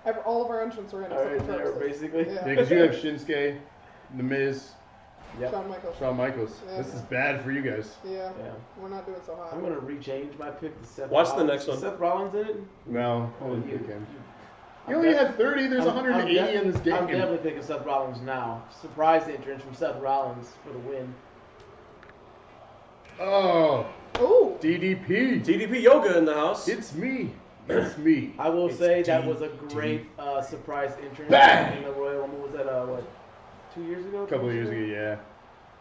Speaker 4: Ever, all of our entrants are in
Speaker 3: All
Speaker 4: except
Speaker 3: right,
Speaker 4: for
Speaker 3: there,
Speaker 4: Travis's.
Speaker 3: basically.
Speaker 1: Yeah,
Speaker 4: <laughs> Yeah.
Speaker 1: because you have Shinsuke, The Miz,
Speaker 4: Shawn Michaels.
Speaker 1: Shawn Michaels. This is bad for you guys.
Speaker 4: Yeah.
Speaker 3: Yeah.
Speaker 4: We're not doing so hot.
Speaker 3: I'm gonna rechange my pick to Seth.
Speaker 2: Watch the
Speaker 3: Rollins.
Speaker 2: next one.
Speaker 3: Seth Rollins in it.
Speaker 1: No, holy
Speaker 3: You-
Speaker 1: shit, game.
Speaker 3: I'm
Speaker 1: You only
Speaker 3: de-
Speaker 1: had 30. There's
Speaker 3: I'm- I'm
Speaker 1: 180
Speaker 3: de-
Speaker 1: in this
Speaker 3: I'm
Speaker 1: game.
Speaker 3: definitely picking Seth Rollins now. Surprise entrance from Seth Rollins for the win.
Speaker 1: Oh,
Speaker 4: Ooh.
Speaker 1: DDP.
Speaker 2: DDP Yoga in the house.
Speaker 1: It's me. It's me.
Speaker 3: I will
Speaker 2: It's
Speaker 3: say that
Speaker 2: D-
Speaker 3: was a great uh, surprise entrance
Speaker 1: Bang!
Speaker 3: in the Royal Rumble. Was that uh, what two years ago?
Speaker 1: A couple of years ago, yeah.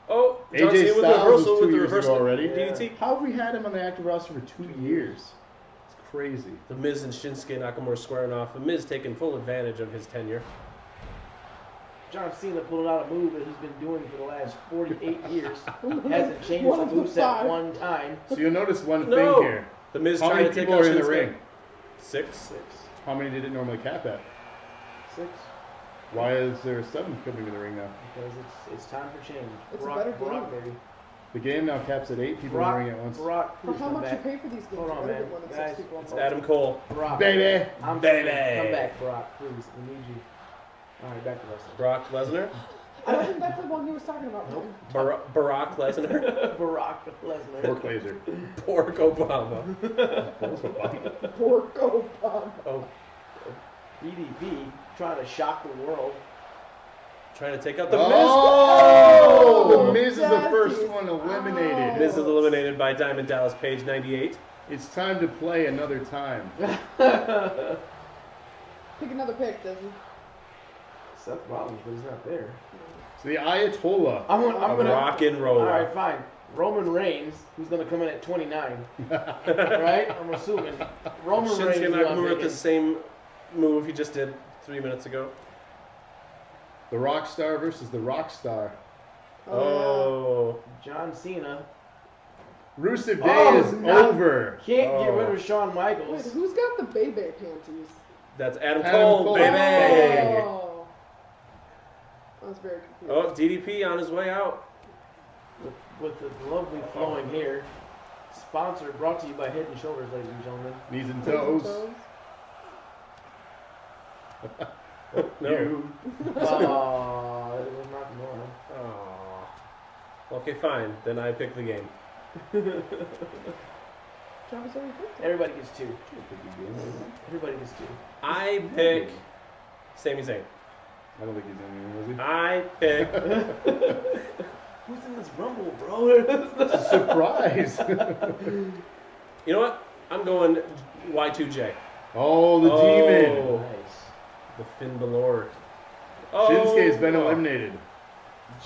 Speaker 2: Oh, John
Speaker 1: AJ
Speaker 2: Cena with the
Speaker 1: Styles
Speaker 2: reversal
Speaker 1: was two
Speaker 2: with the
Speaker 1: years ago
Speaker 2: reversal
Speaker 1: already.
Speaker 2: DDT.
Speaker 1: How have we had him on the active roster for two years? It's crazy.
Speaker 2: The Miz and Shinsuke Nakamura squaring off. The Miz taking full advantage of his tenure.
Speaker 3: John Cena pulling out a move that he's been doing for the last
Speaker 4: <laughs>
Speaker 3: 48 years. Hasn't changed
Speaker 4: One
Speaker 3: the
Speaker 4: of the
Speaker 3: moveset
Speaker 4: five.
Speaker 3: one time.
Speaker 1: So you'll notice one
Speaker 2: No.
Speaker 1: thing here.
Speaker 2: The Miz
Speaker 1: How
Speaker 2: trying
Speaker 1: many
Speaker 2: to take
Speaker 1: people
Speaker 2: out
Speaker 1: are in the
Speaker 2: Shinsuke.
Speaker 1: ring?
Speaker 2: Six.
Speaker 3: Six.
Speaker 1: How many did it normally cap at?
Speaker 3: Six.
Speaker 1: Why is there a seventh coming in the ring now?
Speaker 3: Because it's, it's time for change.
Speaker 4: It's a
Speaker 3: Brock,
Speaker 4: better
Speaker 3: Brock,
Speaker 4: game.
Speaker 3: baby.
Speaker 1: The game now caps at eight people
Speaker 3: Brock,
Speaker 1: in the ring at once.
Speaker 3: Brock,
Speaker 4: For
Speaker 3: please
Speaker 4: how
Speaker 3: come
Speaker 4: much
Speaker 3: back.
Speaker 4: you pay for these games?
Speaker 3: Hold on,
Speaker 4: you better
Speaker 3: man.
Speaker 4: get one that's
Speaker 3: Guys,
Speaker 4: six people on
Speaker 3: it's
Speaker 1: Oh.
Speaker 4: board.
Speaker 2: Adam Cole.
Speaker 3: Brock.
Speaker 1: Baby.
Speaker 3: I'm
Speaker 2: Baby.
Speaker 3: sorry. Come back, Brock, please. We need you. All right, back to wrestling. <laughs>
Speaker 2: Brock Lesnar.
Speaker 4: I don't think that's the one he was talking about. <laughs>
Speaker 3: Nope.
Speaker 2: Bar- Barack Lesnar.
Speaker 3: <laughs> Brock
Speaker 1: Or
Speaker 3: Lesnar.
Speaker 1: Glazer.
Speaker 2: Pork Obama.
Speaker 4: Pork Obama.
Speaker 2: Oh,
Speaker 3: DDP trying to shock the world.
Speaker 2: trying to take out the
Speaker 1: Oh! The Miz is the
Speaker 4: Jazzy.
Speaker 1: first one
Speaker 2: Miz. Miz
Speaker 1: eliminated.
Speaker 2: is eliminated by Diamond Dallas Page 98.
Speaker 1: It's time to play another time.
Speaker 3: <laughs>
Speaker 4: <laughs> Pick another pick, Desi.
Speaker 3: Seth Rollins, but he's not there.
Speaker 1: So the Ayatollah.
Speaker 3: I'm, gonna- I'm
Speaker 2: A
Speaker 3: gonna.
Speaker 2: rock and roll.
Speaker 3: All right, fine. Roman Reigns, who's gonna come in at 29, <laughs> right? I'm assuming Roman Reigns.
Speaker 2: Shinsuke
Speaker 3: is who I'm
Speaker 2: Nakamura with the
Speaker 3: thinking.
Speaker 2: same move he just did three minutes ago.
Speaker 1: The rock star versus the rock star.
Speaker 3: Oh,
Speaker 2: Oh.
Speaker 3: John Cena
Speaker 1: Rusev Day
Speaker 3: Oh,
Speaker 1: is
Speaker 3: no.
Speaker 1: over.
Speaker 3: can't get
Speaker 2: Oh.
Speaker 3: rid of Shawn
Speaker 4: yeah. Wait,
Speaker 3: Michaels.
Speaker 4: who's got the Bebe panties?
Speaker 2: That's Adam,
Speaker 1: Adam
Speaker 2: Cole,
Speaker 1: Cole.
Speaker 2: baby.
Speaker 4: Oh. I was very confused.
Speaker 2: Oh, DDP on his way out.
Speaker 3: With, with the lovely flowing
Speaker 2: Oh.
Speaker 3: hair. Sponsored, brought to you by Head and Shoulders, ladies and
Speaker 2: <laughs>
Speaker 3: gentlemen.
Speaker 1: Oh, Knees and
Speaker 4: Toes and
Speaker 1: toes.
Speaker 4: toes.
Speaker 2: No.
Speaker 1: You.
Speaker 3: Uh, it was Nakamura.
Speaker 2: Aw. Okay, fine. Then I pick the game.
Speaker 4: Travis already picked
Speaker 3: Everybody gets two. Everybody gets two.
Speaker 2: I pick Sami Zayn.
Speaker 1: I don't think he's in there,
Speaker 2: I pick
Speaker 3: Who's in this rumble, bro? <laughs>
Speaker 1: was he? Surprise! <laughs>
Speaker 2: You know what? I'm going Y2J.
Speaker 1: oh, the demon.
Speaker 2: Oh,
Speaker 3: nice.
Speaker 2: The Finn Balor. Oh,
Speaker 3: Oh.
Speaker 1: Shinsuke has been eliminated.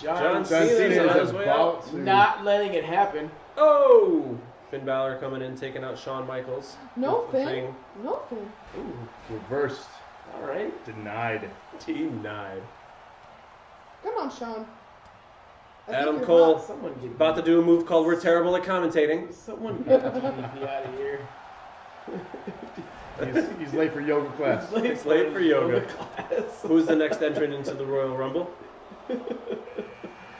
Speaker 3: John,
Speaker 2: John
Speaker 1: John
Speaker 2: Cena's
Speaker 1: Cena
Speaker 2: on
Speaker 1: is
Speaker 2: his way
Speaker 1: about to.
Speaker 3: not letting it happen.
Speaker 2: Oh! Finn Balor coming in, taking out Shawn Michaels.
Speaker 4: No
Speaker 2: With the
Speaker 4: Finn. No Finn.
Speaker 3: Ooh,
Speaker 1: Reversed.
Speaker 3: all right.
Speaker 1: Denied.
Speaker 2: Denied.
Speaker 4: Come on, Sean. I think
Speaker 2: Adam
Speaker 4: you're
Speaker 2: Cole.
Speaker 4: hot.
Speaker 3: Someone get
Speaker 2: About to do a move called We're Terrible at Commentating.
Speaker 3: someone get
Speaker 2: <laughs>
Speaker 3: DDP out of here.
Speaker 1: He's, he's late for yoga class.
Speaker 2: It's late for yoga.
Speaker 3: Class.
Speaker 2: Who's the next entrant into the Royal Rumble?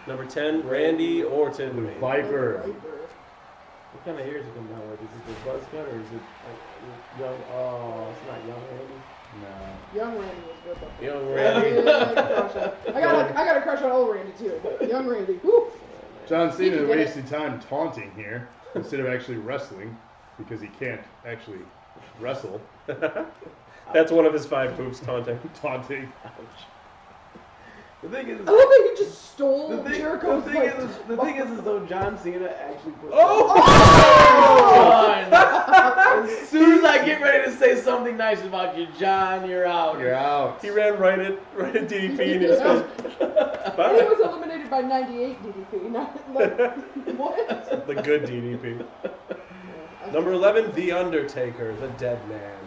Speaker 2: Number 10, Randy
Speaker 1: The
Speaker 2: Orton.
Speaker 1: Viper.
Speaker 3: What kind of hair does it come down with? Is it the buzz cut or is it like, young? Oh, it's not young Randy.
Speaker 1: No.
Speaker 4: Young Randy was good though.
Speaker 2: Young
Speaker 4: I
Speaker 2: Randy.
Speaker 4: really like to crush on- I got a, I got a crush on old Randy too. but Young Randy. Woo.
Speaker 1: John
Speaker 4: He
Speaker 1: Cena
Speaker 4: did it.
Speaker 1: wasted time taunting here instead of actually wrestling because he can't actually wrestle.
Speaker 2: That's one of his five moves taunting.
Speaker 1: Taunting.
Speaker 2: The thing is,
Speaker 4: I love that he just stole
Speaker 2: the thing, the
Speaker 4: Jericho's
Speaker 2: thing
Speaker 4: like,
Speaker 2: is, the thing is, is though John Cena actually. Put
Speaker 3: Oh!
Speaker 4: <laughs>
Speaker 2: As soon as I get ready to say something nice about you, John, you're out.
Speaker 1: You're out.
Speaker 2: He ran right at right at DDP and he just goes.
Speaker 4: he
Speaker 2: Bye.
Speaker 4: was eliminated by 98 DDP. <laughs>
Speaker 2: <laughs>
Speaker 4: Not, like, what?
Speaker 2: The good DDP. Number eleven, The Undertaker, the Dead Man.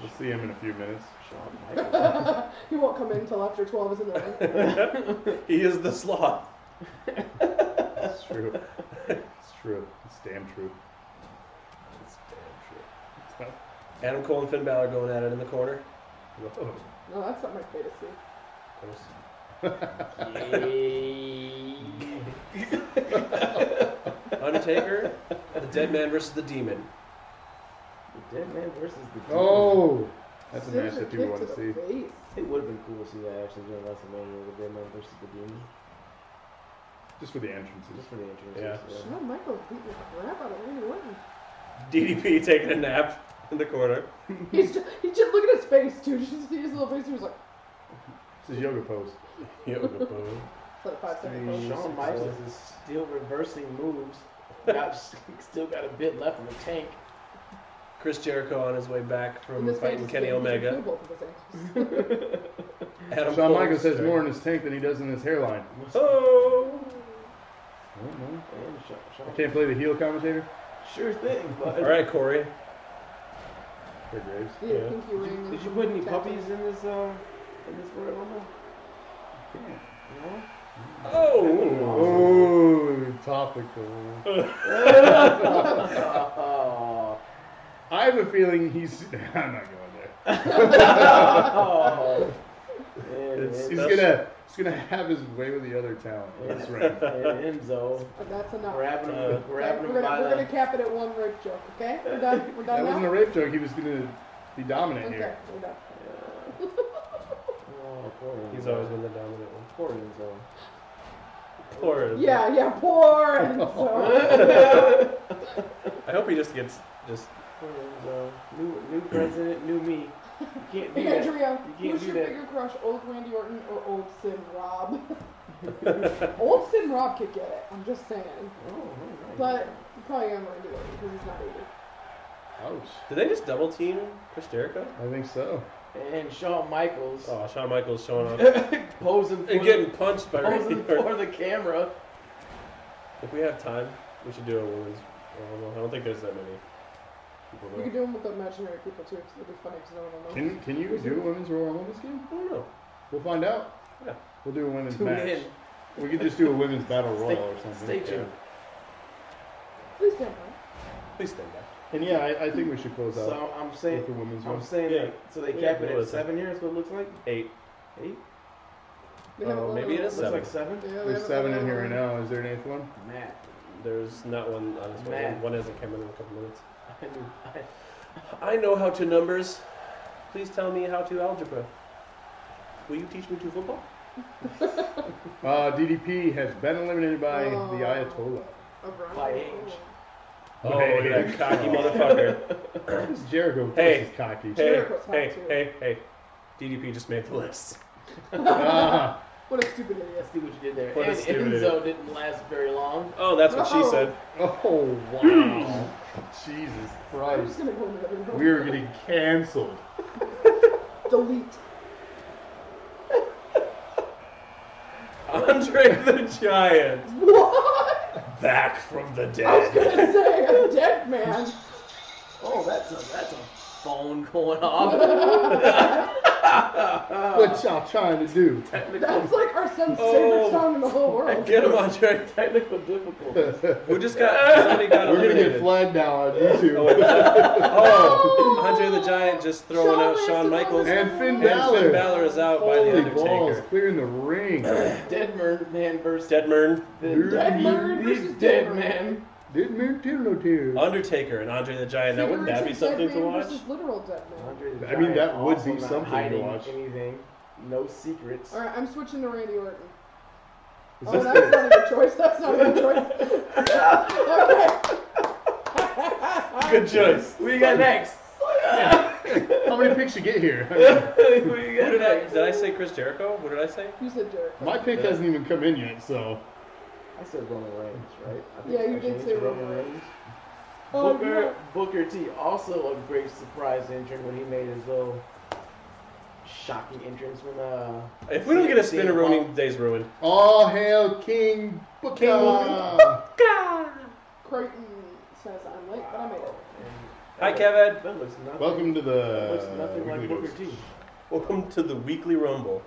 Speaker 1: We'll see him in a few minutes.
Speaker 2: Shawn Michaels.
Speaker 4: he won't come in until after 12 is in the ring.
Speaker 2: <laughs> he is the sloth.
Speaker 1: It's true. It's true. It's damn true.
Speaker 2: That's damn true. Adam Cole and Finn Balor going at it in the corner.
Speaker 1: Whoa.
Speaker 4: No, that's not my fate to see.
Speaker 2: Undertaker, the Dead Man versus the Demon.
Speaker 3: The Dead Man versus the Demon.
Speaker 1: Oh, that's a match
Speaker 4: Scissor
Speaker 1: that people
Speaker 4: kick
Speaker 1: want to see.
Speaker 4: the face.
Speaker 3: It would have been cool to see that actually during WrestleMania, the Dead Man versus the Demon,
Speaker 1: Just for the entrances.
Speaker 3: just for the entrance.
Speaker 1: Yeah.
Speaker 4: Shawn Michaels beating the crap out of Randy Orton.
Speaker 2: DDP taking a nap in the corner.
Speaker 4: He's just, he just look at his face too. <laughs> Just see his little face. He was like,
Speaker 1: This is yoga pose.
Speaker 2: Yoga
Speaker 4: it's like five seconds.
Speaker 1: Three.
Speaker 3: Shawn Michaels is still reversing <laughs> moves. Got, still got a bit left in the tank.
Speaker 2: Chris Jericho on his way back
Speaker 4: And
Speaker 2: from
Speaker 4: this man
Speaker 2: fighting
Speaker 4: just
Speaker 2: Kenny
Speaker 4: gave him some
Speaker 2: Omega.
Speaker 4: food bowl
Speaker 3: <laughs>
Speaker 4: for his <laughs> ankles.
Speaker 2: Adam
Speaker 1: Shawn
Speaker 2: Cole-
Speaker 1: Michaels has more in his tank than he does in his hairline.
Speaker 2: Oh!
Speaker 1: I don't know.
Speaker 3: And Shawn, Shawn
Speaker 1: I can't play the heel commentator.
Speaker 3: Sure <laughs> thing, but
Speaker 2: All right, Corey.
Speaker 1: Or Graves.
Speaker 4: He had a
Speaker 2: Yeah.
Speaker 4: pinky
Speaker 3: Did
Speaker 4: ring
Speaker 3: you,
Speaker 4: and
Speaker 3: did you put any
Speaker 4: tattoo.
Speaker 3: puppies in this uh in this Royal <laughs> Rumble?
Speaker 2: Oh!
Speaker 1: Oh, topical.
Speaker 3: Oh,
Speaker 1: I have a feeling he's. <laughs> I'm not going there.
Speaker 3: oh. and,
Speaker 2: It's-
Speaker 1: He's
Speaker 3: and,
Speaker 2: That's-
Speaker 1: gonna, he's gonna have his way with the other talent. That's right.
Speaker 3: and Enzo
Speaker 4: And that's enough.
Speaker 3: grabbing him,
Speaker 2: Uh,
Speaker 4: Okay,
Speaker 3: grabbing
Speaker 4: we're
Speaker 3: him by
Speaker 4: gonna, we're
Speaker 3: the.
Speaker 4: gonna cap it at one rape joke, okay? We're done. We're
Speaker 1: That
Speaker 4: done
Speaker 1: wasn't a
Speaker 4: now.
Speaker 1: rape joke. He was gonna be dominant
Speaker 4: Okay,
Speaker 1: here.
Speaker 4: we're done.
Speaker 3: <laughs> Oh, poor Enzo.
Speaker 2: He's always been the dominant one.
Speaker 3: poor Enzo.
Speaker 2: Poor Enzo.
Speaker 4: Yeah, yeah,
Speaker 3: <laughs>
Speaker 4: poor. And so,
Speaker 2: I hope he just gets just
Speaker 3: Poor Enzo. New new president, new me. You can't do <laughs> that.
Speaker 4: Andrea,
Speaker 3: You can't
Speaker 4: who's
Speaker 3: do
Speaker 4: your
Speaker 3: that.
Speaker 4: bigger crush, old Randy Orton or old Sin
Speaker 3: <laughs>
Speaker 4: Rob? old Sin Rob could get it. I'm just saying,
Speaker 3: Oh, nice.
Speaker 4: but probably I'm Randy Orton because he's not eighty.
Speaker 1: Ouch.
Speaker 2: Did they just double team Chris Jericho?
Speaker 1: I think so.
Speaker 3: and Shawn Michaels
Speaker 2: Oh, Shawn Michaels showing up
Speaker 3: posing for
Speaker 2: and getting punched by Randy <laughs>
Speaker 3: posing
Speaker 2: Orton.
Speaker 3: for the camera.
Speaker 2: If we have time, we should do a women's. Rumble. I don't think there's that many people
Speaker 4: You
Speaker 2: there.
Speaker 4: could do them with imaginary people too, because it'd be funny because no one will
Speaker 1: Can
Speaker 4: know.
Speaker 1: can you do a women's Royal Rumble this game?
Speaker 2: I don't know.
Speaker 1: We'll find out.
Speaker 2: Yeah.
Speaker 1: We'll do a women's
Speaker 3: Tune
Speaker 1: match.
Speaker 3: in.
Speaker 1: We could just do a women's battle
Speaker 3: Stay,
Speaker 1: royal or something.
Speaker 3: stay
Speaker 1: Yeah.
Speaker 3: tuned.
Speaker 4: Please don't. know.
Speaker 2: Please stand back.
Speaker 1: And yeah, I, I think we should close out
Speaker 3: So I'm saying,
Speaker 1: with the women's
Speaker 3: I'm
Speaker 1: one.
Speaker 3: saying,
Speaker 2: Yeah.
Speaker 3: like, so they
Speaker 2: Yeah,
Speaker 3: cap it
Speaker 2: what
Speaker 3: at
Speaker 2: is it?
Speaker 3: seven years. What it looks like?
Speaker 2: Eight.
Speaker 3: Eight?
Speaker 4: They have
Speaker 1: Oh,
Speaker 4: a
Speaker 2: maybe it
Speaker 4: little-
Speaker 2: is
Speaker 3: Looks like seven.
Speaker 4: Yeah, they
Speaker 1: There's
Speaker 4: have a
Speaker 1: seven in
Speaker 4: little-
Speaker 1: here right now. Is there an eighth one?
Speaker 3: Matt, <laughs>
Speaker 2: There's not one on this one.
Speaker 3: Man.
Speaker 2: One hasn't come in in a couple minutes.
Speaker 3: I knew- <laughs> I-
Speaker 2: I know how to numbers. Please tell me how to algebra. Will you teach me to football?
Speaker 1: Uh, DDP has been eliminated by
Speaker 4: Oh.
Speaker 1: the Ayatollah.
Speaker 4: Around.
Speaker 3: By age.
Speaker 2: Oh, look at that cocky <laughs> motherfucker.
Speaker 1: This is Jericho. This
Speaker 2: Hey.
Speaker 1: is cocky.
Speaker 2: Hey,
Speaker 4: Jericho's hot,
Speaker 2: hey,
Speaker 4: too.
Speaker 2: hey, hey. DDP just made the list.
Speaker 1: Ah,
Speaker 4: What a stupid idiot.
Speaker 3: see what you did there.
Speaker 2: What a
Speaker 3: and
Speaker 2: stupid
Speaker 3: Enzo didn't last very long.
Speaker 2: Oh, that's what she
Speaker 4: Oh.
Speaker 2: said.
Speaker 1: oh wow. Jesus
Speaker 4: I'm just
Speaker 1: Christ.
Speaker 4: gonna go into the room.
Speaker 1: We are getting canceled.
Speaker 4: Delete.
Speaker 2: Andre the Giant.
Speaker 4: What?
Speaker 2: Back from the
Speaker 4: I was
Speaker 2: dead.
Speaker 4: gonna say a dead man.
Speaker 3: Oh, that's a that's a phone going off.
Speaker 1: What y'all trying to do?
Speaker 4: That's like our son's
Speaker 2: Oh.
Speaker 4: favorite song in the whole world.
Speaker 2: Get him, Andre. <laughs>
Speaker 3: Technical difficulty.
Speaker 1: We're
Speaker 2: Who just got somebody got
Speaker 1: gonna get
Speaker 2: eliminated?
Speaker 1: flagged now on YouTube.
Speaker 2: <laughs> Oh, Andre the Giant just throwing out Shawn Michaels.
Speaker 1: And Finn
Speaker 2: And
Speaker 1: Balor.
Speaker 2: Finn Balor is out by the
Speaker 1: Holy
Speaker 2: Undertaker.
Speaker 1: balls, clearing the ring.
Speaker 3: Dead mer- man versus
Speaker 2: Deadman,
Speaker 3: the
Speaker 4: Dead man
Speaker 3: He's
Speaker 4: versus
Speaker 3: dead
Speaker 4: dead
Speaker 3: man.
Speaker 1: Didn't mean to no tears.
Speaker 2: Undertaker, and Andre the Giant. Now, wouldn't that be
Speaker 4: Figurative dead
Speaker 2: something to
Speaker 4: man
Speaker 2: watch?
Speaker 4: versus literal dead man.
Speaker 3: Andre the
Speaker 1: I mean,
Speaker 3: Giant
Speaker 1: that would
Speaker 3: also
Speaker 1: be
Speaker 3: not
Speaker 1: something to
Speaker 3: hiding
Speaker 1: watch.
Speaker 3: Anything, no secrets.
Speaker 4: All right, I'm switching to Randy Orton.
Speaker 1: Is
Speaker 4: Oh,
Speaker 1: this
Speaker 4: that's
Speaker 1: the-
Speaker 4: not a good choice. That's not a good choice. okay.
Speaker 2: Good choice.
Speaker 3: What do you got next?
Speaker 1: How
Speaker 3: <laughs>
Speaker 1: many picks you get here? I mean,
Speaker 2: Who you got? Who did, I, did I say Chris Jericho? What did I say?
Speaker 4: You said Derek.
Speaker 1: my pick hasn't even come in yet, so
Speaker 9: I said Roman Reigns, right? I
Speaker 4: Yeah, you
Speaker 9: I
Speaker 4: did
Speaker 9: changed
Speaker 4: say
Speaker 9: to
Speaker 4: Roman Reigns. Oh,
Speaker 3: Booker, Booker T, also a great surprise entrance when he made his little shocking entrance when uh.
Speaker 2: If we don't get a
Speaker 3: CM Punk-
Speaker 2: spinneroni, day's ruined.
Speaker 1: all hail King Booker.
Speaker 4: Creighton says I'm late, but I made it.
Speaker 2: Hi, Kevin.
Speaker 3: That looks nothing.
Speaker 1: Welcome to
Speaker 3: that
Speaker 1: the. uh,
Speaker 3: looks nothing like
Speaker 1: Weekly
Speaker 3: Booker
Speaker 1: Dose.
Speaker 3: T.
Speaker 2: Welcome to the weekly rumble.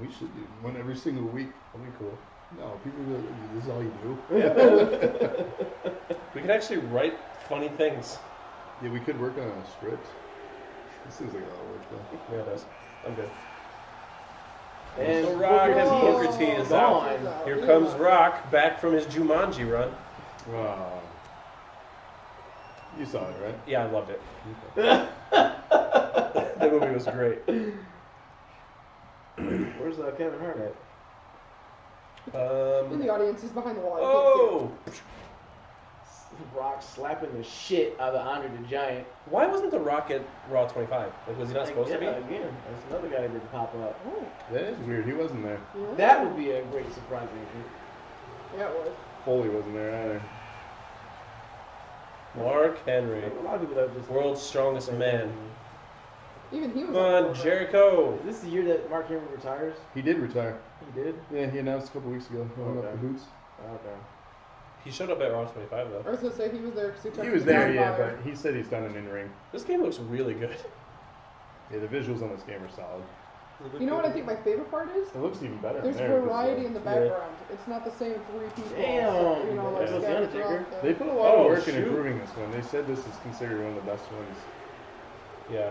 Speaker 1: We should do one every single week.
Speaker 2: That'd be cool.
Speaker 1: No, people be like, this is all you do.
Speaker 2: We can actually write funny things.
Speaker 1: <laughs> Yeah, we could work on a script. This seems like a lot of work, though.
Speaker 2: Yeah, it is. I'm good.
Speaker 3: And
Speaker 2: So Rock has
Speaker 3: Booker T
Speaker 2: Booker T is
Speaker 3: gone.
Speaker 2: out. Here comes Rock back from his Jumanji run.
Speaker 1: Wow. You saw it, right?
Speaker 2: Yeah, I loved it.
Speaker 3: uh,
Speaker 2: that movie was great.
Speaker 3: Where's uh, Kevin Hart at?
Speaker 2: <laughs>
Speaker 4: In
Speaker 2: Um,
Speaker 4: the audience, he's behind the wall. You
Speaker 2: oh,
Speaker 3: Rock slapping the shit out of Andre the Giant.
Speaker 2: why wasn't The Rock at Raw 25? Like, was he not supposed to be?
Speaker 3: Yeah, Again, that's another guy that didn't pop up.
Speaker 4: can't see it.
Speaker 1: That is weird. He wasn't there.
Speaker 4: Oh, yeah.
Speaker 3: That would be a great surprise entrance.
Speaker 4: Yeah, it was.
Speaker 1: Foley wasn't there either.
Speaker 2: Mark Henry,
Speaker 3: A lot of people that just
Speaker 2: world's strongest man.
Speaker 4: Even he was.
Speaker 2: Come on,
Speaker 4: like,
Speaker 2: Jericho.
Speaker 3: Is this the year that Mark Henry retires?
Speaker 1: He did retire.
Speaker 3: He did.
Speaker 1: Yeah, he announced a couple weeks ago. Rolling up
Speaker 3: Okay.
Speaker 1: the boots.
Speaker 3: Oh damn.
Speaker 2: He showed up at Raw 25 though.
Speaker 4: I was gonna say he was there because he took
Speaker 1: He was
Speaker 4: the
Speaker 1: there,
Speaker 4: down
Speaker 1: yeah,
Speaker 4: fire.
Speaker 1: but he said he's done an in ring.
Speaker 2: This game looks really good.
Speaker 1: Yeah, the visuals on this game are solid.
Speaker 4: You know what I think my favorite part is?
Speaker 1: It looks even better. in
Speaker 4: There's
Speaker 1: Oh, there because, uh,
Speaker 4: variety in the background. It's not the same three people.
Speaker 3: Damn.
Speaker 4: You know, like
Speaker 3: Yeah.
Speaker 4: yeah.
Speaker 3: Yeah.
Speaker 4: scattered throughout.
Speaker 1: They <laughs>
Speaker 4: the-
Speaker 1: put a lot
Speaker 2: Oh,
Speaker 1: of work in
Speaker 2: shoot.
Speaker 1: improving this one. They said this is considered one of the best ones.
Speaker 2: Yeah.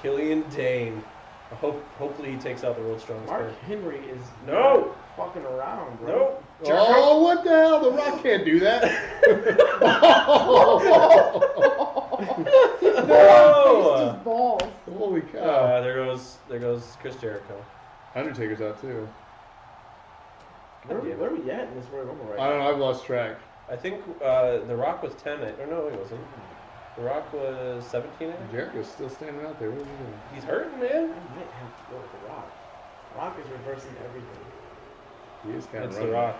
Speaker 2: Killian Dane. I hope hopefully he takes out the world's strongest man.
Speaker 3: Mark Henry is
Speaker 2: No!
Speaker 3: not fucking around, bro.
Speaker 2: Nope.
Speaker 1: Oh, what the hell? The Rock can't do <laughs> that.
Speaker 2: Oh.
Speaker 1: <laughs>
Speaker 4: It's
Speaker 2: No!
Speaker 4: just balls.
Speaker 1: Holy cow.
Speaker 2: Uh, there goes there goes Chris Jericho.
Speaker 1: Undertaker's out too.
Speaker 3: Where, where are we at in this Royal Rumble right
Speaker 1: I don't know. I've lost track.
Speaker 2: I think uh, The Rock was ten. I, or no, he wasn't. The Rock was seventeen. I think.
Speaker 1: Jericho's still standing out there. What is he doing?
Speaker 2: He's hurting, man.
Speaker 3: now? I might have to go with the Rock. Rock is reversing everything.
Speaker 1: He is kind
Speaker 2: It's
Speaker 1: of
Speaker 2: The
Speaker 1: running.
Speaker 2: Rock.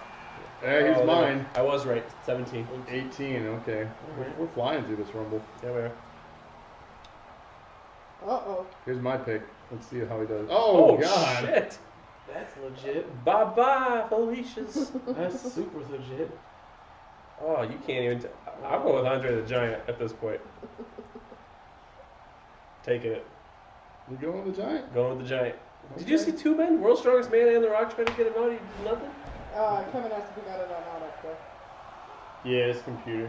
Speaker 1: Hey, he's
Speaker 2: Oh, there we go.
Speaker 1: mine.
Speaker 2: I was right. Seventeen.
Speaker 1: 18. Okay. We're, we're flying through this rumble.
Speaker 2: There we are.
Speaker 4: Uh oh.
Speaker 1: Here's my pick. Let's see how he does.
Speaker 2: Oh,
Speaker 1: Oh, God.
Speaker 2: shit!
Speaker 3: That's legit.
Speaker 2: Bye bye, Felicia's. <laughs>
Speaker 3: That's super legit.
Speaker 2: oh, you can't even. T- I'll go with Andre the Giant at this point. Taking it.
Speaker 1: We're going with the giant.
Speaker 2: Going with the Giant. Did you see two men, World's Strongest Man and The Rock, trying to get him out? He did nothing.
Speaker 4: <laughs> Uh, Kevin asked if we got it on out up there.
Speaker 1: Yeah, it's computer.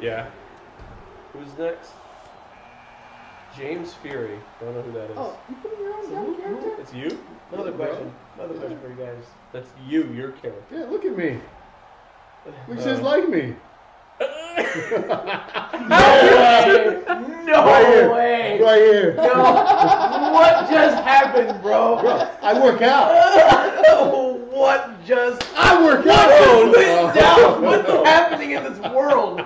Speaker 2: Yeah. Who's next? James Fury. I don't know who that is.
Speaker 4: Oh, you put in your own damn character?
Speaker 2: It's you?
Speaker 3: Another question. Another question for you guys.
Speaker 2: That's you, your character.
Speaker 1: Yeah, look at me. Looks
Speaker 2: Uh.
Speaker 1: just like me. <laughs>
Speaker 3: No
Speaker 1: Right here.
Speaker 3: way!
Speaker 1: Right here.
Speaker 3: what just happened, bro? <laughs>
Speaker 1: I work out.
Speaker 3: what just
Speaker 1: I work out.
Speaker 3: down? What's happening in this world?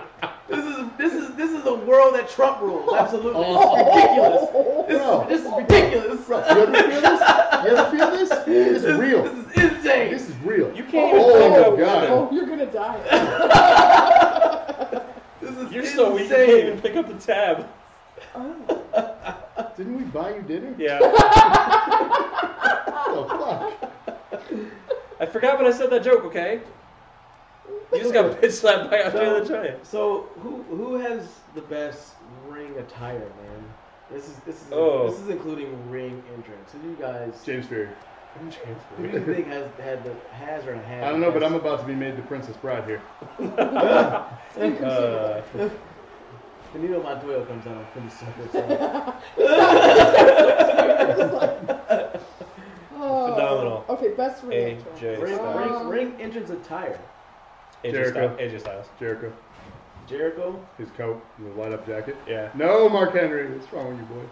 Speaker 3: This is this is this is a world that Trump rules. Absolutely,
Speaker 4: <laughs>
Speaker 1: Oh.
Speaker 3: this
Speaker 1: Bro.
Speaker 3: is ridiculous. This, is ridiculous.
Speaker 1: You ever feel this? You ever feel this? This is real.
Speaker 3: This is insane.
Speaker 1: This is real.
Speaker 2: You can't even
Speaker 1: Oh,
Speaker 2: think of
Speaker 1: God.
Speaker 2: women.
Speaker 4: Oh, you're gonna die. <laughs>
Speaker 3: This is
Speaker 2: You're
Speaker 3: insane.
Speaker 2: so weak you can't
Speaker 3: <laughs>
Speaker 2: even pick up the tab.
Speaker 4: Oh,
Speaker 1: Didn't we buy you dinner?
Speaker 2: Yeah.
Speaker 1: What the fuck?
Speaker 2: <laughs> I forgot when I said that joke, okay? You just got <laughs> bitch slapped by Andre the Giant.
Speaker 3: So who who has the best ring attire, man? This is this is
Speaker 2: Oh.
Speaker 3: this is including ring entrance. Who do you guys?
Speaker 1: James Fury.
Speaker 3: Who do you think has had the has or had?
Speaker 1: I don't know, but I'm about to be made the Princess Bride here.
Speaker 2: Uh,
Speaker 3: Benito Montoya comes out. I'm pretty sure.
Speaker 2: <laughs>
Speaker 4: Oh.
Speaker 2: Phenomenal.
Speaker 4: Okay, best ring
Speaker 2: AJ.
Speaker 4: entrance.
Speaker 3: ring,
Speaker 4: Um,
Speaker 3: ring, ring entrance attire.
Speaker 2: AJ
Speaker 1: Jericho.
Speaker 2: Styles. AJ Styles.
Speaker 1: Jericho,
Speaker 3: Jericho.
Speaker 1: his coat, and the light up jacket.
Speaker 2: Yeah.
Speaker 1: No, Mark Henry. What's wrong with you, boy?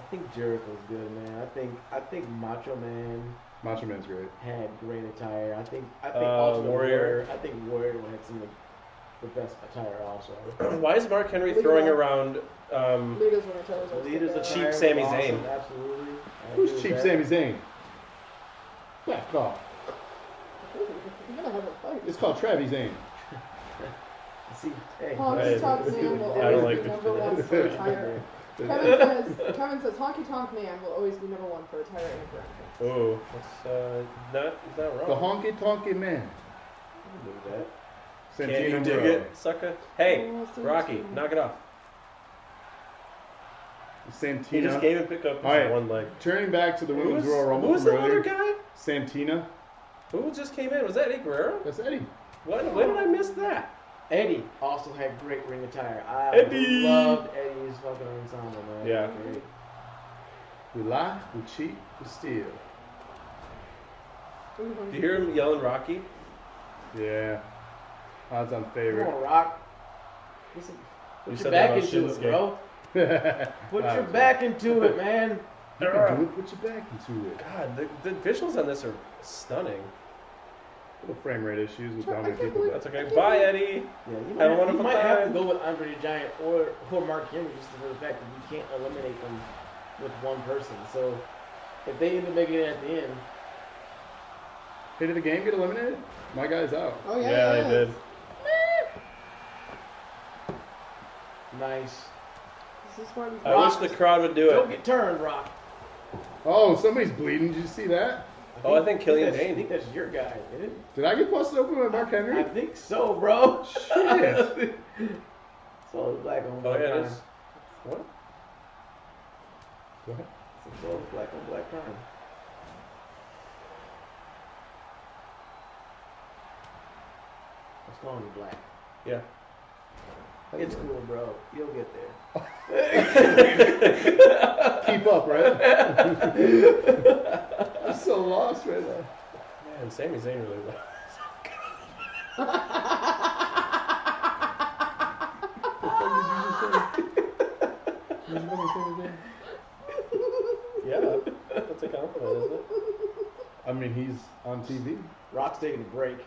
Speaker 3: I think Jericho's good, man. I think I think Macho Man
Speaker 1: Macho Man's great.
Speaker 3: had great attire. I think I think
Speaker 2: Uh,
Speaker 3: Ultimate
Speaker 2: Warrior.
Speaker 3: I think Warrior had some of the best attire also.
Speaker 2: Why is Mark Henry throwing around um,
Speaker 4: Lita's one of Taylor's worst.
Speaker 3: Lita's
Speaker 4: Lita's
Speaker 3: a
Speaker 4: a
Speaker 2: cheap
Speaker 3: Attire was
Speaker 2: Sami
Speaker 3: awesome,
Speaker 2: Zayn.
Speaker 3: Absolutely. I agree
Speaker 1: Who's
Speaker 3: with
Speaker 1: cheap
Speaker 3: that.
Speaker 1: Sami Zayn? Back off.
Speaker 4: You're gonna have a fight.
Speaker 1: It's called Travis Zayn.
Speaker 3: See, hey,
Speaker 4: Honky Tonk Man
Speaker 2: <laughs>
Speaker 4: will
Speaker 2: I don't
Speaker 4: always
Speaker 2: like
Speaker 4: be
Speaker 2: this
Speaker 4: number one
Speaker 1: video.
Speaker 4: for
Speaker 2: <laughs>
Speaker 4: a tire. Kevin says, Kevin says, Honky Tonk Man will always be number one for a tire and a ground.
Speaker 2: Oh, that's uh, not is that
Speaker 1: The
Speaker 2: wrong?
Speaker 1: honky tonky man.
Speaker 3: I can do that.
Speaker 2: Can
Speaker 1: Santino
Speaker 2: you dig
Speaker 1: Morello.
Speaker 2: it, sucker? Hey,
Speaker 4: Oh, Santino.
Speaker 2: Rocky, knock it off. He just
Speaker 1: Santino.
Speaker 2: gave and picked up
Speaker 1: All right.
Speaker 2: one leg.
Speaker 1: Turning back to the
Speaker 2: Who was,
Speaker 1: women's Royal Rumble.
Speaker 2: who was
Speaker 1: from
Speaker 2: that other
Speaker 1: earlier,
Speaker 2: guy?
Speaker 1: Santina.
Speaker 2: Who just came in? Was that Eddie Guerrero?
Speaker 1: That's Eddie.
Speaker 2: What? When did I miss that?
Speaker 3: Eddie also had great ring attire. I
Speaker 2: Eddie!
Speaker 3: loved Eddie's fucking ensemble, man.
Speaker 2: Yeah.
Speaker 3: Great.
Speaker 1: We lie, we cheat, we steal.
Speaker 2: Do you hear him yelling Rocky?
Speaker 1: Yeah. Odds on
Speaker 3: Come
Speaker 1: <laughs> favorite.
Speaker 3: on, Rock. Listen,
Speaker 2: You
Speaker 3: put
Speaker 2: said
Speaker 3: your
Speaker 2: that
Speaker 3: back
Speaker 2: about
Speaker 3: into it,
Speaker 2: Shinsuke.
Speaker 3: bro. Put your
Speaker 1: Odds.
Speaker 3: back into it, man.
Speaker 1: You can do it, put your back into it.
Speaker 2: God, the, the visuals on this are stunning.
Speaker 1: Little frame rate issues with
Speaker 4: Sure, I
Speaker 1: dominant
Speaker 4: can't
Speaker 1: people.
Speaker 4: believe-
Speaker 2: That's okay. Bye, Eddie.
Speaker 3: <laughs> Yeah, you
Speaker 2: I
Speaker 3: might,
Speaker 2: don't wanna
Speaker 3: you
Speaker 2: put
Speaker 3: might
Speaker 2: that-
Speaker 3: have to go with Andre the Giant or, or Mark Henry just for the fact that you can't eliminate them with one person. So if they end up making it at the end,
Speaker 1: Hey, did the game get eliminated? My guy's out.
Speaker 4: Oh yeah,
Speaker 2: yeah,
Speaker 4: yeah.
Speaker 2: they did.
Speaker 3: nice.
Speaker 4: This is where we
Speaker 2: I wish the crowd would do
Speaker 3: Don't
Speaker 2: it.
Speaker 3: get turned, Rock.
Speaker 1: Oh, somebody's bleeding. Did you see that?
Speaker 2: Oh, I think Killian
Speaker 3: that's- I
Speaker 2: Dane.
Speaker 3: think that's your guy, isn't it?
Speaker 1: Did I get busted open by Mark
Speaker 3: I
Speaker 1: Henry?
Speaker 3: think so, bro.
Speaker 1: Shit.
Speaker 3: <laughs> It's all black on
Speaker 2: Oh
Speaker 3: black
Speaker 2: yeah,
Speaker 3: crime.
Speaker 2: it is. What?
Speaker 3: It's all black on black crime. It's going to be black.
Speaker 2: Yeah.
Speaker 3: It's cool, bro. You'll get there.
Speaker 1: Keep up,
Speaker 3: <laughs>
Speaker 1: right? I'm so lost right now.
Speaker 2: Man, Sami Zayn really <laughs> was. Yeah, that's a compliment, isn't it?
Speaker 1: I mean, he's on TV.
Speaker 3: Rock's taking a <laughs> break.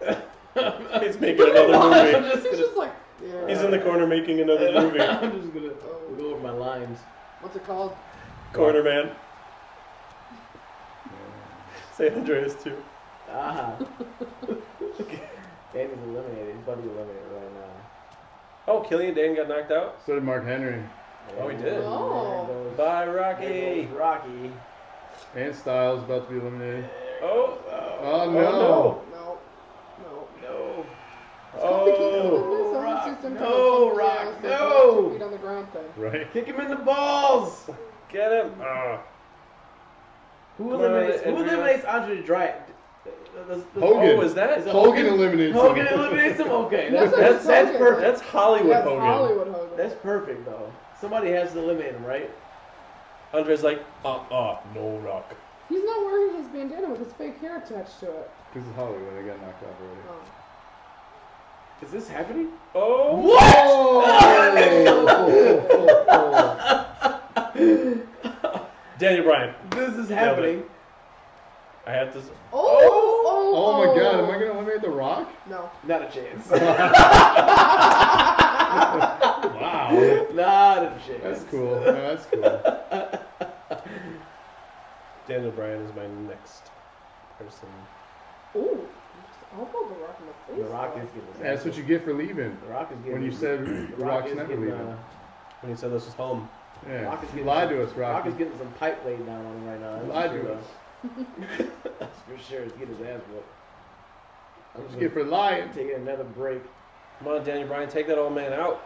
Speaker 2: <laughs> He's making another movie.
Speaker 3: just
Speaker 4: It's just like, yeah.
Speaker 2: He's in the corner making <laughs> another movie.
Speaker 3: I'm just <laughs> gonna go over my lines.
Speaker 4: What's it called?
Speaker 2: Corner man. San Andreas too.
Speaker 3: Ah. <laughs> Danny's eliminated. His buddy eliminated right now.
Speaker 2: Oh, Killian Dane got knocked out.
Speaker 1: So did Mark Henry
Speaker 2: Oh, he did.
Speaker 4: Oh.
Speaker 3: There goes-
Speaker 2: Bye,
Speaker 3: there
Speaker 2: Rocky.
Speaker 3: goes Rocky.
Speaker 1: and Styles about to be eliminated.
Speaker 2: Oh,
Speaker 1: Oh no!
Speaker 2: no.
Speaker 4: No, no.
Speaker 3: No.
Speaker 2: oh.
Speaker 4: This only
Speaker 3: Rock,
Speaker 4: system for
Speaker 3: no,
Speaker 4: the
Speaker 3: Rock,
Speaker 4: punch, you know, so
Speaker 3: no.
Speaker 4: put Two feet on the ground thing.
Speaker 1: Right?
Speaker 3: Kick him in the balls.
Speaker 2: Get him. Ah.
Speaker 3: Who
Speaker 2: Come on,
Speaker 3: eliminates? Who
Speaker 2: Andrea.
Speaker 3: eliminates Andre the Giant? Let's- let's-
Speaker 1: Hogan.
Speaker 2: Oh, is that?
Speaker 3: Is it-
Speaker 1: Hogan eliminated.
Speaker 3: Hogan
Speaker 1: someone. <laughs>
Speaker 3: eliminates him. Okay,
Speaker 4: That's
Speaker 3: that's that's,
Speaker 4: like
Speaker 3: that's
Speaker 4: Hogan.
Speaker 3: perfect.
Speaker 2: That's Hollywood
Speaker 4: That's
Speaker 2: Hogan.
Speaker 4: Hollywood Hogan.
Speaker 3: That's perfect though. Somebody has to eliminate him, right?
Speaker 2: Andre's like, uh-uh, no rock.
Speaker 4: He's not wearing his bandana with his fake hair attached to it.
Speaker 1: This is Hollywood. I got knocked out already.
Speaker 4: Oh.
Speaker 3: Is this happening? <laughs>
Speaker 2: Oh.
Speaker 1: Oh!
Speaker 2: Daniel Bryan.
Speaker 3: This is happening.
Speaker 2: I have to. s-
Speaker 4: Oh, oh,
Speaker 1: Oh my god, am I gonna eliminate The Rock?
Speaker 4: No.
Speaker 3: Not a
Speaker 1: <laughs>
Speaker 3: chance.
Speaker 1: Wow.
Speaker 3: Not a chance.
Speaker 1: That's
Speaker 3: <laughs>
Speaker 1: cool. No, that's cool.
Speaker 2: <laughs> Daniel Bryan is my next person.
Speaker 4: Ooh. elbowed the rock in the
Speaker 3: The
Speaker 4: face.
Speaker 3: Rock is getting.
Speaker 1: That's what you get for leaving.
Speaker 3: The Rock is getting.
Speaker 1: When you said The Rock's never leaving.
Speaker 2: When he said this was home.
Speaker 1: Yeah.
Speaker 3: uh, Rock is
Speaker 1: You
Speaker 3: getting
Speaker 1: lied
Speaker 3: some-
Speaker 1: to us,
Speaker 3: Rock
Speaker 1: Rocky.
Speaker 3: is getting some pipe laid down on him right now.
Speaker 1: You
Speaker 3: That's
Speaker 1: lied
Speaker 3: for
Speaker 1: to
Speaker 3: sure.
Speaker 1: us.
Speaker 3: That's for sure. He's getting his ass whooped. I'm
Speaker 1: Just
Speaker 3: just
Speaker 1: get
Speaker 3: gonna
Speaker 1: for lying.
Speaker 3: take another break. <laughs>
Speaker 2: Come on, Daniel Bryan, take that old man out.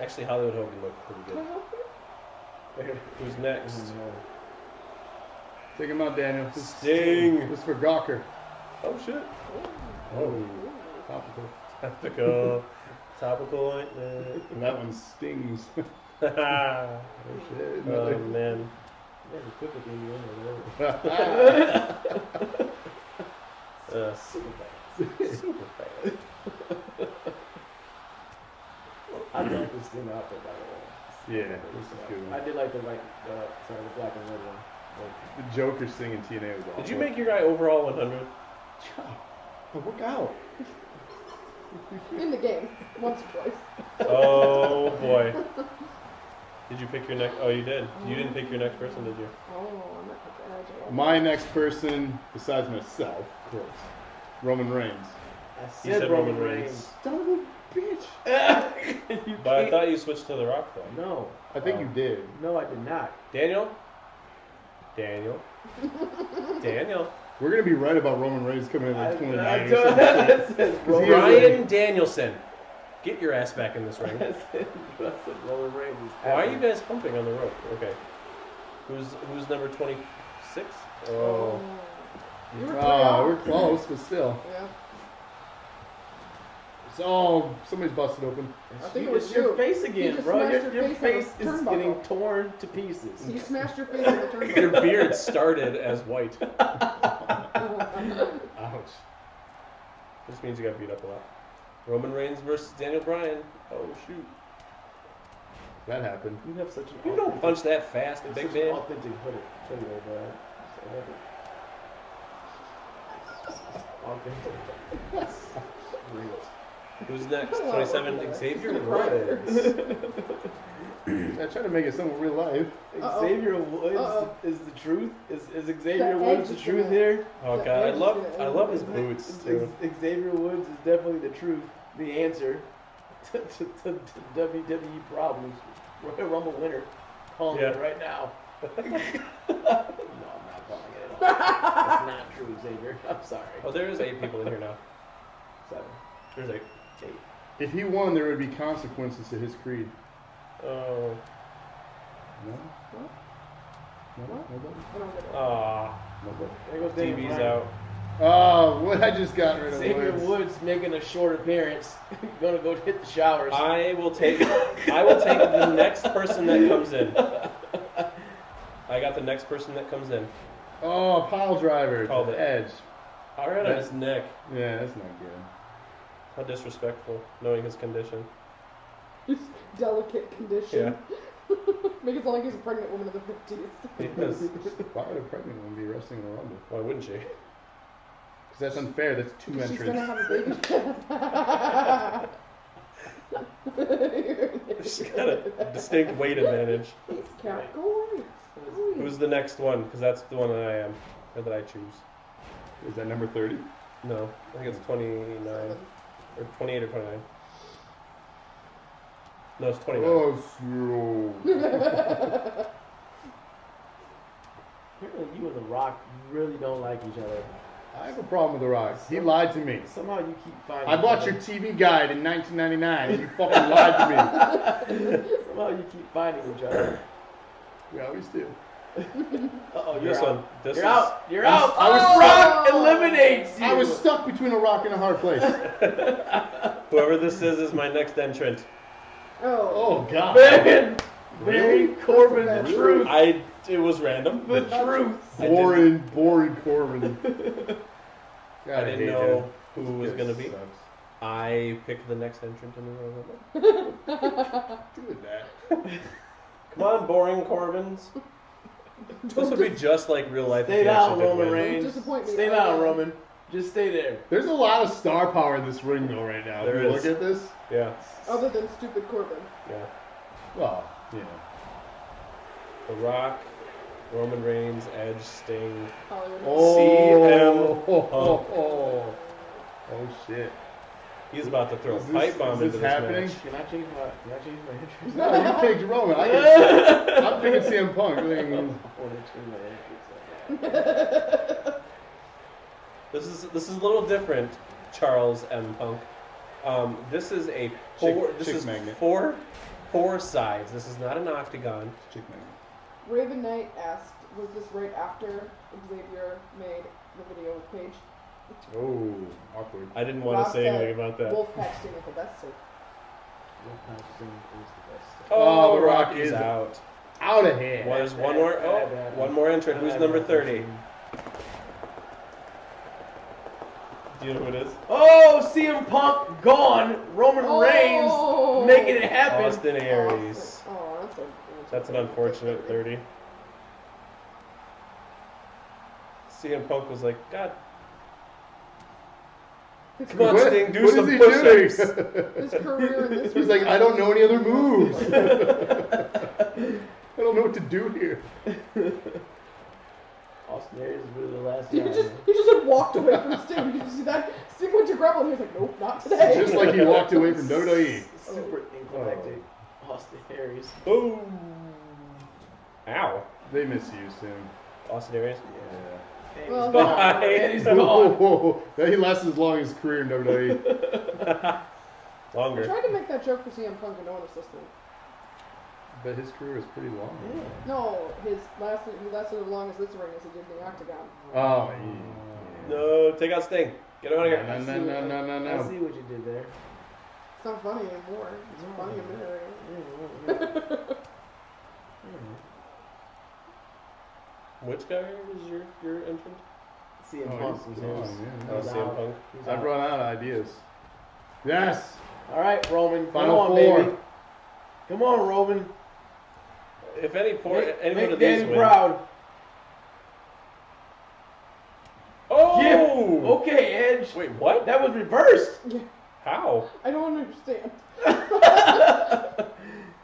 Speaker 2: Actually, Hollywood Hogan looked pretty
Speaker 4: Can I
Speaker 2: good.
Speaker 4: help you?
Speaker 2: Who's next?
Speaker 1: Take him out, Daniel. This,
Speaker 2: Sting.
Speaker 1: this is for Gawker.
Speaker 2: Oh shit.
Speaker 1: Oh. Topical.
Speaker 2: Topical. Topical ointment.
Speaker 1: And that one stings. Uh, oh
Speaker 2: <laughs> oh
Speaker 1: shit. <laughs>
Speaker 2: man.
Speaker 3: There's a quick at the end of the road.
Speaker 2: Uh, super fast. Super fast.
Speaker 3: I love this thing out there, by the way.
Speaker 1: yeah, this is a good
Speaker 3: I
Speaker 1: one.
Speaker 3: did like the white, uh, sorry, the black and red one. Like,
Speaker 1: The Joker singing TNA was awesome.
Speaker 2: Did you make your guy overall 100?
Speaker 1: I work out.
Speaker 4: <laughs> In the game, once or twice.
Speaker 2: Oh boy. Did you pick your next? Oh, you did. You didn't pick your next person, did you?
Speaker 4: Oh, I'm not picking LJ.
Speaker 1: My next person, besides myself, of course, Roman Reigns.
Speaker 3: I said,
Speaker 2: You said
Speaker 3: Roman
Speaker 2: Roman
Speaker 3: Reigns.
Speaker 10: Son of a bitch.
Speaker 3: You
Speaker 2: But I
Speaker 3: can't-
Speaker 2: thought you switched to The Rock though.
Speaker 3: No.
Speaker 1: I think you did.
Speaker 3: No, I did not.
Speaker 2: Daniel. Daniel. Daniel.
Speaker 1: We're gonna be right about Roman Reigns coming in
Speaker 3: I,
Speaker 1: like 29.
Speaker 3: I
Speaker 1: or
Speaker 3: don't.
Speaker 1: something.
Speaker 3: <laughs> That says
Speaker 1: he
Speaker 3: Roman
Speaker 1: is
Speaker 3: Reigns. <laughs>
Speaker 2: Brian Danielson. Get your ass back in this ring.
Speaker 3: That says Roman Reigns. is
Speaker 2: Why are you
Speaker 3: happening.
Speaker 2: guys pumping on the rope? Okay. Who's who's number twenty six? Oh.
Speaker 1: <laughs>
Speaker 4: You were
Speaker 1: Ah,
Speaker 4: oh,
Speaker 1: we're close, but still.
Speaker 4: Yeah.
Speaker 1: It's all somebody's busted open.
Speaker 4: I think
Speaker 3: You-
Speaker 4: it was
Speaker 3: it's your
Speaker 4: you.
Speaker 3: face
Speaker 4: You
Speaker 3: again,
Speaker 4: just
Speaker 3: bro.
Speaker 4: smashed
Speaker 3: Your,
Speaker 4: your
Speaker 3: your
Speaker 4: face
Speaker 3: face
Speaker 4: on the
Speaker 3: is
Speaker 4: turnbuckle.
Speaker 3: getting torn to pieces.
Speaker 4: <laughs> You smashed your face on the
Speaker 2: Your
Speaker 4: turnbuckle.
Speaker 2: beard started as white. Ouch. This means you got beat up a lot. Roman Reigns versus Daniel Bryan. Oh shoot.
Speaker 1: That happened.
Speaker 3: <laughs> You have such an
Speaker 2: You don't
Speaker 3: authentic-
Speaker 2: punch that fast,
Speaker 3: it's
Speaker 2: big
Speaker 3: such an
Speaker 2: man.
Speaker 3: authentic hoodie, hoodie though, bro. It's authentic. Authentic. Real.
Speaker 2: Who's next?
Speaker 4: Hello,
Speaker 2: Twenty seven
Speaker 4: Roman Reigns.
Speaker 2: Xavier Woods.
Speaker 4: Right.
Speaker 1: I tried to make it something real life.
Speaker 4: Uh-oh.
Speaker 3: Xavier Woods
Speaker 4: Uh-oh.
Speaker 3: is the truth. Is is Xavier
Speaker 4: The
Speaker 3: Woods the
Speaker 4: edge
Speaker 3: truth
Speaker 4: is
Speaker 3: here?
Speaker 2: Oh god, I love I love his boots too.
Speaker 3: X- Xavier Woods is definitely the truth, the answer <laughs> to, to, to, to WWE problems. <laughs> Royal Rumble winner, calling
Speaker 2: Yeah.
Speaker 3: it right now. <laughs>
Speaker 4: <laughs>
Speaker 3: no, I'm not calling it at all. That's not true, Xavier. <laughs> I'm sorry.
Speaker 2: Oh, there is eight people in here now.
Speaker 3: Seven,
Speaker 2: There's eight.
Speaker 3: eight.
Speaker 1: If he won, there would be consequences to his creed.
Speaker 2: Oh.
Speaker 1: No? No?
Speaker 4: What?
Speaker 1: Nobody?
Speaker 4: I don't get it.
Speaker 2: Ah.
Speaker 1: Nobody.
Speaker 3: There goes Daniel
Speaker 2: TV's
Speaker 3: Bryan.
Speaker 2: out.
Speaker 1: Oh, what I just got rid of.
Speaker 3: Xavier
Speaker 1: Woods.
Speaker 3: Woods making a short appearance. <laughs> Gonna go hit the showers.
Speaker 2: I will take I will take the next person that comes in. I got the next person that comes in.
Speaker 1: Oh, pile driver.
Speaker 2: Called
Speaker 1: Called the
Speaker 2: it.
Speaker 1: edge.
Speaker 2: All right, on his neck.
Speaker 1: Yeah, that's not good.
Speaker 2: How disrespectful, knowing his condition.
Speaker 4: His <laughs> delicate condition. <laughs> Make it sound like he's a pregnant woman in the 50s.
Speaker 1: <laughs>
Speaker 2: Because
Speaker 1: Why would a pregnant woman be wrestling in a rumble?
Speaker 2: why wouldn't <laughs> she?
Speaker 1: Because that's unfair. That's two
Speaker 4: She's gonna
Speaker 1: entrants.
Speaker 4: have a baby.
Speaker 2: <laughs> She's got a distinct weight advantage.
Speaker 4: He's cat. Go away. Go away.
Speaker 2: Who's the next one? Because that's the one that I am, or that I choose.
Speaker 1: Is that number thirty?
Speaker 2: No, I think it's 29 or 28 or 29. No, it's 29.
Speaker 1: Oh, slow.
Speaker 3: Apparently, you and The Rock really don't like each other.
Speaker 1: I have a problem with The Rock. He lied to me.
Speaker 3: Somehow you keep finding.
Speaker 1: I
Speaker 3: each
Speaker 1: bought
Speaker 3: other.
Speaker 1: your TV guide in 1999, and you fucking lied to
Speaker 3: <laughs> Somehow you keep finding each other.
Speaker 1: me. We always do.
Speaker 3: Uh oh, you're
Speaker 2: This
Speaker 3: out.
Speaker 2: one. This
Speaker 3: you're
Speaker 2: is,
Speaker 3: out. <laughs> You're out. Oh!
Speaker 1: I was-
Speaker 3: Rock eliminates you.
Speaker 1: I was stuck between a rock and a hard place.
Speaker 2: Whoever this is is my next entrant.
Speaker 4: Oh.
Speaker 1: Oh God.
Speaker 3: man.
Speaker 1: Really?
Speaker 3: Baron Corbin, the
Speaker 1: Really?
Speaker 3: truth.
Speaker 2: I. It was random.
Speaker 3: The truth.
Speaker 2: I
Speaker 1: Boring, boring
Speaker 2: <laughs>
Speaker 1: Corbin. God,
Speaker 2: I didn't
Speaker 1: hate
Speaker 2: know
Speaker 1: him.
Speaker 2: who was
Speaker 1: This
Speaker 2: gonna be.
Speaker 1: sucks.
Speaker 2: I picked the next entrant in the Royal Rumble.
Speaker 4: <laughs>
Speaker 1: Doing that.
Speaker 2: Come on, boring Corbins. This would be just like real life.
Speaker 3: Stay
Speaker 2: if he
Speaker 3: down,
Speaker 2: actually did
Speaker 3: Roman
Speaker 2: win.
Speaker 3: Reigns.
Speaker 4: disappoint me.
Speaker 3: Stay
Speaker 4: I
Speaker 3: down,
Speaker 4: am.
Speaker 3: Roman. Just stay there.
Speaker 1: There's a lot of star power in this ring though right now. If
Speaker 2: There
Speaker 1: you
Speaker 2: is.
Speaker 1: Look at this.
Speaker 2: Yeah,
Speaker 4: Other than stupid Corbin.
Speaker 2: yeah.
Speaker 1: Well, yeah.
Speaker 2: The Rock, Roman Reigns, Edge, Sting.
Speaker 4: Hollywood.
Speaker 1: Oh,
Speaker 2: CM
Speaker 1: oh, oh, oh. <laughs> Oh, shit.
Speaker 2: He's about to throw
Speaker 1: Is
Speaker 2: a
Speaker 1: this-
Speaker 2: pipe bomb
Speaker 1: is
Speaker 2: into
Speaker 1: this
Speaker 2: this
Speaker 1: happening?
Speaker 2: match.
Speaker 3: Can I change my? Can I change my entrance?
Speaker 1: No, you
Speaker 2: <laughs>
Speaker 1: picked Roman. I can, I'm picking CM Punk. I mean,
Speaker 3: <laughs> I want to change my entrance. so <laughs> bad.
Speaker 2: This is this is a little different. Charles M. Punk. Um, this is a
Speaker 1: Chick-
Speaker 2: four. this
Speaker 1: chick
Speaker 2: is
Speaker 1: magnet.
Speaker 2: four four sides. This is not an octagon.
Speaker 1: Chick magnet.
Speaker 4: <laughs> Raven Knight asked, was this right after Xavier made the video with Paige?
Speaker 1: Oh, awkward.
Speaker 2: I didn't want to
Speaker 4: Rob
Speaker 2: say
Speaker 4: said,
Speaker 2: anything about that.
Speaker 4: Wolfpack Sting is the best suit.
Speaker 1: Oh,
Speaker 2: Oh,
Speaker 1: The Rock
Speaker 2: Rocky's
Speaker 1: is-
Speaker 2: out.
Speaker 1: Out of here.
Speaker 2: Well, there's one more. Oh, one more entrant. Who's number thirty? Do you know who it is?
Speaker 3: Oh, CM Punk gone. Roman
Speaker 4: Oh.
Speaker 3: Reigns making it happen.
Speaker 2: Austin Aries.
Speaker 4: Oh, that's a.
Speaker 2: That's an unfortunate 30. CM Punk was like, God Come on,
Speaker 1: What-
Speaker 2: Sting, do
Speaker 1: what
Speaker 2: some
Speaker 1: is he
Speaker 2: push-ups.
Speaker 1: doing? <laughs>
Speaker 4: His career in this
Speaker 1: He's like, I don't know any other moves. <laughs> I don't know what to do here.
Speaker 3: Austin Aries is really the last
Speaker 4: He
Speaker 3: guy.
Speaker 4: just he just like walked away from Sting. Did you see that? Sting went to grab him. He was like, nope, not today.
Speaker 1: Just
Speaker 4: <laughs>
Speaker 1: like he walked away from E. WWE.
Speaker 3: Super anticlimactic. Austin Aries.
Speaker 2: Boom. Ow.
Speaker 1: They misused him.
Speaker 2: Austin Aries.
Speaker 1: Yeah.
Speaker 4: Well,
Speaker 3: Bye.
Speaker 4: no.
Speaker 2: And he's
Speaker 1: Whoa,
Speaker 2: gone.
Speaker 1: whoa, whoa. That- <laughs> He lasted as long as his career in E. WWE.
Speaker 4: I
Speaker 2: <laughs> Longer.
Speaker 4: tried to make that joke for CM Punk and no one was listening.
Speaker 1: but his career was pretty long.
Speaker 4: No, his lasted he lasted as long as this ring as he did in the octagon.
Speaker 1: Oh,
Speaker 2: No, take out Sting. Get him out of
Speaker 1: yeah.
Speaker 2: here.
Speaker 1: No, no, no, no, no,
Speaker 3: I
Speaker 1: no.
Speaker 3: see what you did <laughs> there.
Speaker 4: It's not funny anymore. It's funny a minute ago.
Speaker 2: Which guy was your, your entrant?
Speaker 3: CM
Speaker 1: Oh,
Speaker 3: Punk
Speaker 1: he's
Speaker 3: was
Speaker 1: gone,
Speaker 3: his.
Speaker 1: yeah.
Speaker 3: He was
Speaker 2: Oh, CM
Speaker 3: out.
Speaker 2: Punk.
Speaker 3: He was
Speaker 1: I
Speaker 3: out.
Speaker 1: brought out ideas. Yes!
Speaker 3: All right, Roman.
Speaker 1: Final
Speaker 3: Come on,
Speaker 1: four.
Speaker 3: baby. Come on, Roman.
Speaker 2: If any poor,
Speaker 3: Make-
Speaker 2: any
Speaker 3: make
Speaker 2: one of these
Speaker 3: Danny
Speaker 2: wins.
Speaker 3: proud.
Speaker 2: Oh!
Speaker 3: Yeah. Okay, Edge.
Speaker 2: Wait, what?
Speaker 3: That was reversed. <laughs>
Speaker 2: How?
Speaker 4: <laughs> I don't understand.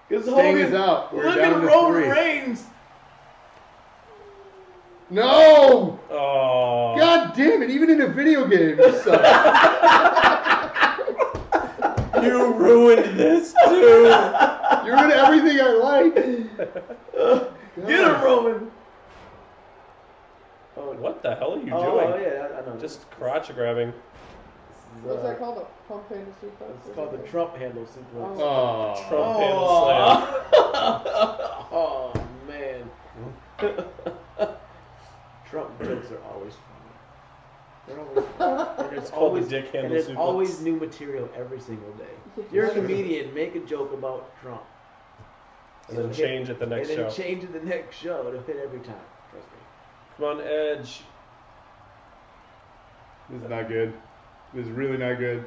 Speaker 3: Because
Speaker 1: Sting is out. We're
Speaker 3: Look
Speaker 1: down
Speaker 3: at
Speaker 1: to
Speaker 3: Roman
Speaker 1: three.
Speaker 3: <laughs> Reigns.
Speaker 1: No!
Speaker 2: Oh.
Speaker 1: God damn it, even in a video game, you suck.
Speaker 3: <laughs>
Speaker 2: You ruined this too.
Speaker 1: You're in everything I <laughs> like.
Speaker 3: Get him, Roman.
Speaker 2: Oh, <laughs> what the hell are you
Speaker 3: oh,
Speaker 2: doing?
Speaker 3: yeah, I, I know.
Speaker 2: Just crotch grabbing.
Speaker 3: This is,
Speaker 4: What's
Speaker 3: uh,
Speaker 4: that called? A pump handle suplex?
Speaker 3: It's called the Trump handle sequence.
Speaker 1: Oh.
Speaker 2: Trump handle slam.
Speaker 3: Oh, <laughs> oh man. Trump jokes are always funny. They're always
Speaker 2: <laughs>
Speaker 3: funny.
Speaker 2: It's called the dick handle
Speaker 3: and there's
Speaker 2: suplex.
Speaker 3: always new material every single day.
Speaker 4: Yes.
Speaker 3: You're a comedian, make a joke about Trump.
Speaker 2: And then
Speaker 3: It'll
Speaker 2: change at the next
Speaker 3: and then
Speaker 2: show.
Speaker 3: change it the next show. It'll hit every time. Trust me.
Speaker 2: Come on, Edge.
Speaker 1: This is not good. This is really not good.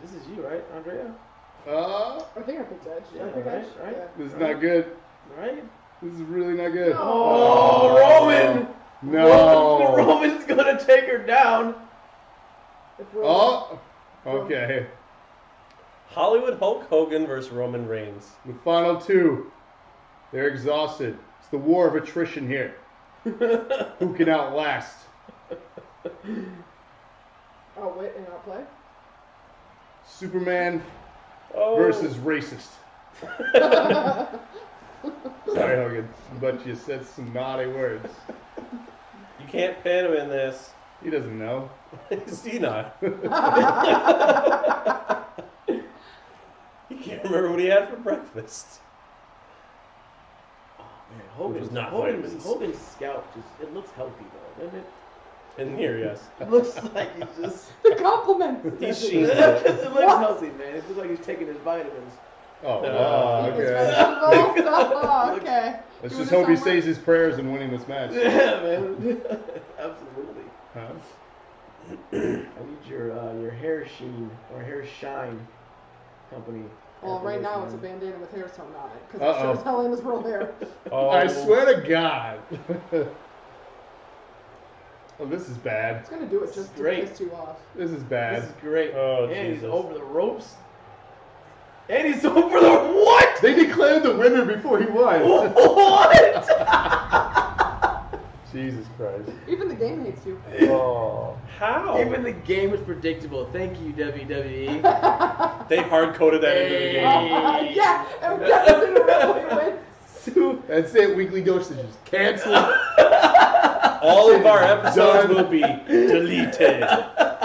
Speaker 3: This is you, right, Andrea?
Speaker 1: Uh,
Speaker 4: I think I picked Edge. Did I
Speaker 3: Yeah,
Speaker 4: pick
Speaker 3: right,
Speaker 4: Edge?
Speaker 3: right.
Speaker 4: Yeah.
Speaker 1: this is not good.
Speaker 3: Right?
Speaker 1: This is really not good.
Speaker 3: Oh, Roman!
Speaker 1: No.
Speaker 3: <laughs> Roman's gonna take her down. Oh,
Speaker 4: If we're-
Speaker 1: Oh, okay.
Speaker 2: Hollywood Hulk Hogan versus Roman Reigns.
Speaker 1: The final two. They're exhausted. It's the war of attrition here. Who can outlast?
Speaker 4: outwit and <laughs> outplay.
Speaker 1: Superman
Speaker 2: Oh.
Speaker 1: versus racist. Sorry, Hogan, but you said some naughty words.
Speaker 2: You can't pin him in this.
Speaker 1: He doesn't know.
Speaker 2: See <laughs> not. he can't remember what he had for breakfast.
Speaker 3: Man, Hogan's,
Speaker 2: was not
Speaker 3: Hogan's,
Speaker 2: vitamins.
Speaker 3: Hogan's scalp just it looks healthy though,
Speaker 2: <laughs>
Speaker 3: doesn't it?
Speaker 2: In here, yes.
Speaker 3: It looks like he's just
Speaker 4: The compliments.
Speaker 2: He sheathed
Speaker 3: <laughs> it
Speaker 2: it.
Speaker 3: looks
Speaker 4: What?
Speaker 3: healthy, man. It looks like he's taking his vitamins. <laughs>
Speaker 1: Oh,
Speaker 2: Uh,
Speaker 1: wow,
Speaker 4: <laughs> He was
Speaker 1: okay.
Speaker 4: ready to go. Oh, okay.
Speaker 1: Let's
Speaker 4: You
Speaker 1: just
Speaker 4: wanna
Speaker 1: hope he
Speaker 4: sound
Speaker 1: says his prayers in winning this match.
Speaker 3: Yeah, man. <laughs> Absolutely.
Speaker 1: Huh?
Speaker 3: I need your uh, your hair sheen or hair shine company.
Speaker 4: Well, right now it's a
Speaker 3: big.
Speaker 4: bandana with hair sewn on it because it
Speaker 1: Uh-oh.
Speaker 4: shows Helen is real hair.
Speaker 2: Oh,
Speaker 1: I swear to God. <laughs> oh, this is bad.
Speaker 4: It's gonna do it just to
Speaker 3: Great.
Speaker 4: piss you off.
Speaker 1: This is
Speaker 3: <laughs> This
Speaker 1: bad.
Speaker 3: is great.
Speaker 2: Oh,
Speaker 3: and he's
Speaker 2: Jesus.
Speaker 3: over the ropes. And he's <laughs> over the what?
Speaker 1: <laughs> They declared the winner before he
Speaker 3: <laughs>
Speaker 1: won.
Speaker 3: What?
Speaker 1: Jesus Christ.
Speaker 4: Even the game hates you. <laughs>
Speaker 1: Oh.
Speaker 2: How?
Speaker 3: Even the game was predictable. Thank you, WWE.
Speaker 2: they hard coded that into the game.
Speaker 4: yeah, and that was in a real way wins.
Speaker 3: Sue
Speaker 1: That's it. Weekly dosages canceled.
Speaker 2: All of our episodes
Speaker 1: Done.
Speaker 2: will be deleted.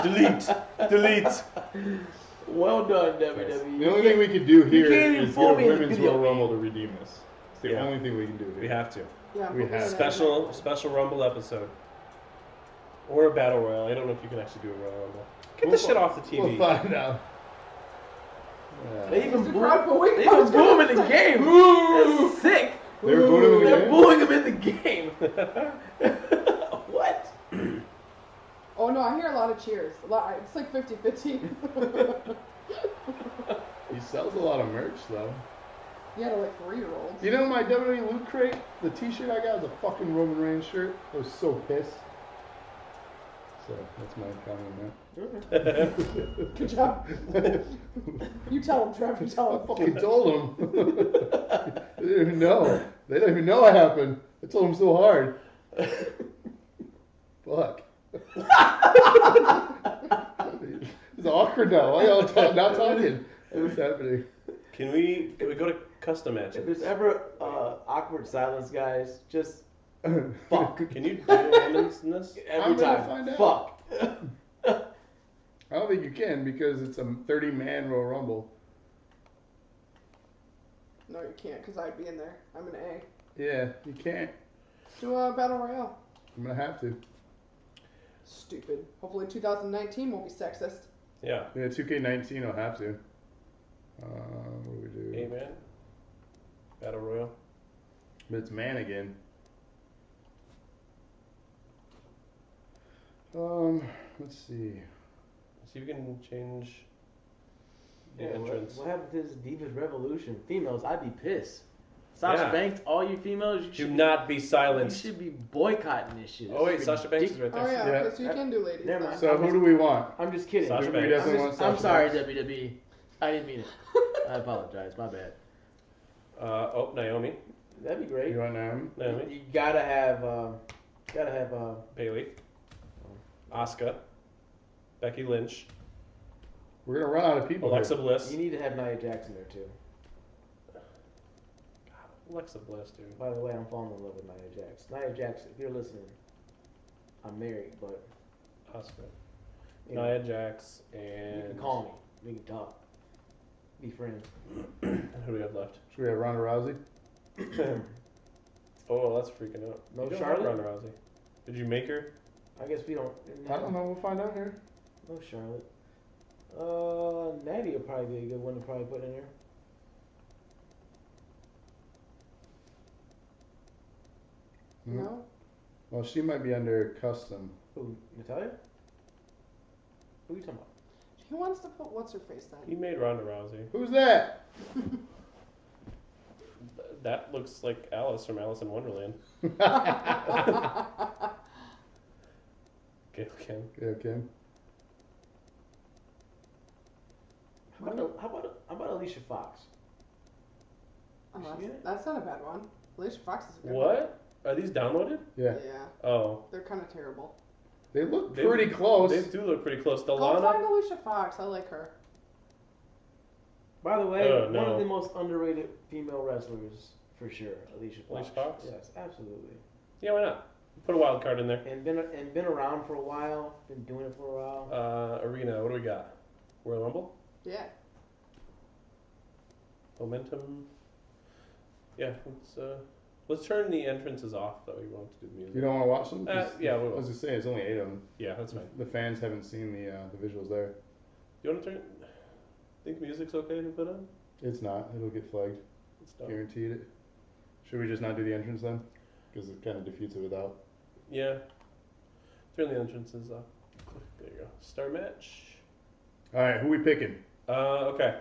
Speaker 2: Delete. Delete.
Speaker 3: <laughs> Well done, E.
Speaker 1: the
Speaker 3: WWE.
Speaker 1: only thing we could do here
Speaker 3: can't even
Speaker 1: is get
Speaker 3: fool
Speaker 1: a
Speaker 3: me in the
Speaker 1: women's Royal
Speaker 3: video game.
Speaker 1: Rumble to redeem this. It's the
Speaker 2: Yeah.
Speaker 1: only thing we can do here.
Speaker 2: We have to.
Speaker 4: Yeah, I'm
Speaker 1: We
Speaker 4: hoping
Speaker 1: have
Speaker 4: that-
Speaker 2: Special special Rumble episode. Or a battle royal. I don't know if you can actually do a Royal Rumble. Get this shit off the
Speaker 1: We'll
Speaker 2: TV.
Speaker 1: find out.
Speaker 3: They even
Speaker 4: It's a
Speaker 3: boo-
Speaker 4: crowd for week.
Speaker 3: They even boo him in the game. That's sick.
Speaker 1: They were booing him in the
Speaker 3: They're
Speaker 1: game?
Speaker 3: booing him in the game. <laughs> what?
Speaker 4: Oh no, I hear a lot of cheers. A lot, it's like <laughs> 50-50.
Speaker 1: He sells a lot of merch, though.
Speaker 4: you had a like three-year-old.
Speaker 1: You know my WWE loot crate? The t-shirt I got is a fucking Roman Reigns shirt. I was so pissed. So that's my comment on that.
Speaker 2: <laughs>
Speaker 4: Good job.
Speaker 1: <laughs>
Speaker 4: You tell him, Trev. You tell
Speaker 1: I <laughs>
Speaker 4: him.
Speaker 1: fucking told them. <laughs> they didn't even know. They didn't even know it happened. I told them so hard. Fuck.
Speaker 3: <laughs>
Speaker 1: it's awkward now. Why y'all ta- not talking? What's happening?
Speaker 2: Can we can we go to custom
Speaker 3: If
Speaker 2: matches?
Speaker 3: there's ever uh, awkward silence, guys,
Speaker 2: <laughs>
Speaker 3: just
Speaker 1: Fuck.
Speaker 2: Can you do women's in this?
Speaker 3: every
Speaker 1: I'm gonna
Speaker 3: time.
Speaker 1: find out.
Speaker 3: Fuck.
Speaker 1: I don't think you can because it's a 30 man Royal Rumble.
Speaker 4: No, you can't, because I'd be in there. I'm an A.
Speaker 1: Yeah, you can't.
Speaker 4: Do a battle royale.
Speaker 1: I'm gonna have to.
Speaker 4: Stupid. Hopefully, 2019 won't be sexist.
Speaker 2: Yeah.
Speaker 1: Yeah, 2K19, I'll have to. Uh, what do we do?
Speaker 2: Hey man. Battle Royal.
Speaker 1: But it's man again. Um, let's see.
Speaker 2: See if we can change the
Speaker 3: Yeah, what,
Speaker 2: entrance.
Speaker 3: what happened to this Divas Revolution? Females, I'd be pissed. Sasha
Speaker 2: Yeah.
Speaker 3: Banks, all you females, you
Speaker 2: Do
Speaker 3: should,
Speaker 2: not be
Speaker 3: you
Speaker 2: silenced.
Speaker 3: should be boycotting this shit.
Speaker 2: Oh wait,
Speaker 3: It's
Speaker 2: Sasha Banks is right
Speaker 3: ridic-
Speaker 4: Oh,
Speaker 2: there.
Speaker 4: yeah,
Speaker 1: Yeah.
Speaker 4: okay, so you can do ladies.
Speaker 3: Never
Speaker 4: then.
Speaker 3: mind.
Speaker 1: So who do we want?
Speaker 3: I'm just kidding.
Speaker 2: Sasha
Speaker 1: We
Speaker 2: Banks.
Speaker 3: I'm,
Speaker 1: definitely
Speaker 3: just-
Speaker 1: want Sasha
Speaker 3: I'm sorry,
Speaker 1: Banks.
Speaker 3: WWE. I didn't mean it. I apologize. My bad.
Speaker 2: Uh, oh Naomi.
Speaker 3: That'd be
Speaker 1: You
Speaker 3: great.
Speaker 1: want Naomi?
Speaker 3: You,
Speaker 2: Naomi.
Speaker 3: you gotta have, uh, gotta have, uh,
Speaker 2: Bailey. Asuka. Becky Lynch.
Speaker 1: We're gonna run out of people.
Speaker 2: Alexa
Speaker 1: Alexa.
Speaker 2: Bliss.
Speaker 3: you need to have Nia Jackson there too.
Speaker 2: Alexa Bliss, dude.
Speaker 3: By the way, I'm falling in love with Nia Jackson. Nia Jackson, if you're listening, I'm married, but
Speaker 2: Asuka.
Speaker 3: you, know,
Speaker 2: Nia Jax and
Speaker 3: you can call me. We can talk. Be friends.
Speaker 2: And <clears throat> who do we have left?
Speaker 1: Should we have Ronda Rousey?
Speaker 2: Oh, that's freaking out.
Speaker 3: No
Speaker 2: You don't have
Speaker 3: Charlotte?
Speaker 2: Ronda Rousey. Did you make her?
Speaker 3: I guess we don't.
Speaker 1: I don't know. We'll find out here.
Speaker 3: No Charlotte. Uh, Natty will probably be a good one to probably put in there.
Speaker 1: Hmm.
Speaker 4: <laughs> No?
Speaker 1: Well, she might be under custom.
Speaker 3: Who? Natalia? Who are you talking about?
Speaker 4: He wants to put what's her face then?
Speaker 2: He made Ronda Rousey.
Speaker 1: Who's that? <laughs>
Speaker 4: <laughs>
Speaker 2: Th- That looks like Alice from Alice in Wonderland. Gail Kim.
Speaker 1: Yeah, Kim.
Speaker 3: How about, how about how about Alicia Fox?
Speaker 4: Oh,
Speaker 3: She
Speaker 4: that's,
Speaker 3: in it?
Speaker 4: that's not a bad one. Alicia Fox is a good
Speaker 2: What? Are these downloaded?
Speaker 1: Yeah,
Speaker 4: one. Yeah,
Speaker 2: Oh.
Speaker 4: they're kind of terrible.
Speaker 1: they look
Speaker 2: They-
Speaker 1: pretty close.
Speaker 2: They do look pretty close.
Speaker 4: Go find
Speaker 2: Delana?
Speaker 4: Alicia Fox. I like her.
Speaker 3: By the way,
Speaker 2: Oh,
Speaker 3: one
Speaker 2: no.
Speaker 3: of the most underrated female wrestlers for sure, Alicia Fox.
Speaker 2: Alicia Fox?
Speaker 3: Yes, absolutely.
Speaker 2: Yeah, why not? Put a wild card in there.
Speaker 3: And been and been around for a while. Been doing it for a while.
Speaker 2: Uh, arena, what do we got? Royal Rumble?
Speaker 4: Yeah.
Speaker 2: Momentum? Yeah, let's, uh, let's turn the entrances off that we want to do the music.
Speaker 1: You don't want to watch them?
Speaker 2: Uh,
Speaker 1: 'Cause
Speaker 2: yeah,
Speaker 1: I
Speaker 2: we
Speaker 1: was
Speaker 2: will.
Speaker 1: just saying, it's only eight of them.
Speaker 2: Yeah, that's fine.
Speaker 1: The fans haven't seen the uh, the visuals there.
Speaker 2: You want to turn. Think music's okay to put on?
Speaker 1: It's not. It'll get flagged.
Speaker 2: It's not.
Speaker 1: Guaranteed it. Should we just not do the entrance then? Because it kind of defeats it without.
Speaker 2: Yeah. Turn the entrances off. Click. There you go. Star match.
Speaker 1: All right, who we picking?
Speaker 2: Uh, okay.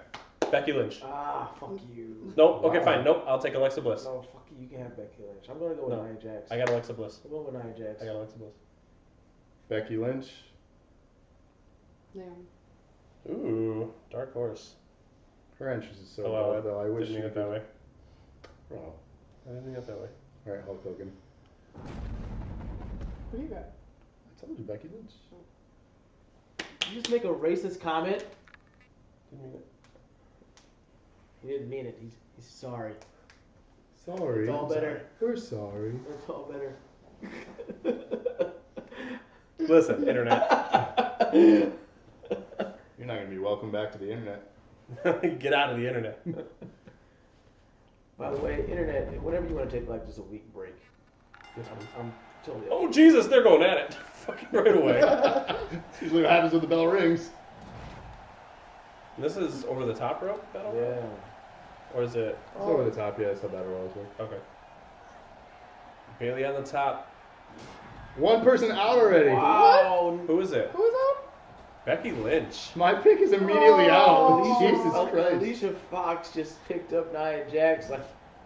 Speaker 2: Becky Lynch.
Speaker 3: ah, fuck you.
Speaker 2: Nope. Okay,
Speaker 1: Wow.
Speaker 2: fine. Nope. I'll take Alexa Bliss.
Speaker 3: No, fuck you. You can have Becky Lynch. I'm gonna go with
Speaker 2: No.
Speaker 3: Nia Jax.
Speaker 2: I got Alexa Bliss.
Speaker 3: I'm going with Nia Jax.
Speaker 2: I got Alexa Bliss.
Speaker 1: Becky Lynch.
Speaker 4: Naomi.
Speaker 2: Ooh, dark horse.
Speaker 1: Her entrance is so
Speaker 2: Oh,
Speaker 1: loud,
Speaker 2: wow.
Speaker 1: though. I wish
Speaker 2: Didn't
Speaker 1: she
Speaker 2: think it
Speaker 1: could-
Speaker 2: that way.
Speaker 1: Oh.
Speaker 2: I didn't think it that way.
Speaker 1: All right, Hulk Hogan.
Speaker 4: Who do you got?
Speaker 1: I told you, Becky Lynch.
Speaker 3: you just make a racist comment.
Speaker 2: Didn't mean it.
Speaker 3: He didn't mean it. He's, he's sorry.
Speaker 1: Sorry.
Speaker 3: It's all better.
Speaker 1: We're sorry.
Speaker 3: It's all better.
Speaker 2: Listen, <laughs> <laughs> internet.
Speaker 1: You're not going to be welcome back to the <laughs> internet.
Speaker 2: Get out of the internet.
Speaker 3: <laughs> By the way, internet, whenever you want to take like just a week break,
Speaker 2: This
Speaker 3: I'm,
Speaker 2: one.
Speaker 3: I'm totally.
Speaker 2: oh Jesus, they're going at it. <laughs> Fucking right away. <laughs>
Speaker 1: That's usually what happens when the bell rings.
Speaker 2: this is over the top rope battle, royal?
Speaker 3: Yeah.
Speaker 2: or is it?
Speaker 1: It's over the top, yeah. It's not battle royals. work.
Speaker 2: Okay. Bailey on the top.
Speaker 1: One person out already.
Speaker 3: Wow.
Speaker 2: Who is it?
Speaker 4: Who's <laughs> up?
Speaker 2: Becky Lynch.
Speaker 1: My pick is immediately out.
Speaker 3: Alicia,
Speaker 1: Jesus
Speaker 3: Al-
Speaker 1: Christ.
Speaker 3: Alicia Fox just picked up Nia Jax. Like,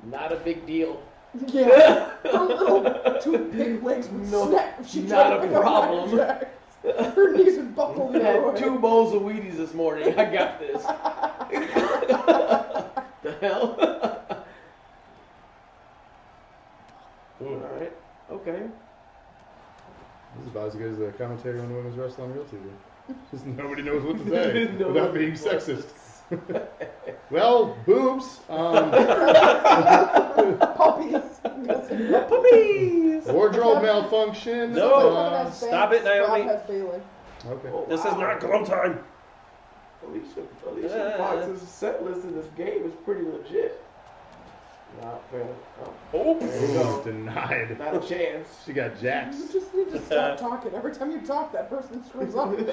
Speaker 3: not a big deal. <laughs>
Speaker 4: Yeah. her little two big legs would
Speaker 3: No,
Speaker 4: snap if she
Speaker 3: not
Speaker 4: tried
Speaker 3: a
Speaker 4: to pick up <laughs>
Speaker 3: problem.
Speaker 4: Nia Jax. Her knees would buckle
Speaker 11: I
Speaker 4: the
Speaker 11: had
Speaker 4: other
Speaker 11: two
Speaker 4: way.
Speaker 11: bowls of Wheaties this morning. I got this. the hell?
Speaker 2: Ooh.
Speaker 11: All right. Okay.
Speaker 1: This is about as good as the commentary on women's wrestling on real TV. <laughs> Just nobody knows what to say without being sexist. <laughs> well, boobs. Um,
Speaker 4: <laughs> Puppies. Rob
Speaker 11: Puppies.
Speaker 1: wardrobe malfunction.
Speaker 2: No.
Speaker 1: um,
Speaker 4: has
Speaker 2: Stop
Speaker 4: Banks,
Speaker 2: it, Naomi.
Speaker 4: Rob has Bailey.
Speaker 1: okay.
Speaker 3: Oh.
Speaker 2: This is
Speaker 11: Wow.
Speaker 2: not glow time.
Speaker 3: Alicia,
Speaker 11: Yeah.
Speaker 3: Alicia Fox's set list in this game is pretty legit. Nah, fair. Oh,
Speaker 2: Oh.
Speaker 1: Boobs denied.
Speaker 3: not a chance.
Speaker 1: <laughs> She got
Speaker 4: You
Speaker 1: jaxed.
Speaker 4: just need to
Speaker 1: uh,
Speaker 4: stop talking. Every time you talk, that person screws up. <laughs>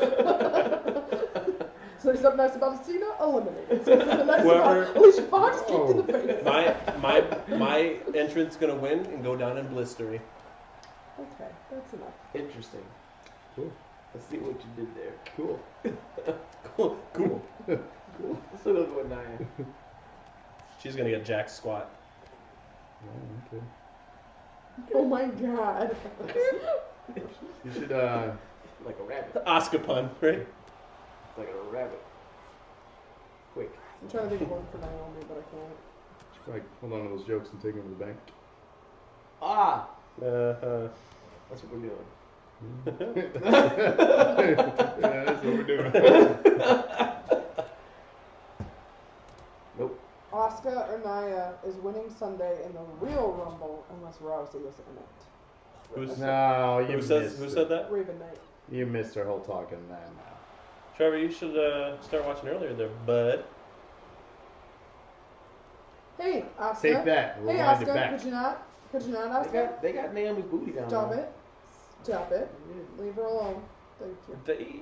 Speaker 4: so there's something nice about Cena, eliminated. So there's something nice
Speaker 2: Whoever-
Speaker 4: about Alicia Fox kicked in
Speaker 1: Oh.
Speaker 4: the face.
Speaker 2: My my my entrant's gonna win and go down in blistery.
Speaker 4: Okay, that's enough.
Speaker 3: Interesting.
Speaker 1: Cool.
Speaker 3: Let's see what you did there.
Speaker 1: Cool.
Speaker 2: Cool, cool.
Speaker 3: <laughs> Cool. Let's look at what Nia.
Speaker 2: She's gonna get Jack squat.
Speaker 1: Oh, okay.
Speaker 4: Oh my god. <laughs>
Speaker 1: You should. Uh,
Speaker 3: Like a rabbit.
Speaker 2: Oscar pun, right?
Speaker 3: Like a rabbit. Quick.
Speaker 4: I'm trying to think of one for Naomi, but I can't.
Speaker 1: should probably hold on to those jokes and take them to
Speaker 2: <laughs>
Speaker 1: the bank.
Speaker 3: Ah!
Speaker 2: Uh, uh,
Speaker 1: Uh-huh.
Speaker 3: That's what we're doing.
Speaker 1: yeah, that's what we're doing.
Speaker 2: <laughs>
Speaker 3: Nope.
Speaker 4: Oscar or Naya is winning Sunday in the real Rumble unless Rousey was in it.
Speaker 2: who's,
Speaker 1: no, you
Speaker 2: who says
Speaker 1: missed
Speaker 2: who
Speaker 1: it.
Speaker 2: said that?
Speaker 4: Raven Knight.
Speaker 1: You missed her whole talking man.
Speaker 2: Trevor, you should uh, start watching earlier there, bud.
Speaker 4: Hey, Oscar.
Speaker 1: Take that.
Speaker 4: Hey,
Speaker 1: Rewind it
Speaker 4: Oscar. Could
Speaker 1: back.
Speaker 4: you not? Could you not,
Speaker 3: They
Speaker 4: Oscar?
Speaker 3: got, they got Naomi's booty down
Speaker 4: Stop
Speaker 3: there.
Speaker 4: it. Stop it.
Speaker 3: Yeah.
Speaker 4: Leave her alone. Thank you.
Speaker 2: They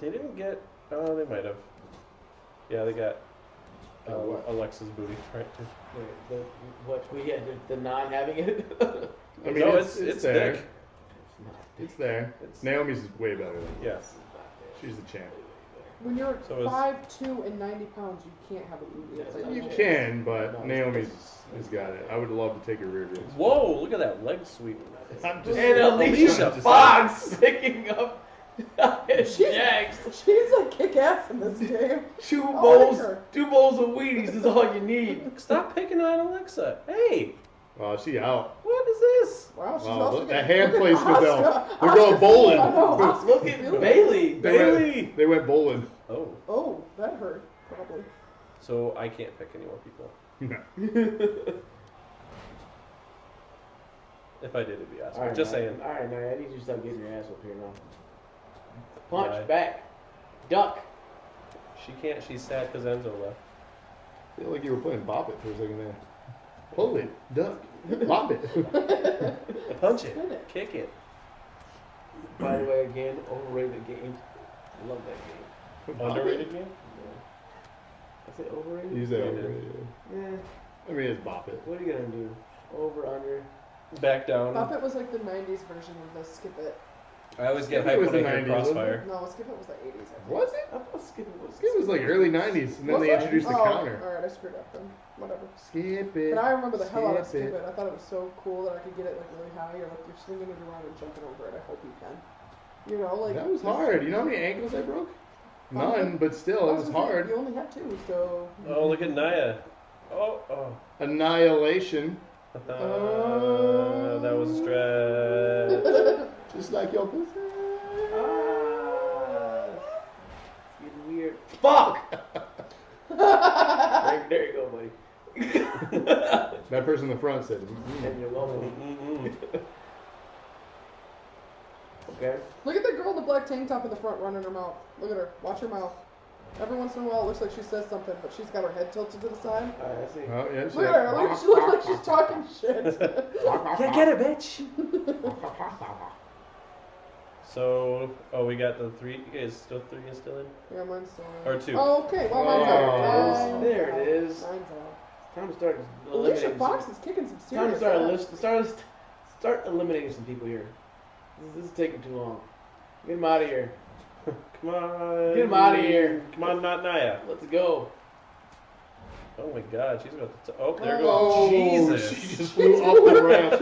Speaker 2: they didn't get. Oh, they might have. Yeah, they got uh,
Speaker 1: Oh,
Speaker 3: Like what?
Speaker 2: Alexa's booty, right?
Speaker 3: Wait, the, what? We had the, the non having it? <laughs>
Speaker 1: I mean,
Speaker 2: no,
Speaker 1: it's, it's, there.
Speaker 2: thick.
Speaker 1: It's there.
Speaker 2: It's-
Speaker 1: Naomi's is way better. Than
Speaker 2: Yes.
Speaker 1: She's the champ.
Speaker 4: When you're
Speaker 2: So is-
Speaker 4: five two and ninety pounds, you can't have a booty. It's
Speaker 3: Yeah,
Speaker 4: like,
Speaker 1: You
Speaker 4: no.
Speaker 1: can, but
Speaker 3: No, it's-
Speaker 1: Naomi's has got it. I would love to take her rear view.
Speaker 2: Whoa! Look at that leg sweep.
Speaker 1: I'm just,
Speaker 3: And Alicia
Speaker 2: Alicia
Speaker 3: Fox picking up
Speaker 4: She's,
Speaker 3: Jax.
Speaker 4: she's a kick ass in this game.
Speaker 3: Two
Speaker 4: like
Speaker 3: bowls,
Speaker 4: her.
Speaker 3: two bowls of Wheaties is all you need.
Speaker 2: Stop picking on Alexa. Hey,
Speaker 1: Oh, she out.
Speaker 2: what is this?
Speaker 4: Wow, she's
Speaker 1: Wow,
Speaker 4: also
Speaker 1: look,
Speaker 4: getting-
Speaker 1: that hand
Speaker 4: look at <laughs>
Speaker 1: plays good, though.
Speaker 4: Asuka.
Speaker 1: They're going
Speaker 4: Asuka's
Speaker 1: bowling.
Speaker 4: feeling- I know, Asuka's
Speaker 3: Look at
Speaker 4: feeling-
Speaker 3: Bailey.
Speaker 1: They went-
Speaker 2: Bailey!
Speaker 1: They went bowling. <laughs>
Speaker 2: Oh,
Speaker 4: <laughs> Oh, that hurt probably. <laughs>
Speaker 2: so I can't pick any more people.
Speaker 3: <laughs>
Speaker 2: If I did, it'd be awesome.
Speaker 3: All right,
Speaker 2: Just
Speaker 3: Nia.
Speaker 2: saying.
Speaker 3: All right, now I need you to stop getting your ass up here now. Punch
Speaker 2: Right.
Speaker 3: back, duck.
Speaker 2: She can't. She's sad because Enzo left.
Speaker 1: I feel like you were playing Bop It for a second there. Pull it, duck, <laughs> bop it. <laughs>
Speaker 2: Punch
Speaker 4: Spin it.
Speaker 2: Kick it.
Speaker 3: By the way, again, overrated game. I love that game.
Speaker 2: Underrated game?
Speaker 3: I said overrated.
Speaker 1: He's out.
Speaker 3: Yeah.
Speaker 1: I mean, it's Bop It.
Speaker 3: What are you gonna do? Over under.
Speaker 2: Back down.
Speaker 4: Muppet was like the '90s version of the Skip It.
Speaker 2: I always get
Speaker 1: It
Speaker 2: hyped
Speaker 1: was
Speaker 2: when I
Speaker 1: the
Speaker 2: hear
Speaker 1: 90s, wasn't
Speaker 2: crossfire.
Speaker 4: No, Skip It was the '80s. I think.
Speaker 1: Was it?
Speaker 3: I thought Skip was.
Speaker 1: It was like early 90s, and then
Speaker 4: Was
Speaker 1: they
Speaker 4: it?
Speaker 1: introduced the
Speaker 4: oh,
Speaker 1: counter.
Speaker 4: All right, I screwed up then. Whatever.
Speaker 1: Skip it.
Speaker 4: But I remember the hell out of
Speaker 1: Skip
Speaker 4: Skip
Speaker 1: it.
Speaker 4: It. I thought it was so cool that I could get it like really high. You're like you're swinging it around and jumping over it. I hope you can. You know, like
Speaker 1: That was hard. You know how many ankles I broke?
Speaker 4: Bop It.
Speaker 1: None, but still,
Speaker 4: I
Speaker 1: it
Speaker 4: was
Speaker 1: was
Speaker 4: gonna say, Um, You
Speaker 1: hard.
Speaker 4: only had two,
Speaker 3: <laughs>
Speaker 4: so
Speaker 2: Oh, look at Naya. Oh, oh.
Speaker 1: Annihilation,
Speaker 2: Uh, <laughs> that was a stretch.
Speaker 1: just like your pussy.
Speaker 3: Ah, it's getting weird. Fuck. there, there you go, buddy. <laughs>
Speaker 1: That person in the front said, mm
Speaker 3: And you're welcome.
Speaker 2: Mm-mm.
Speaker 3: Okay.
Speaker 4: Look at the girl in the black tank top in the front running her mouth. Look at her. Watch her mouth. Every once in a while, it looks like she says something, but she's got her head tilted to the side.
Speaker 3: All right. I see.
Speaker 1: Oh, yeah, she
Speaker 4: Look at her. Look, she looks like she's talking shit.
Speaker 3: <laughs>
Speaker 2: Can't get it, bitch.
Speaker 1: <laughs>
Speaker 2: so, oh, we got the three. Is still three is still in?
Speaker 4: yeah, mine's still on.
Speaker 2: Or two.
Speaker 4: Oh, okay. Well, mine's
Speaker 1: Oh.
Speaker 4: out.
Speaker 3: There it
Speaker 4: Mine's out.
Speaker 3: is.
Speaker 4: Mine's out.
Speaker 3: Time to start
Speaker 4: Alicia
Speaker 3: eliminating.
Speaker 4: Fox is kicking some
Speaker 3: some, time to
Speaker 4: serious
Speaker 3: start,
Speaker 4: ass. <laughs>
Speaker 3: list, start start eliminating some people here. This, this is taking too long. Get him out of here.
Speaker 2: Come on.
Speaker 3: Get him outta here.
Speaker 2: Come on, not Naya.
Speaker 3: Let's go.
Speaker 2: Oh my god, she's about to. T- oh, there
Speaker 1: Oh,
Speaker 2: goes. Jesus.
Speaker 1: She just flew up the ramp.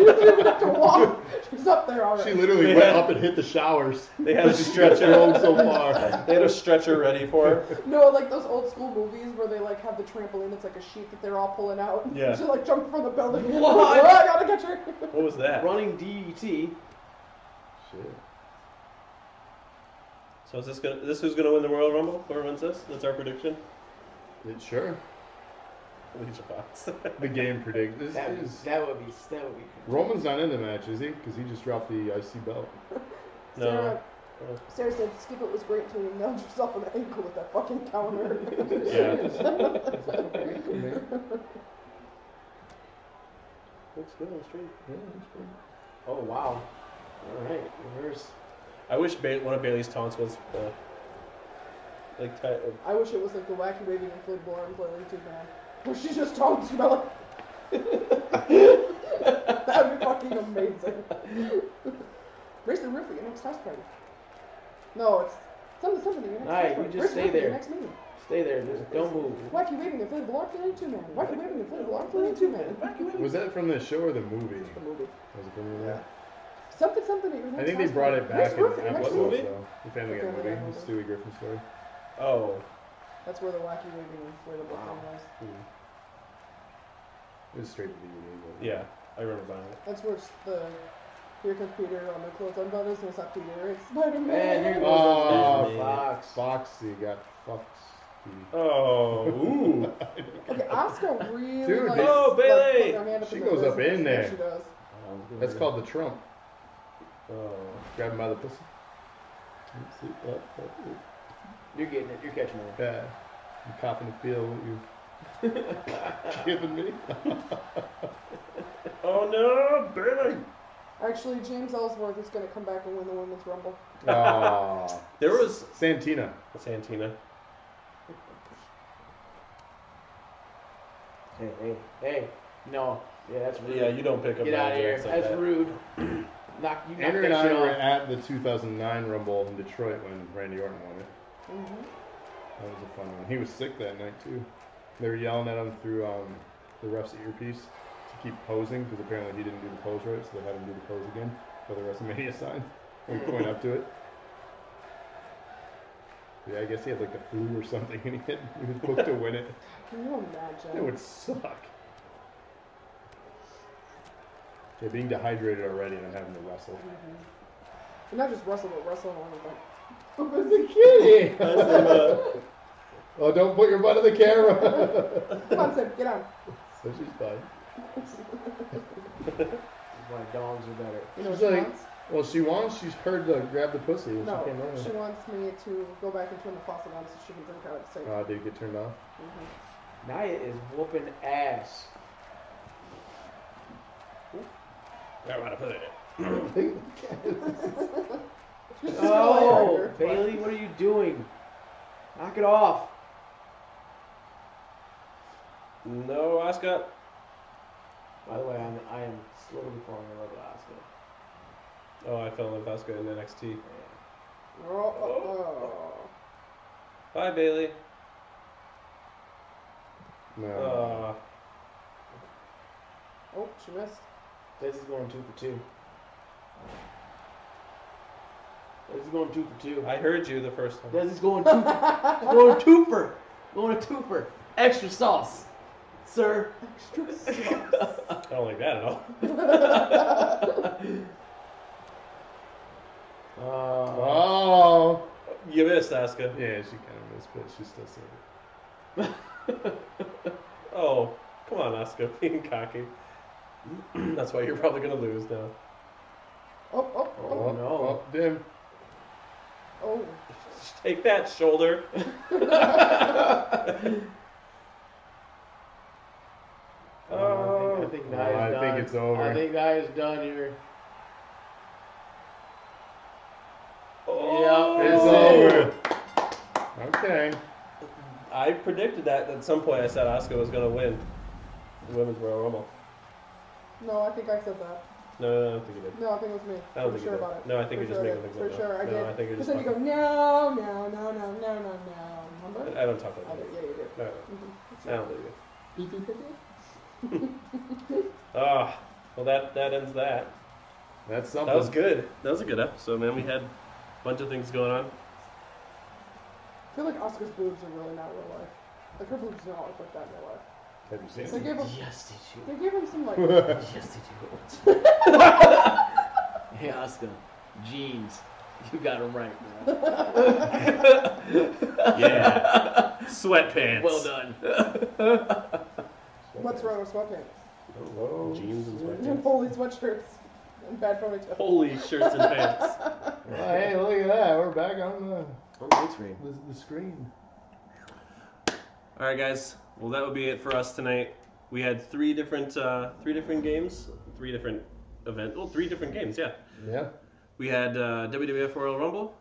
Speaker 4: to walk. She's up there already.
Speaker 1: She literally went up and hit the showers.
Speaker 2: They
Speaker 1: <laughs>
Speaker 2: had a
Speaker 1: Stretch her
Speaker 2: stretcher.
Speaker 1: home so far.
Speaker 2: They had a stretcher ready for her.
Speaker 4: No, like those old school movies where they like have the trampoline. It's like a sheet that they're all pulling out. <laughs>
Speaker 2: Yeah.
Speaker 4: She like jumped from
Speaker 3: <laughs>
Speaker 4: the building.
Speaker 3: What?
Speaker 4: Oh, I gotta catch
Speaker 2: <laughs>
Speaker 4: her.
Speaker 2: What was that?
Speaker 3: Running E DET.
Speaker 1: <laughs> Shit.
Speaker 2: So is this gonna? This who's gonna win the Royal Rumble? Whoever wins this, that's our prediction.
Speaker 1: It- sure.
Speaker 2: Alicia Fox.
Speaker 1: The game predicts. This
Speaker 3: That would,
Speaker 1: is-
Speaker 3: that would be that would be.
Speaker 1: Roman's not in the match, is he? Because he just dropped the IC belt.
Speaker 2: <laughs> no. Oh,
Speaker 4: Sarah, Sarah said Skip it was great until you nailed yourself an ankle with that fucking
Speaker 3: <laughs>
Speaker 4: counter. <laughs>
Speaker 2: Looks good on the street.
Speaker 3: Oh wow. All right, reverse. <laughs>
Speaker 2: I wish ba- one of Bailey's taunts was uh, like tight. uh,
Speaker 4: I wish it was like the wacky waving inflatable arm flailing too bad. Where she just talks about <laughs> like That'd be
Speaker 3: <laughs>
Speaker 4: fucking amazing. Raise the roof at your next house party. No, it's something something at your next
Speaker 3: All right,
Speaker 4: house
Speaker 3: you
Speaker 4: party.
Speaker 3: just
Speaker 4: Raise the
Speaker 3: stay
Speaker 4: roof at your
Speaker 3: there.
Speaker 4: next meeting.
Speaker 3: Stay there. Just don't move.
Speaker 4: Wacky waving inflatable arm flailing two man. Wacky waving inflatable arm flailing two man.
Speaker 1: Was that from the show or the movie?
Speaker 4: The movie.
Speaker 1: Was it from the
Speaker 4: Something something at your next
Speaker 1: I think they
Speaker 4: house
Speaker 1: brought
Speaker 4: party.
Speaker 1: it
Speaker 4: Raise
Speaker 1: back
Speaker 4: the
Speaker 1: in
Speaker 4: roof at your next
Speaker 1: episodes,
Speaker 2: What movie?
Speaker 1: though. The Family Guy
Speaker 4: Family
Speaker 1: movie.
Speaker 4: Guy movie.
Speaker 1: Stewie Griffin's story.
Speaker 2: Oh,
Speaker 4: That's where the wacky waving inflatable thing was.
Speaker 1: It was straight to DVD.
Speaker 2: yeah. I remember buying it.
Speaker 4: That's where it's the here comes Peter on the clothes on brothers and it's up to you. It's Spider
Speaker 3: Man, here
Speaker 4: Man.
Speaker 3: goes
Speaker 1: Oh,
Speaker 3: Disney
Speaker 1: man.
Speaker 3: Fox.
Speaker 1: Foxy got <laughs> Foxy.
Speaker 2: Oh,
Speaker 3: <laughs>
Speaker 2: ooh.
Speaker 4: Okay, Oscar really
Speaker 1: Dude,
Speaker 4: likes
Speaker 1: they-
Speaker 2: Oh,
Speaker 4: like,
Speaker 2: Bailey!
Speaker 4: putting her hand up
Speaker 1: She
Speaker 4: in the
Speaker 1: goes up
Speaker 4: business.
Speaker 1: in
Speaker 4: Yeah,
Speaker 1: there.
Speaker 4: She does.
Speaker 1: That's called the Trump.
Speaker 2: Oh.
Speaker 1: Grab him by the pussy. oh,
Speaker 3: You're getting it. You're catching it.
Speaker 1: Yeah. You copping the feel what you <laughs> giving me.
Speaker 2: Oh no, Bailey.
Speaker 4: Actually, James Ellsworth is going to come back and win the Women's Rumble.
Speaker 1: Aw.
Speaker 2: There was
Speaker 1: Santina.
Speaker 2: Santina.
Speaker 3: Hey, hey, hey. No. Yeah, that's rude.
Speaker 2: Yeah, you don't pick up.
Speaker 3: Get out of
Speaker 2: Nia
Speaker 3: here.
Speaker 2: Jax Like
Speaker 3: that's
Speaker 2: that.
Speaker 3: rude. Knock you. Knock
Speaker 1: Andrew
Speaker 3: that
Speaker 1: and I
Speaker 3: shit
Speaker 1: were
Speaker 3: off.
Speaker 1: at the 2009 Rumble in Detroit when Randy Orton won it.
Speaker 4: Mm-hmm.
Speaker 1: That was a fun one. He was sick that night too. They were yelling at him through um, the ref's earpiece to keep posing because apparently he didn't do the pose right, so they had him do the pose again for the WrestleMania sign <laughs> and point up to it. Yeah, I guess he had like the flu or something, and he, had, he was booked to win it.
Speaker 4: Can you
Speaker 1: It
Speaker 4: imagine?
Speaker 1: would suck. Yeah, being dehydrated already and then having to wrestle.
Speaker 4: And not just wrestle, but wrestle on with like, who
Speaker 1: <laughs>
Speaker 4: was the kid?
Speaker 1: oh, don't put your butt in the camera. <laughs>
Speaker 4: Come on, Sid, get on.
Speaker 1: so she's fine.
Speaker 3: Why dogs are better.
Speaker 4: You know what
Speaker 1: She's
Speaker 4: she
Speaker 1: like-
Speaker 4: wants?
Speaker 1: Well, she wants. She's heard to grab the pussy when she came
Speaker 4: No,
Speaker 1: over.
Speaker 4: she wants me to go back and turn the faucet on so she can drink out of the sink.
Speaker 1: Uh, did it get turned off?
Speaker 4: Mhm.
Speaker 3: Naya is whooping ass.
Speaker 2: Forgot how to put it. <clears throat>
Speaker 4: <laughs> She's just gonna lay
Speaker 3: Oh,
Speaker 4: right here.
Speaker 3: Bailey, what are you doing? Knock it off.
Speaker 2: No, Oscar.
Speaker 3: By the way, I'm, I am slowly falling in love with Oscar.
Speaker 2: Oh, I fell in love with Oscar in NXT.
Speaker 4: Oh, oh, oh.
Speaker 2: Bye, Bailey.
Speaker 1: No.
Speaker 2: Uh,
Speaker 4: Oh, she
Speaker 2: <laughs>
Speaker 4: missed.
Speaker 3: This is going two for two. This is going two for two.
Speaker 2: I heard you the first time.
Speaker 3: This is going
Speaker 4: Oh,
Speaker 3: two. it's <laughs> going two for. Going a two for. Extra sauce, sir.
Speaker 2: I
Speaker 3: <laughs>
Speaker 2: don't like that at all. <laughs>
Speaker 3: Uh, <laughs>
Speaker 1: oh.
Speaker 2: You missed, Oscar.
Speaker 1: Yeah, she kind of missed, but she still said it.
Speaker 2: Oh, come on, Oscar, <laughs> being cocky. <clears throat> That's why you're probably gonna lose now.
Speaker 4: Oh, oh, oh,
Speaker 1: Oh,
Speaker 3: no.
Speaker 1: Oh, dim.
Speaker 4: oh.
Speaker 2: Take that shoulder.
Speaker 1: <laughs>
Speaker 3: Oh, I think, I think
Speaker 1: Oh,
Speaker 3: Naya's
Speaker 1: I
Speaker 3: done.
Speaker 1: think it's over.
Speaker 3: I think Naya's done here.
Speaker 2: Oh.
Speaker 1: It's over. Okay.
Speaker 2: I predicted that at some point. I said Oscar was gonna win the women's Royal Rumble.
Speaker 4: No, I think I said that.
Speaker 2: No, no, no, I don't think you did.
Speaker 4: No, I think it was me.
Speaker 2: I don't
Speaker 4: am
Speaker 2: think
Speaker 4: sure
Speaker 2: you did.
Speaker 4: about it.
Speaker 2: No, I think
Speaker 4: For
Speaker 2: you're just
Speaker 4: sure I
Speaker 2: making
Speaker 4: did.
Speaker 2: things up
Speaker 4: For
Speaker 2: now.
Speaker 4: sure, I
Speaker 2: No,
Speaker 4: did.
Speaker 2: I think you're
Speaker 4: Because
Speaker 2: just
Speaker 4: then you go, no, no, no, no, no, no, no, no. Remember?
Speaker 2: I don't talk like
Speaker 4: I did.
Speaker 2: that.
Speaker 4: Yeah, you did.
Speaker 2: No, no, no. I don't believe you. <laughs>
Speaker 8: Ah, well that that ends that.
Speaker 1: That's something.
Speaker 8: That was good.
Speaker 2: That was a good episode, man. We had a bunch of things going on.
Speaker 4: I feel like Oscar's boobs are really not real life. Like her boobs don't look like that in real life.
Speaker 1: Have you seen
Speaker 4: They
Speaker 1: it?
Speaker 4: gave him,
Speaker 3: Yes, did
Speaker 4: they gave
Speaker 2: <laughs>
Speaker 4: him some like.
Speaker 1: <laughs>
Speaker 3: you? Yes, did you? hey, Oscar, jeans. You got them right, man.
Speaker 2: Yeah. <laughs> Sweatpants.
Speaker 3: Well done.
Speaker 4: What's wrong with sweatpants?
Speaker 1: Hello.
Speaker 2: Jeans and sweatpants.
Speaker 4: And Foley sweatshirts and bad ponytails.
Speaker 2: Holy shirts and pants.
Speaker 1: Well, hey, look at that. We're back on the,
Speaker 3: On the big screen.
Speaker 1: the, the screen.
Speaker 2: All right, guys. Well, that would be it for us tonight. We had three different, uh, three different games, three different events. Well, three different games. Yeah.
Speaker 1: Yeah.
Speaker 2: We had uh, WWF Royal Rumble.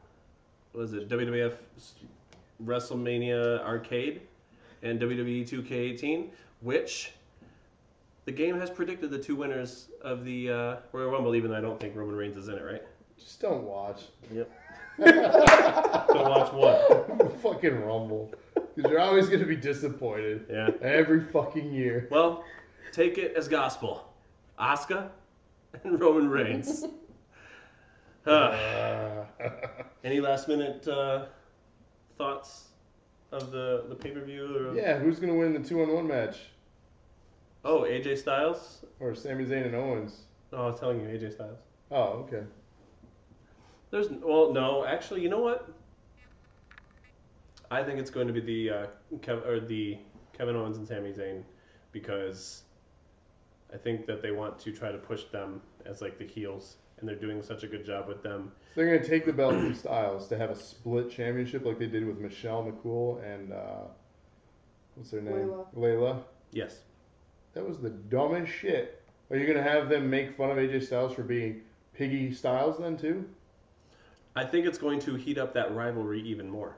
Speaker 2: What was it WWF WrestleMania Arcade and E WWE 2K18, which the game has predicted the two winners of the uh, Royal Rumble, even though I don't think Roman Reigns is in it. Right?
Speaker 1: Just don't watch. <laughs>
Speaker 2: Don't watch one.
Speaker 1: fucking Rumble. Because you're always going to be disappointed.
Speaker 2: Yeah.
Speaker 1: Every fucking year.
Speaker 2: Well, take it as gospel. Asuka and <laughs> Roman Reigns. Uh,
Speaker 1: Uh, <laughs>
Speaker 2: any last minute uh, thoughts of the, the pay per view? Or...
Speaker 1: yeah, who's going to win the two on one match?
Speaker 2: Oh, AJ Styles?
Speaker 1: Or Sami Zayn and Owens?
Speaker 2: Oh, I was telling you, AJ Styles.
Speaker 1: Oh, okay.
Speaker 2: There's well, no, actually, you know what? I think it's going to be the uh, Kev- or the Kevin Owens and Sami Zayn because I think that they want to try to push them as like the heels, and they're doing such a good job with them.
Speaker 1: So they're going to take the belt from <clears throat> Styles to have a split championship like they did with Michelle McCool and, uh, what's her name?
Speaker 4: Layla.
Speaker 1: Layla.
Speaker 2: Yes,
Speaker 1: That was the dumbest shit. Are you going to have them make fun of AJ Styles for being Piggy Styles then, too?
Speaker 2: I think it's going to heat up that rivalry even more.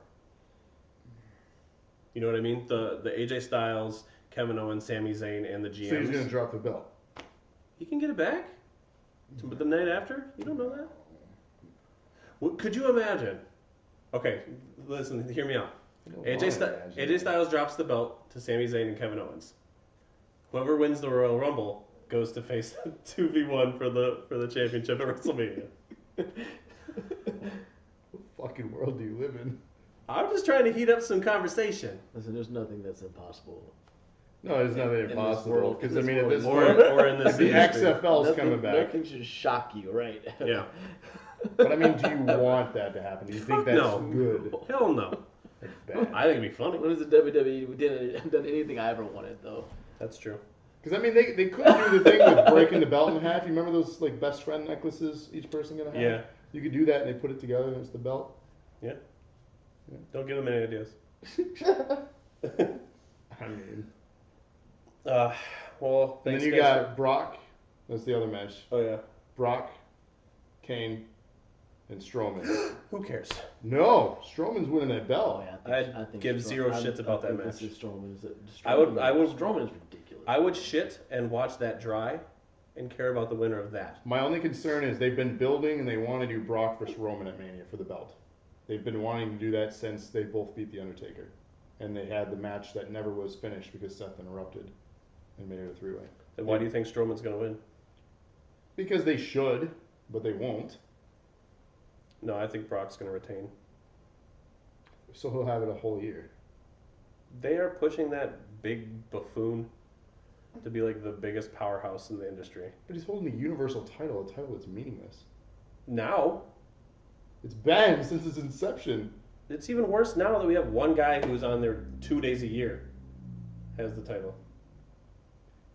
Speaker 2: You know what I mean? The the AJ Styles, Kevin Owens, Sami Zayn, and the GMs.
Speaker 1: So he's going to drop the belt.
Speaker 2: He can get it back? To- But the night after? You don't know that? What, could you imagine? Okay, listen, hear me out.
Speaker 1: I don't
Speaker 2: AJ,
Speaker 1: wanna
Speaker 2: St-
Speaker 1: imagine.
Speaker 2: AJ Styles drops the belt to Sami Zayn and Kevin Owens. Whoever wins the Royal Rumble goes to face <laughs> 2v1 for the for the championship at WrestleMania.
Speaker 1: What fucking world do you live in?
Speaker 2: I'm just trying to heat up some conversation.
Speaker 3: <laughs> Listen, there's nothing that's impossible.
Speaker 1: No, it's not
Speaker 3: this
Speaker 1: impossible.
Speaker 3: world-
Speaker 1: Because
Speaker 3: in
Speaker 1: I
Speaker 3: this
Speaker 1: mean, at
Speaker 3: world,
Speaker 1: this
Speaker 2: Or,
Speaker 1: point,
Speaker 2: or
Speaker 3: <laughs>
Speaker 2: in
Speaker 1: <laughs>
Speaker 2: this
Speaker 1: if the
Speaker 2: industry.
Speaker 1: XFL's
Speaker 3: nothing,
Speaker 1: coming back.
Speaker 3: Nothing should shock you, right? <laughs>
Speaker 2: Yeah.
Speaker 1: But I mean, do you want that to happen? Do you think
Speaker 2: Fuck
Speaker 1: that's
Speaker 2: no.
Speaker 1: good?
Speaker 2: Hell no. I think it'd be funny.
Speaker 3: When was the WWE? We didn't done anything I ever wanted though.
Speaker 2: That's true.
Speaker 1: Because I mean, they, they could do the thing with breaking the belt in half. You remember those like best friend necklaces each person gonna have?
Speaker 2: Yeah.
Speaker 1: You could do that, and they put it together, and it's the belt.
Speaker 2: Yeah. Don't give them any ideas.
Speaker 1: I mean,
Speaker 2: Uh, well,
Speaker 1: and then
Speaker 2: thanks
Speaker 1: you
Speaker 2: guys
Speaker 1: got Brock. That's the other match.
Speaker 2: for- oh yeah.
Speaker 1: Brock, Kane, and Strowman.
Speaker 2: Who cares?
Speaker 1: no, Strowman's winning that
Speaker 3: Oh
Speaker 1: belt.
Speaker 3: yeah, I
Speaker 2: I'd
Speaker 3: think, I think
Speaker 2: give
Speaker 3: Stro-
Speaker 2: zero
Speaker 3: I-
Speaker 2: shits
Speaker 3: I
Speaker 2: about that
Speaker 3: think this
Speaker 2: match.
Speaker 3: is Strowman is
Speaker 2: I would- I would-
Speaker 3: Strowman is ridiculous.
Speaker 2: I would shit and watch that dry, and care about the winner of that.
Speaker 1: My only concern is they've been building and they want to do Brock versus Roman at Mania for the belt. They've been wanting to do that since they both beat The Undertaker. And they had the match that never was finished because Seth interrupted and made it a three way.
Speaker 2: Then why do you think Strowman's gonna win?
Speaker 1: Because they should, but they won't.
Speaker 2: No, I think Brock's gonna retain.
Speaker 1: So he'll have it a whole year.
Speaker 2: They are pushing that big buffoon to be like the biggest powerhouse in the industry.
Speaker 1: But he's holding the Universal title, a title that's meaningless.
Speaker 2: Now
Speaker 1: It's been <laughs> since its inception.
Speaker 2: it's even worse now that we have one guy who's on there two days a year has the title.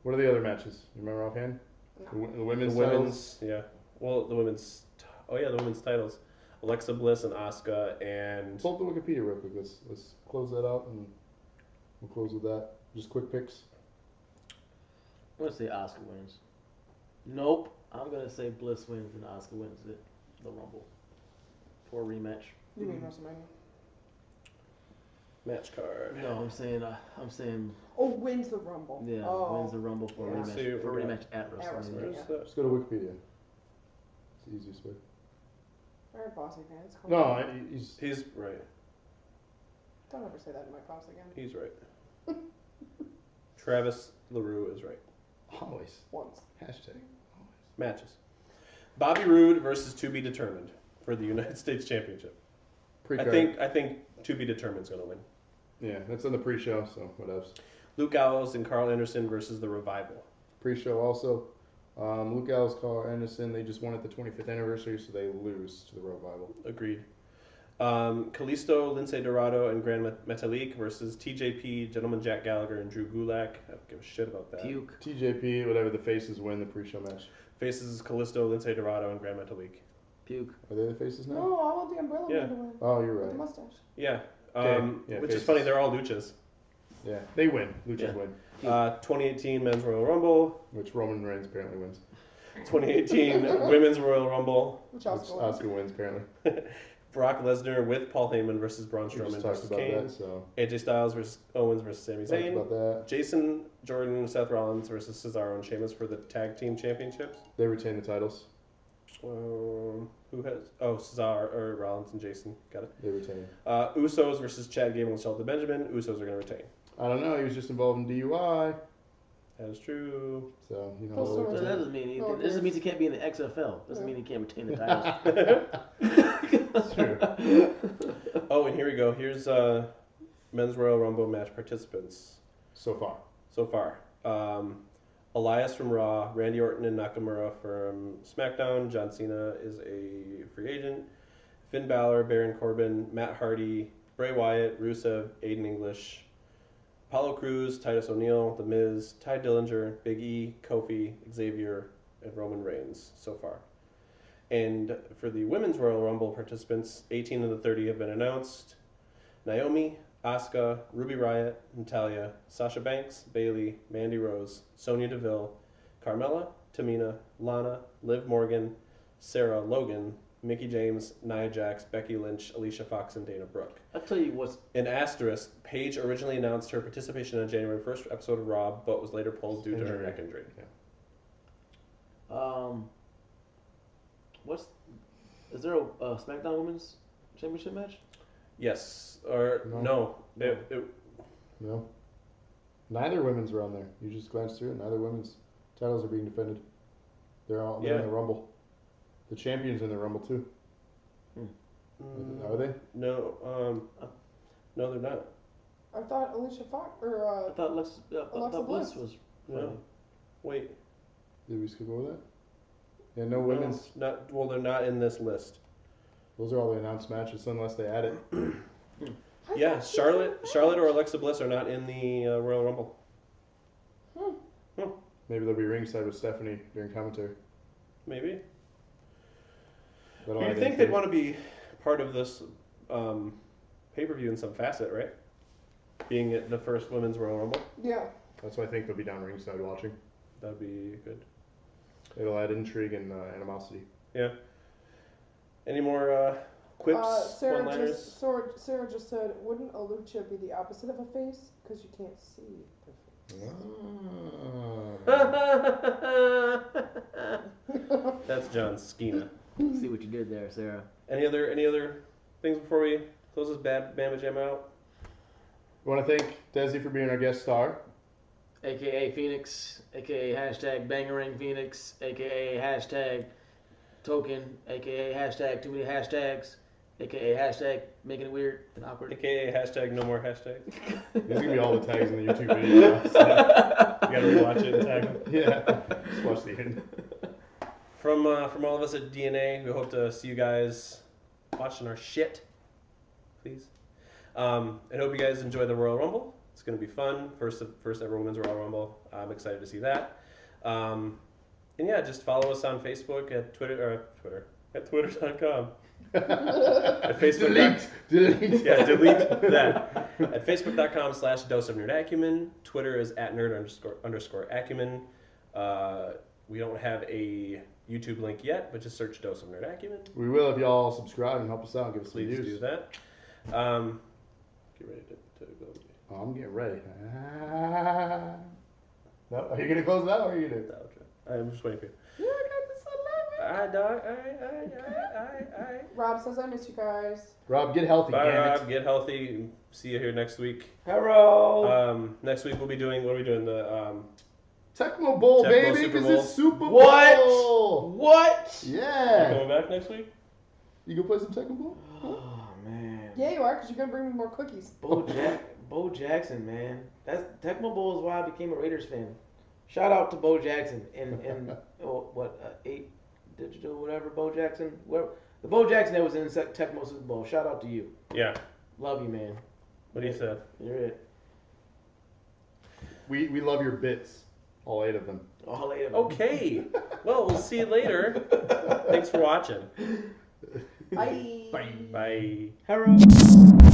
Speaker 1: What are the other matches? You remember offhand? The, w- the
Speaker 2: The
Speaker 1: women's titles?
Speaker 2: women's, yeah. Well, the women's. T- oh yeah, the women's titles. Alexa Bliss and Asuka and
Speaker 1: Pull up the Wikipedia real quick. Let's, let's close that out and we'll close with that. Just quick picks.
Speaker 3: I'm gonna say Oscar wins. Nope. I'm gonna say Bliss wins and Oscar wins it. The Rumble for a rematch.
Speaker 4: You mean WrestleMania?
Speaker 2: match card.
Speaker 3: No, I'm saying uh, I'm saying
Speaker 4: Oh, wins the Rumble.
Speaker 3: yeah
Speaker 4: Oh.
Speaker 3: wins the Rumble for a
Speaker 4: Yeah.
Speaker 3: rematch
Speaker 2: See what
Speaker 3: for
Speaker 2: we
Speaker 3: a
Speaker 2: got.
Speaker 3: rematch at
Speaker 4: At
Speaker 3: WrestleMania.
Speaker 4: WrestleMania.
Speaker 2: There's the-
Speaker 1: Just go to Wikipedia. It's the easiest way.
Speaker 4: We're a Bosley fan. It's cool.
Speaker 1: No, I- he's
Speaker 2: He's right.
Speaker 4: Don't ever say that in my class again.
Speaker 2: He's right. <laughs> Travis LaRue is right.
Speaker 1: Always.
Speaker 4: Once.
Speaker 1: Hashtag.
Speaker 2: Matches. Bobby Roode versus to be determined for the <laughs> United States Championship. I
Speaker 1: Pre-card.
Speaker 2: think I think to be determined's gonna win.
Speaker 1: Yeah, that's in the pre-show, so what else?
Speaker 2: Luke Gallows and Carl Anderson versus the Revival.
Speaker 1: Pre-show also. Um, Luke Gallows, Carl Anderson, they just won at the 25th anniversary, so they lose to the Revival.
Speaker 2: Agreed. Um, Kalisto, Lince Dorado, and Grand Met- Metalik versus TJP, Gentleman Jack Gallagher, and Drew Gulak. I don't give a shit about that.
Speaker 3: Puke.
Speaker 1: TJP, whatever the faces win the pre-show match.
Speaker 2: Faces Kalisto, Lince Dorado, and Grand Metalik.
Speaker 3: Puke.
Speaker 1: Are they the faces now?
Speaker 4: No, I want the umbrella
Speaker 2: Yeah.
Speaker 4: man to win.
Speaker 1: Oh, you're
Speaker 4: With the
Speaker 1: right.
Speaker 4: mustache.
Speaker 2: Yeah. Um,
Speaker 1: Okay. Yeah,
Speaker 2: which
Speaker 1: faces.
Speaker 2: is funny, they're all luchas.
Speaker 1: Yeah, they win. Luchas
Speaker 2: Yeah.
Speaker 1: win,
Speaker 2: Uh, 2018 Men's Royal Rumble,
Speaker 1: which Roman Reigns apparently wins.
Speaker 2: 2018 Women's Royal Rumble,
Speaker 4: Which
Speaker 1: Which
Speaker 4: Oscar wins.
Speaker 1: Oscar wins apparently.
Speaker 2: Brock Lesnar with Paul Heyman versus Braun
Speaker 1: We
Speaker 2: Strowman
Speaker 1: just talked
Speaker 2: versus
Speaker 1: about
Speaker 2: Kane,
Speaker 1: that. So
Speaker 2: AJ Styles versus Owens versus Sami
Speaker 1: talked
Speaker 2: Zayn,
Speaker 1: about that.
Speaker 2: Jason Jordan, Seth Rollins versus Cesaro and Sheamus for the tag team championships.
Speaker 1: They retain the titles.
Speaker 2: Um, who has? Oh, Cesaro or Rollins and Jason. Got it.
Speaker 1: They retain.
Speaker 2: Uh, Usos versus Chad Gable and Shelton Benjamin. Usos are going to retain.
Speaker 1: I don't know. He was just involved in DUI,
Speaker 2: That is true.
Speaker 1: so you know.
Speaker 4: Those
Speaker 1: they'll
Speaker 4: are-
Speaker 3: So
Speaker 1: retain.
Speaker 3: that doesn't mean anything.
Speaker 4: Oh,
Speaker 3: This
Speaker 4: okay.
Speaker 3: just means he can't be in the XFL. Doesn't mean he can't
Speaker 2: <laughs>
Speaker 3: retain the title. <laughs>
Speaker 1: true.
Speaker 2: Oh, and here we go. Here's uh, men's Royal Rumble match participants
Speaker 1: <laughs> so far.
Speaker 2: so far. Um, Elias from Raw, Randy Orton and Nakamura from SmackDown. John Cena is a free agent. Finn Balor, Baron Corbin, Matt Hardy, Bray Wyatt, Rusev, Aiden English, Apollo Cruz, Titus O'Neil, The Miz, Ty Dillinger, Big E, Kofi, Xavier, and Roman Reigns so far. And for the Women's Royal Rumble participants, 18 of the 30 have been announced. Naomi, Asuka, Ruby Riot, Natalia, Sasha Banks, Bailey, Mandy Rose, Sonya Deville, Carmella, Tamina, Lana, Liv Morgan, Sarah Logan, Mickey James, Nia Jax, Becky Lynch, Alicia Fox, and Dana Brooke.
Speaker 3: I'll tell you what's
Speaker 2: In asterisk, Paige originally announced her participation on January 1st episode of Raw, but was later pulled due to her
Speaker 1: Injury.
Speaker 2: neck injury.
Speaker 3: um. What's is there a, a SmackDown Women's Championship match?
Speaker 2: Yes, or
Speaker 1: No.
Speaker 2: no, it- it-
Speaker 1: No. Neither women's were on there. You just glanced through it. Neither women's titles are being defended. They're all they're in
Speaker 2: Yeah.
Speaker 1: the Rumble. The champions are in the Rumble too. Are they?
Speaker 2: no, um, no, they're not.
Speaker 4: I thought Alicia Fox or
Speaker 3: I
Speaker 4: uh,
Speaker 3: thought Lex, uh, I
Speaker 4: Alexa
Speaker 3: thought Bliss
Speaker 4: Bliss.
Speaker 3: was.
Speaker 2: No, wait,
Speaker 1: Did we skip over that? Yeah, no
Speaker 2: No,
Speaker 1: women's.
Speaker 2: Not well, they're not in this list. <clears throat>
Speaker 1: Those are all the announced matches, unless they add it.
Speaker 4: I
Speaker 2: Yeah,
Speaker 4: thought she
Speaker 2: Charlotte,
Speaker 4: was in
Speaker 2: Charlotte, or
Speaker 4: that.
Speaker 2: Alexa Bliss are not in the uh, Royal Rumble.
Speaker 1: Maybe they'll be ringside with Stephanie during commentary.
Speaker 2: Maybe.
Speaker 1: That'll
Speaker 2: You
Speaker 1: add
Speaker 2: think
Speaker 1: in
Speaker 2: they'd
Speaker 1: too.
Speaker 2: want to be part of this um, pay per view in some facet, right? Being at the first women's Royal Rumble,
Speaker 4: Yeah.
Speaker 1: That's why I think they'll be down ringside watching.
Speaker 2: that'd be good.
Speaker 1: It'll add intrigue and uh, animosity.
Speaker 2: Any more uh, quips,
Speaker 4: Uh, Sarah
Speaker 2: one-liners?
Speaker 4: just Sarah, Sarah just said, "Wouldn't a lucha be the opposite of a face? Because you
Speaker 2: <laughs>
Speaker 4: can't see their <laughs> face."
Speaker 1: Ah.
Speaker 2: That's John Skena.
Speaker 3: See what you did there, Sarah.
Speaker 2: Any other any other things before we close this bad Bama Jam out?
Speaker 1: We want to thank Desi for being our guest star.
Speaker 3: AKA Phoenix, AKA hashtag Bangerang Phoenix, AKA hashtag Token, AKA hashtag Too Many Hashtags, AKA hashtag Making It Weird
Speaker 2: <laughs>
Speaker 3: and Awkward.
Speaker 2: AKA hashtag no more hashtag.
Speaker 1: These are gonna be
Speaker 3: <laughs>
Speaker 1: all <laughs> the tags in the YouTube video. now, <laughs> so
Speaker 2: You gotta rewatch it and tag them.
Speaker 1: yeah, just watch the end.
Speaker 3: <laughs>
Speaker 2: From uh, from all of us at DNA, we hope to see you guys watching our shit, please. Um, and hope you guys enjoy the Royal Rumble. It's gonna be fun. First first ever women's Royal Rumble. I'm excited to see that. Um, and yeah, just follow us on Facebook at Twitter or Twitter at Twitter.com. at Facebook.
Speaker 1: Delete, delete.
Speaker 2: Yeah, delete that. At facebook.com slash dose of nerd acumen. Twitter is at nerd underscore, underscore acumen. Uh, we don't have a YouTube link yet, but just search dose of nerd acumen.
Speaker 1: We will if y'all subscribe and help us out. Give us
Speaker 2: Please
Speaker 1: some views.
Speaker 2: do that. Um, get ready to, to go.
Speaker 1: Oh, I'm getting ready. Ah. No, are you gonna close that or are you gonna?
Speaker 2: to the outro. I'm just waiting for you.
Speaker 4: You got this. I love it.
Speaker 2: All I, dog. I, I, I, I, I.
Speaker 4: Rob says I miss you guys.
Speaker 1: Rob, get healthy.
Speaker 2: Bye,
Speaker 1: damn it.
Speaker 2: Rob. Get healthy. See you here next week.
Speaker 1: Oh.
Speaker 3: Hello.
Speaker 2: Um, next week we'll be doing. What are we doing? The um,
Speaker 1: Tecmo Bowl,
Speaker 2: Tecmo
Speaker 1: baby,
Speaker 2: Super
Speaker 1: because
Speaker 2: Bowl.
Speaker 1: it's Super Bowl.
Speaker 3: What? what?
Speaker 2: you
Speaker 1: Yeah.
Speaker 2: coming back next week?
Speaker 1: You gonna play some Tecmo Bowl?
Speaker 3: Oh man.
Speaker 4: Yeah, you are, because you're going to bring me more
Speaker 2: <laughs>
Speaker 4: cookies.
Speaker 3: Bo Jack, Bo Jackson, man. That's Tecmo Bowl is why I became a Raiders fan. Shout out to Bo Jackson and and oh, what uh, eight digital whatever Bo Jackson. Where the Bo Jackson that was in Sec- Tecmo Super Bowl. Shout out to you.
Speaker 2: Yeah.
Speaker 3: Love you, man.
Speaker 2: What do you said?
Speaker 3: You're it.
Speaker 1: We we love your bits, all eight of them.
Speaker 3: All eight of them.
Speaker 2: Okay. well, we'll see you later. <laughs> Thanks for watching.
Speaker 4: Bye.
Speaker 2: Bye.
Speaker 3: Harold.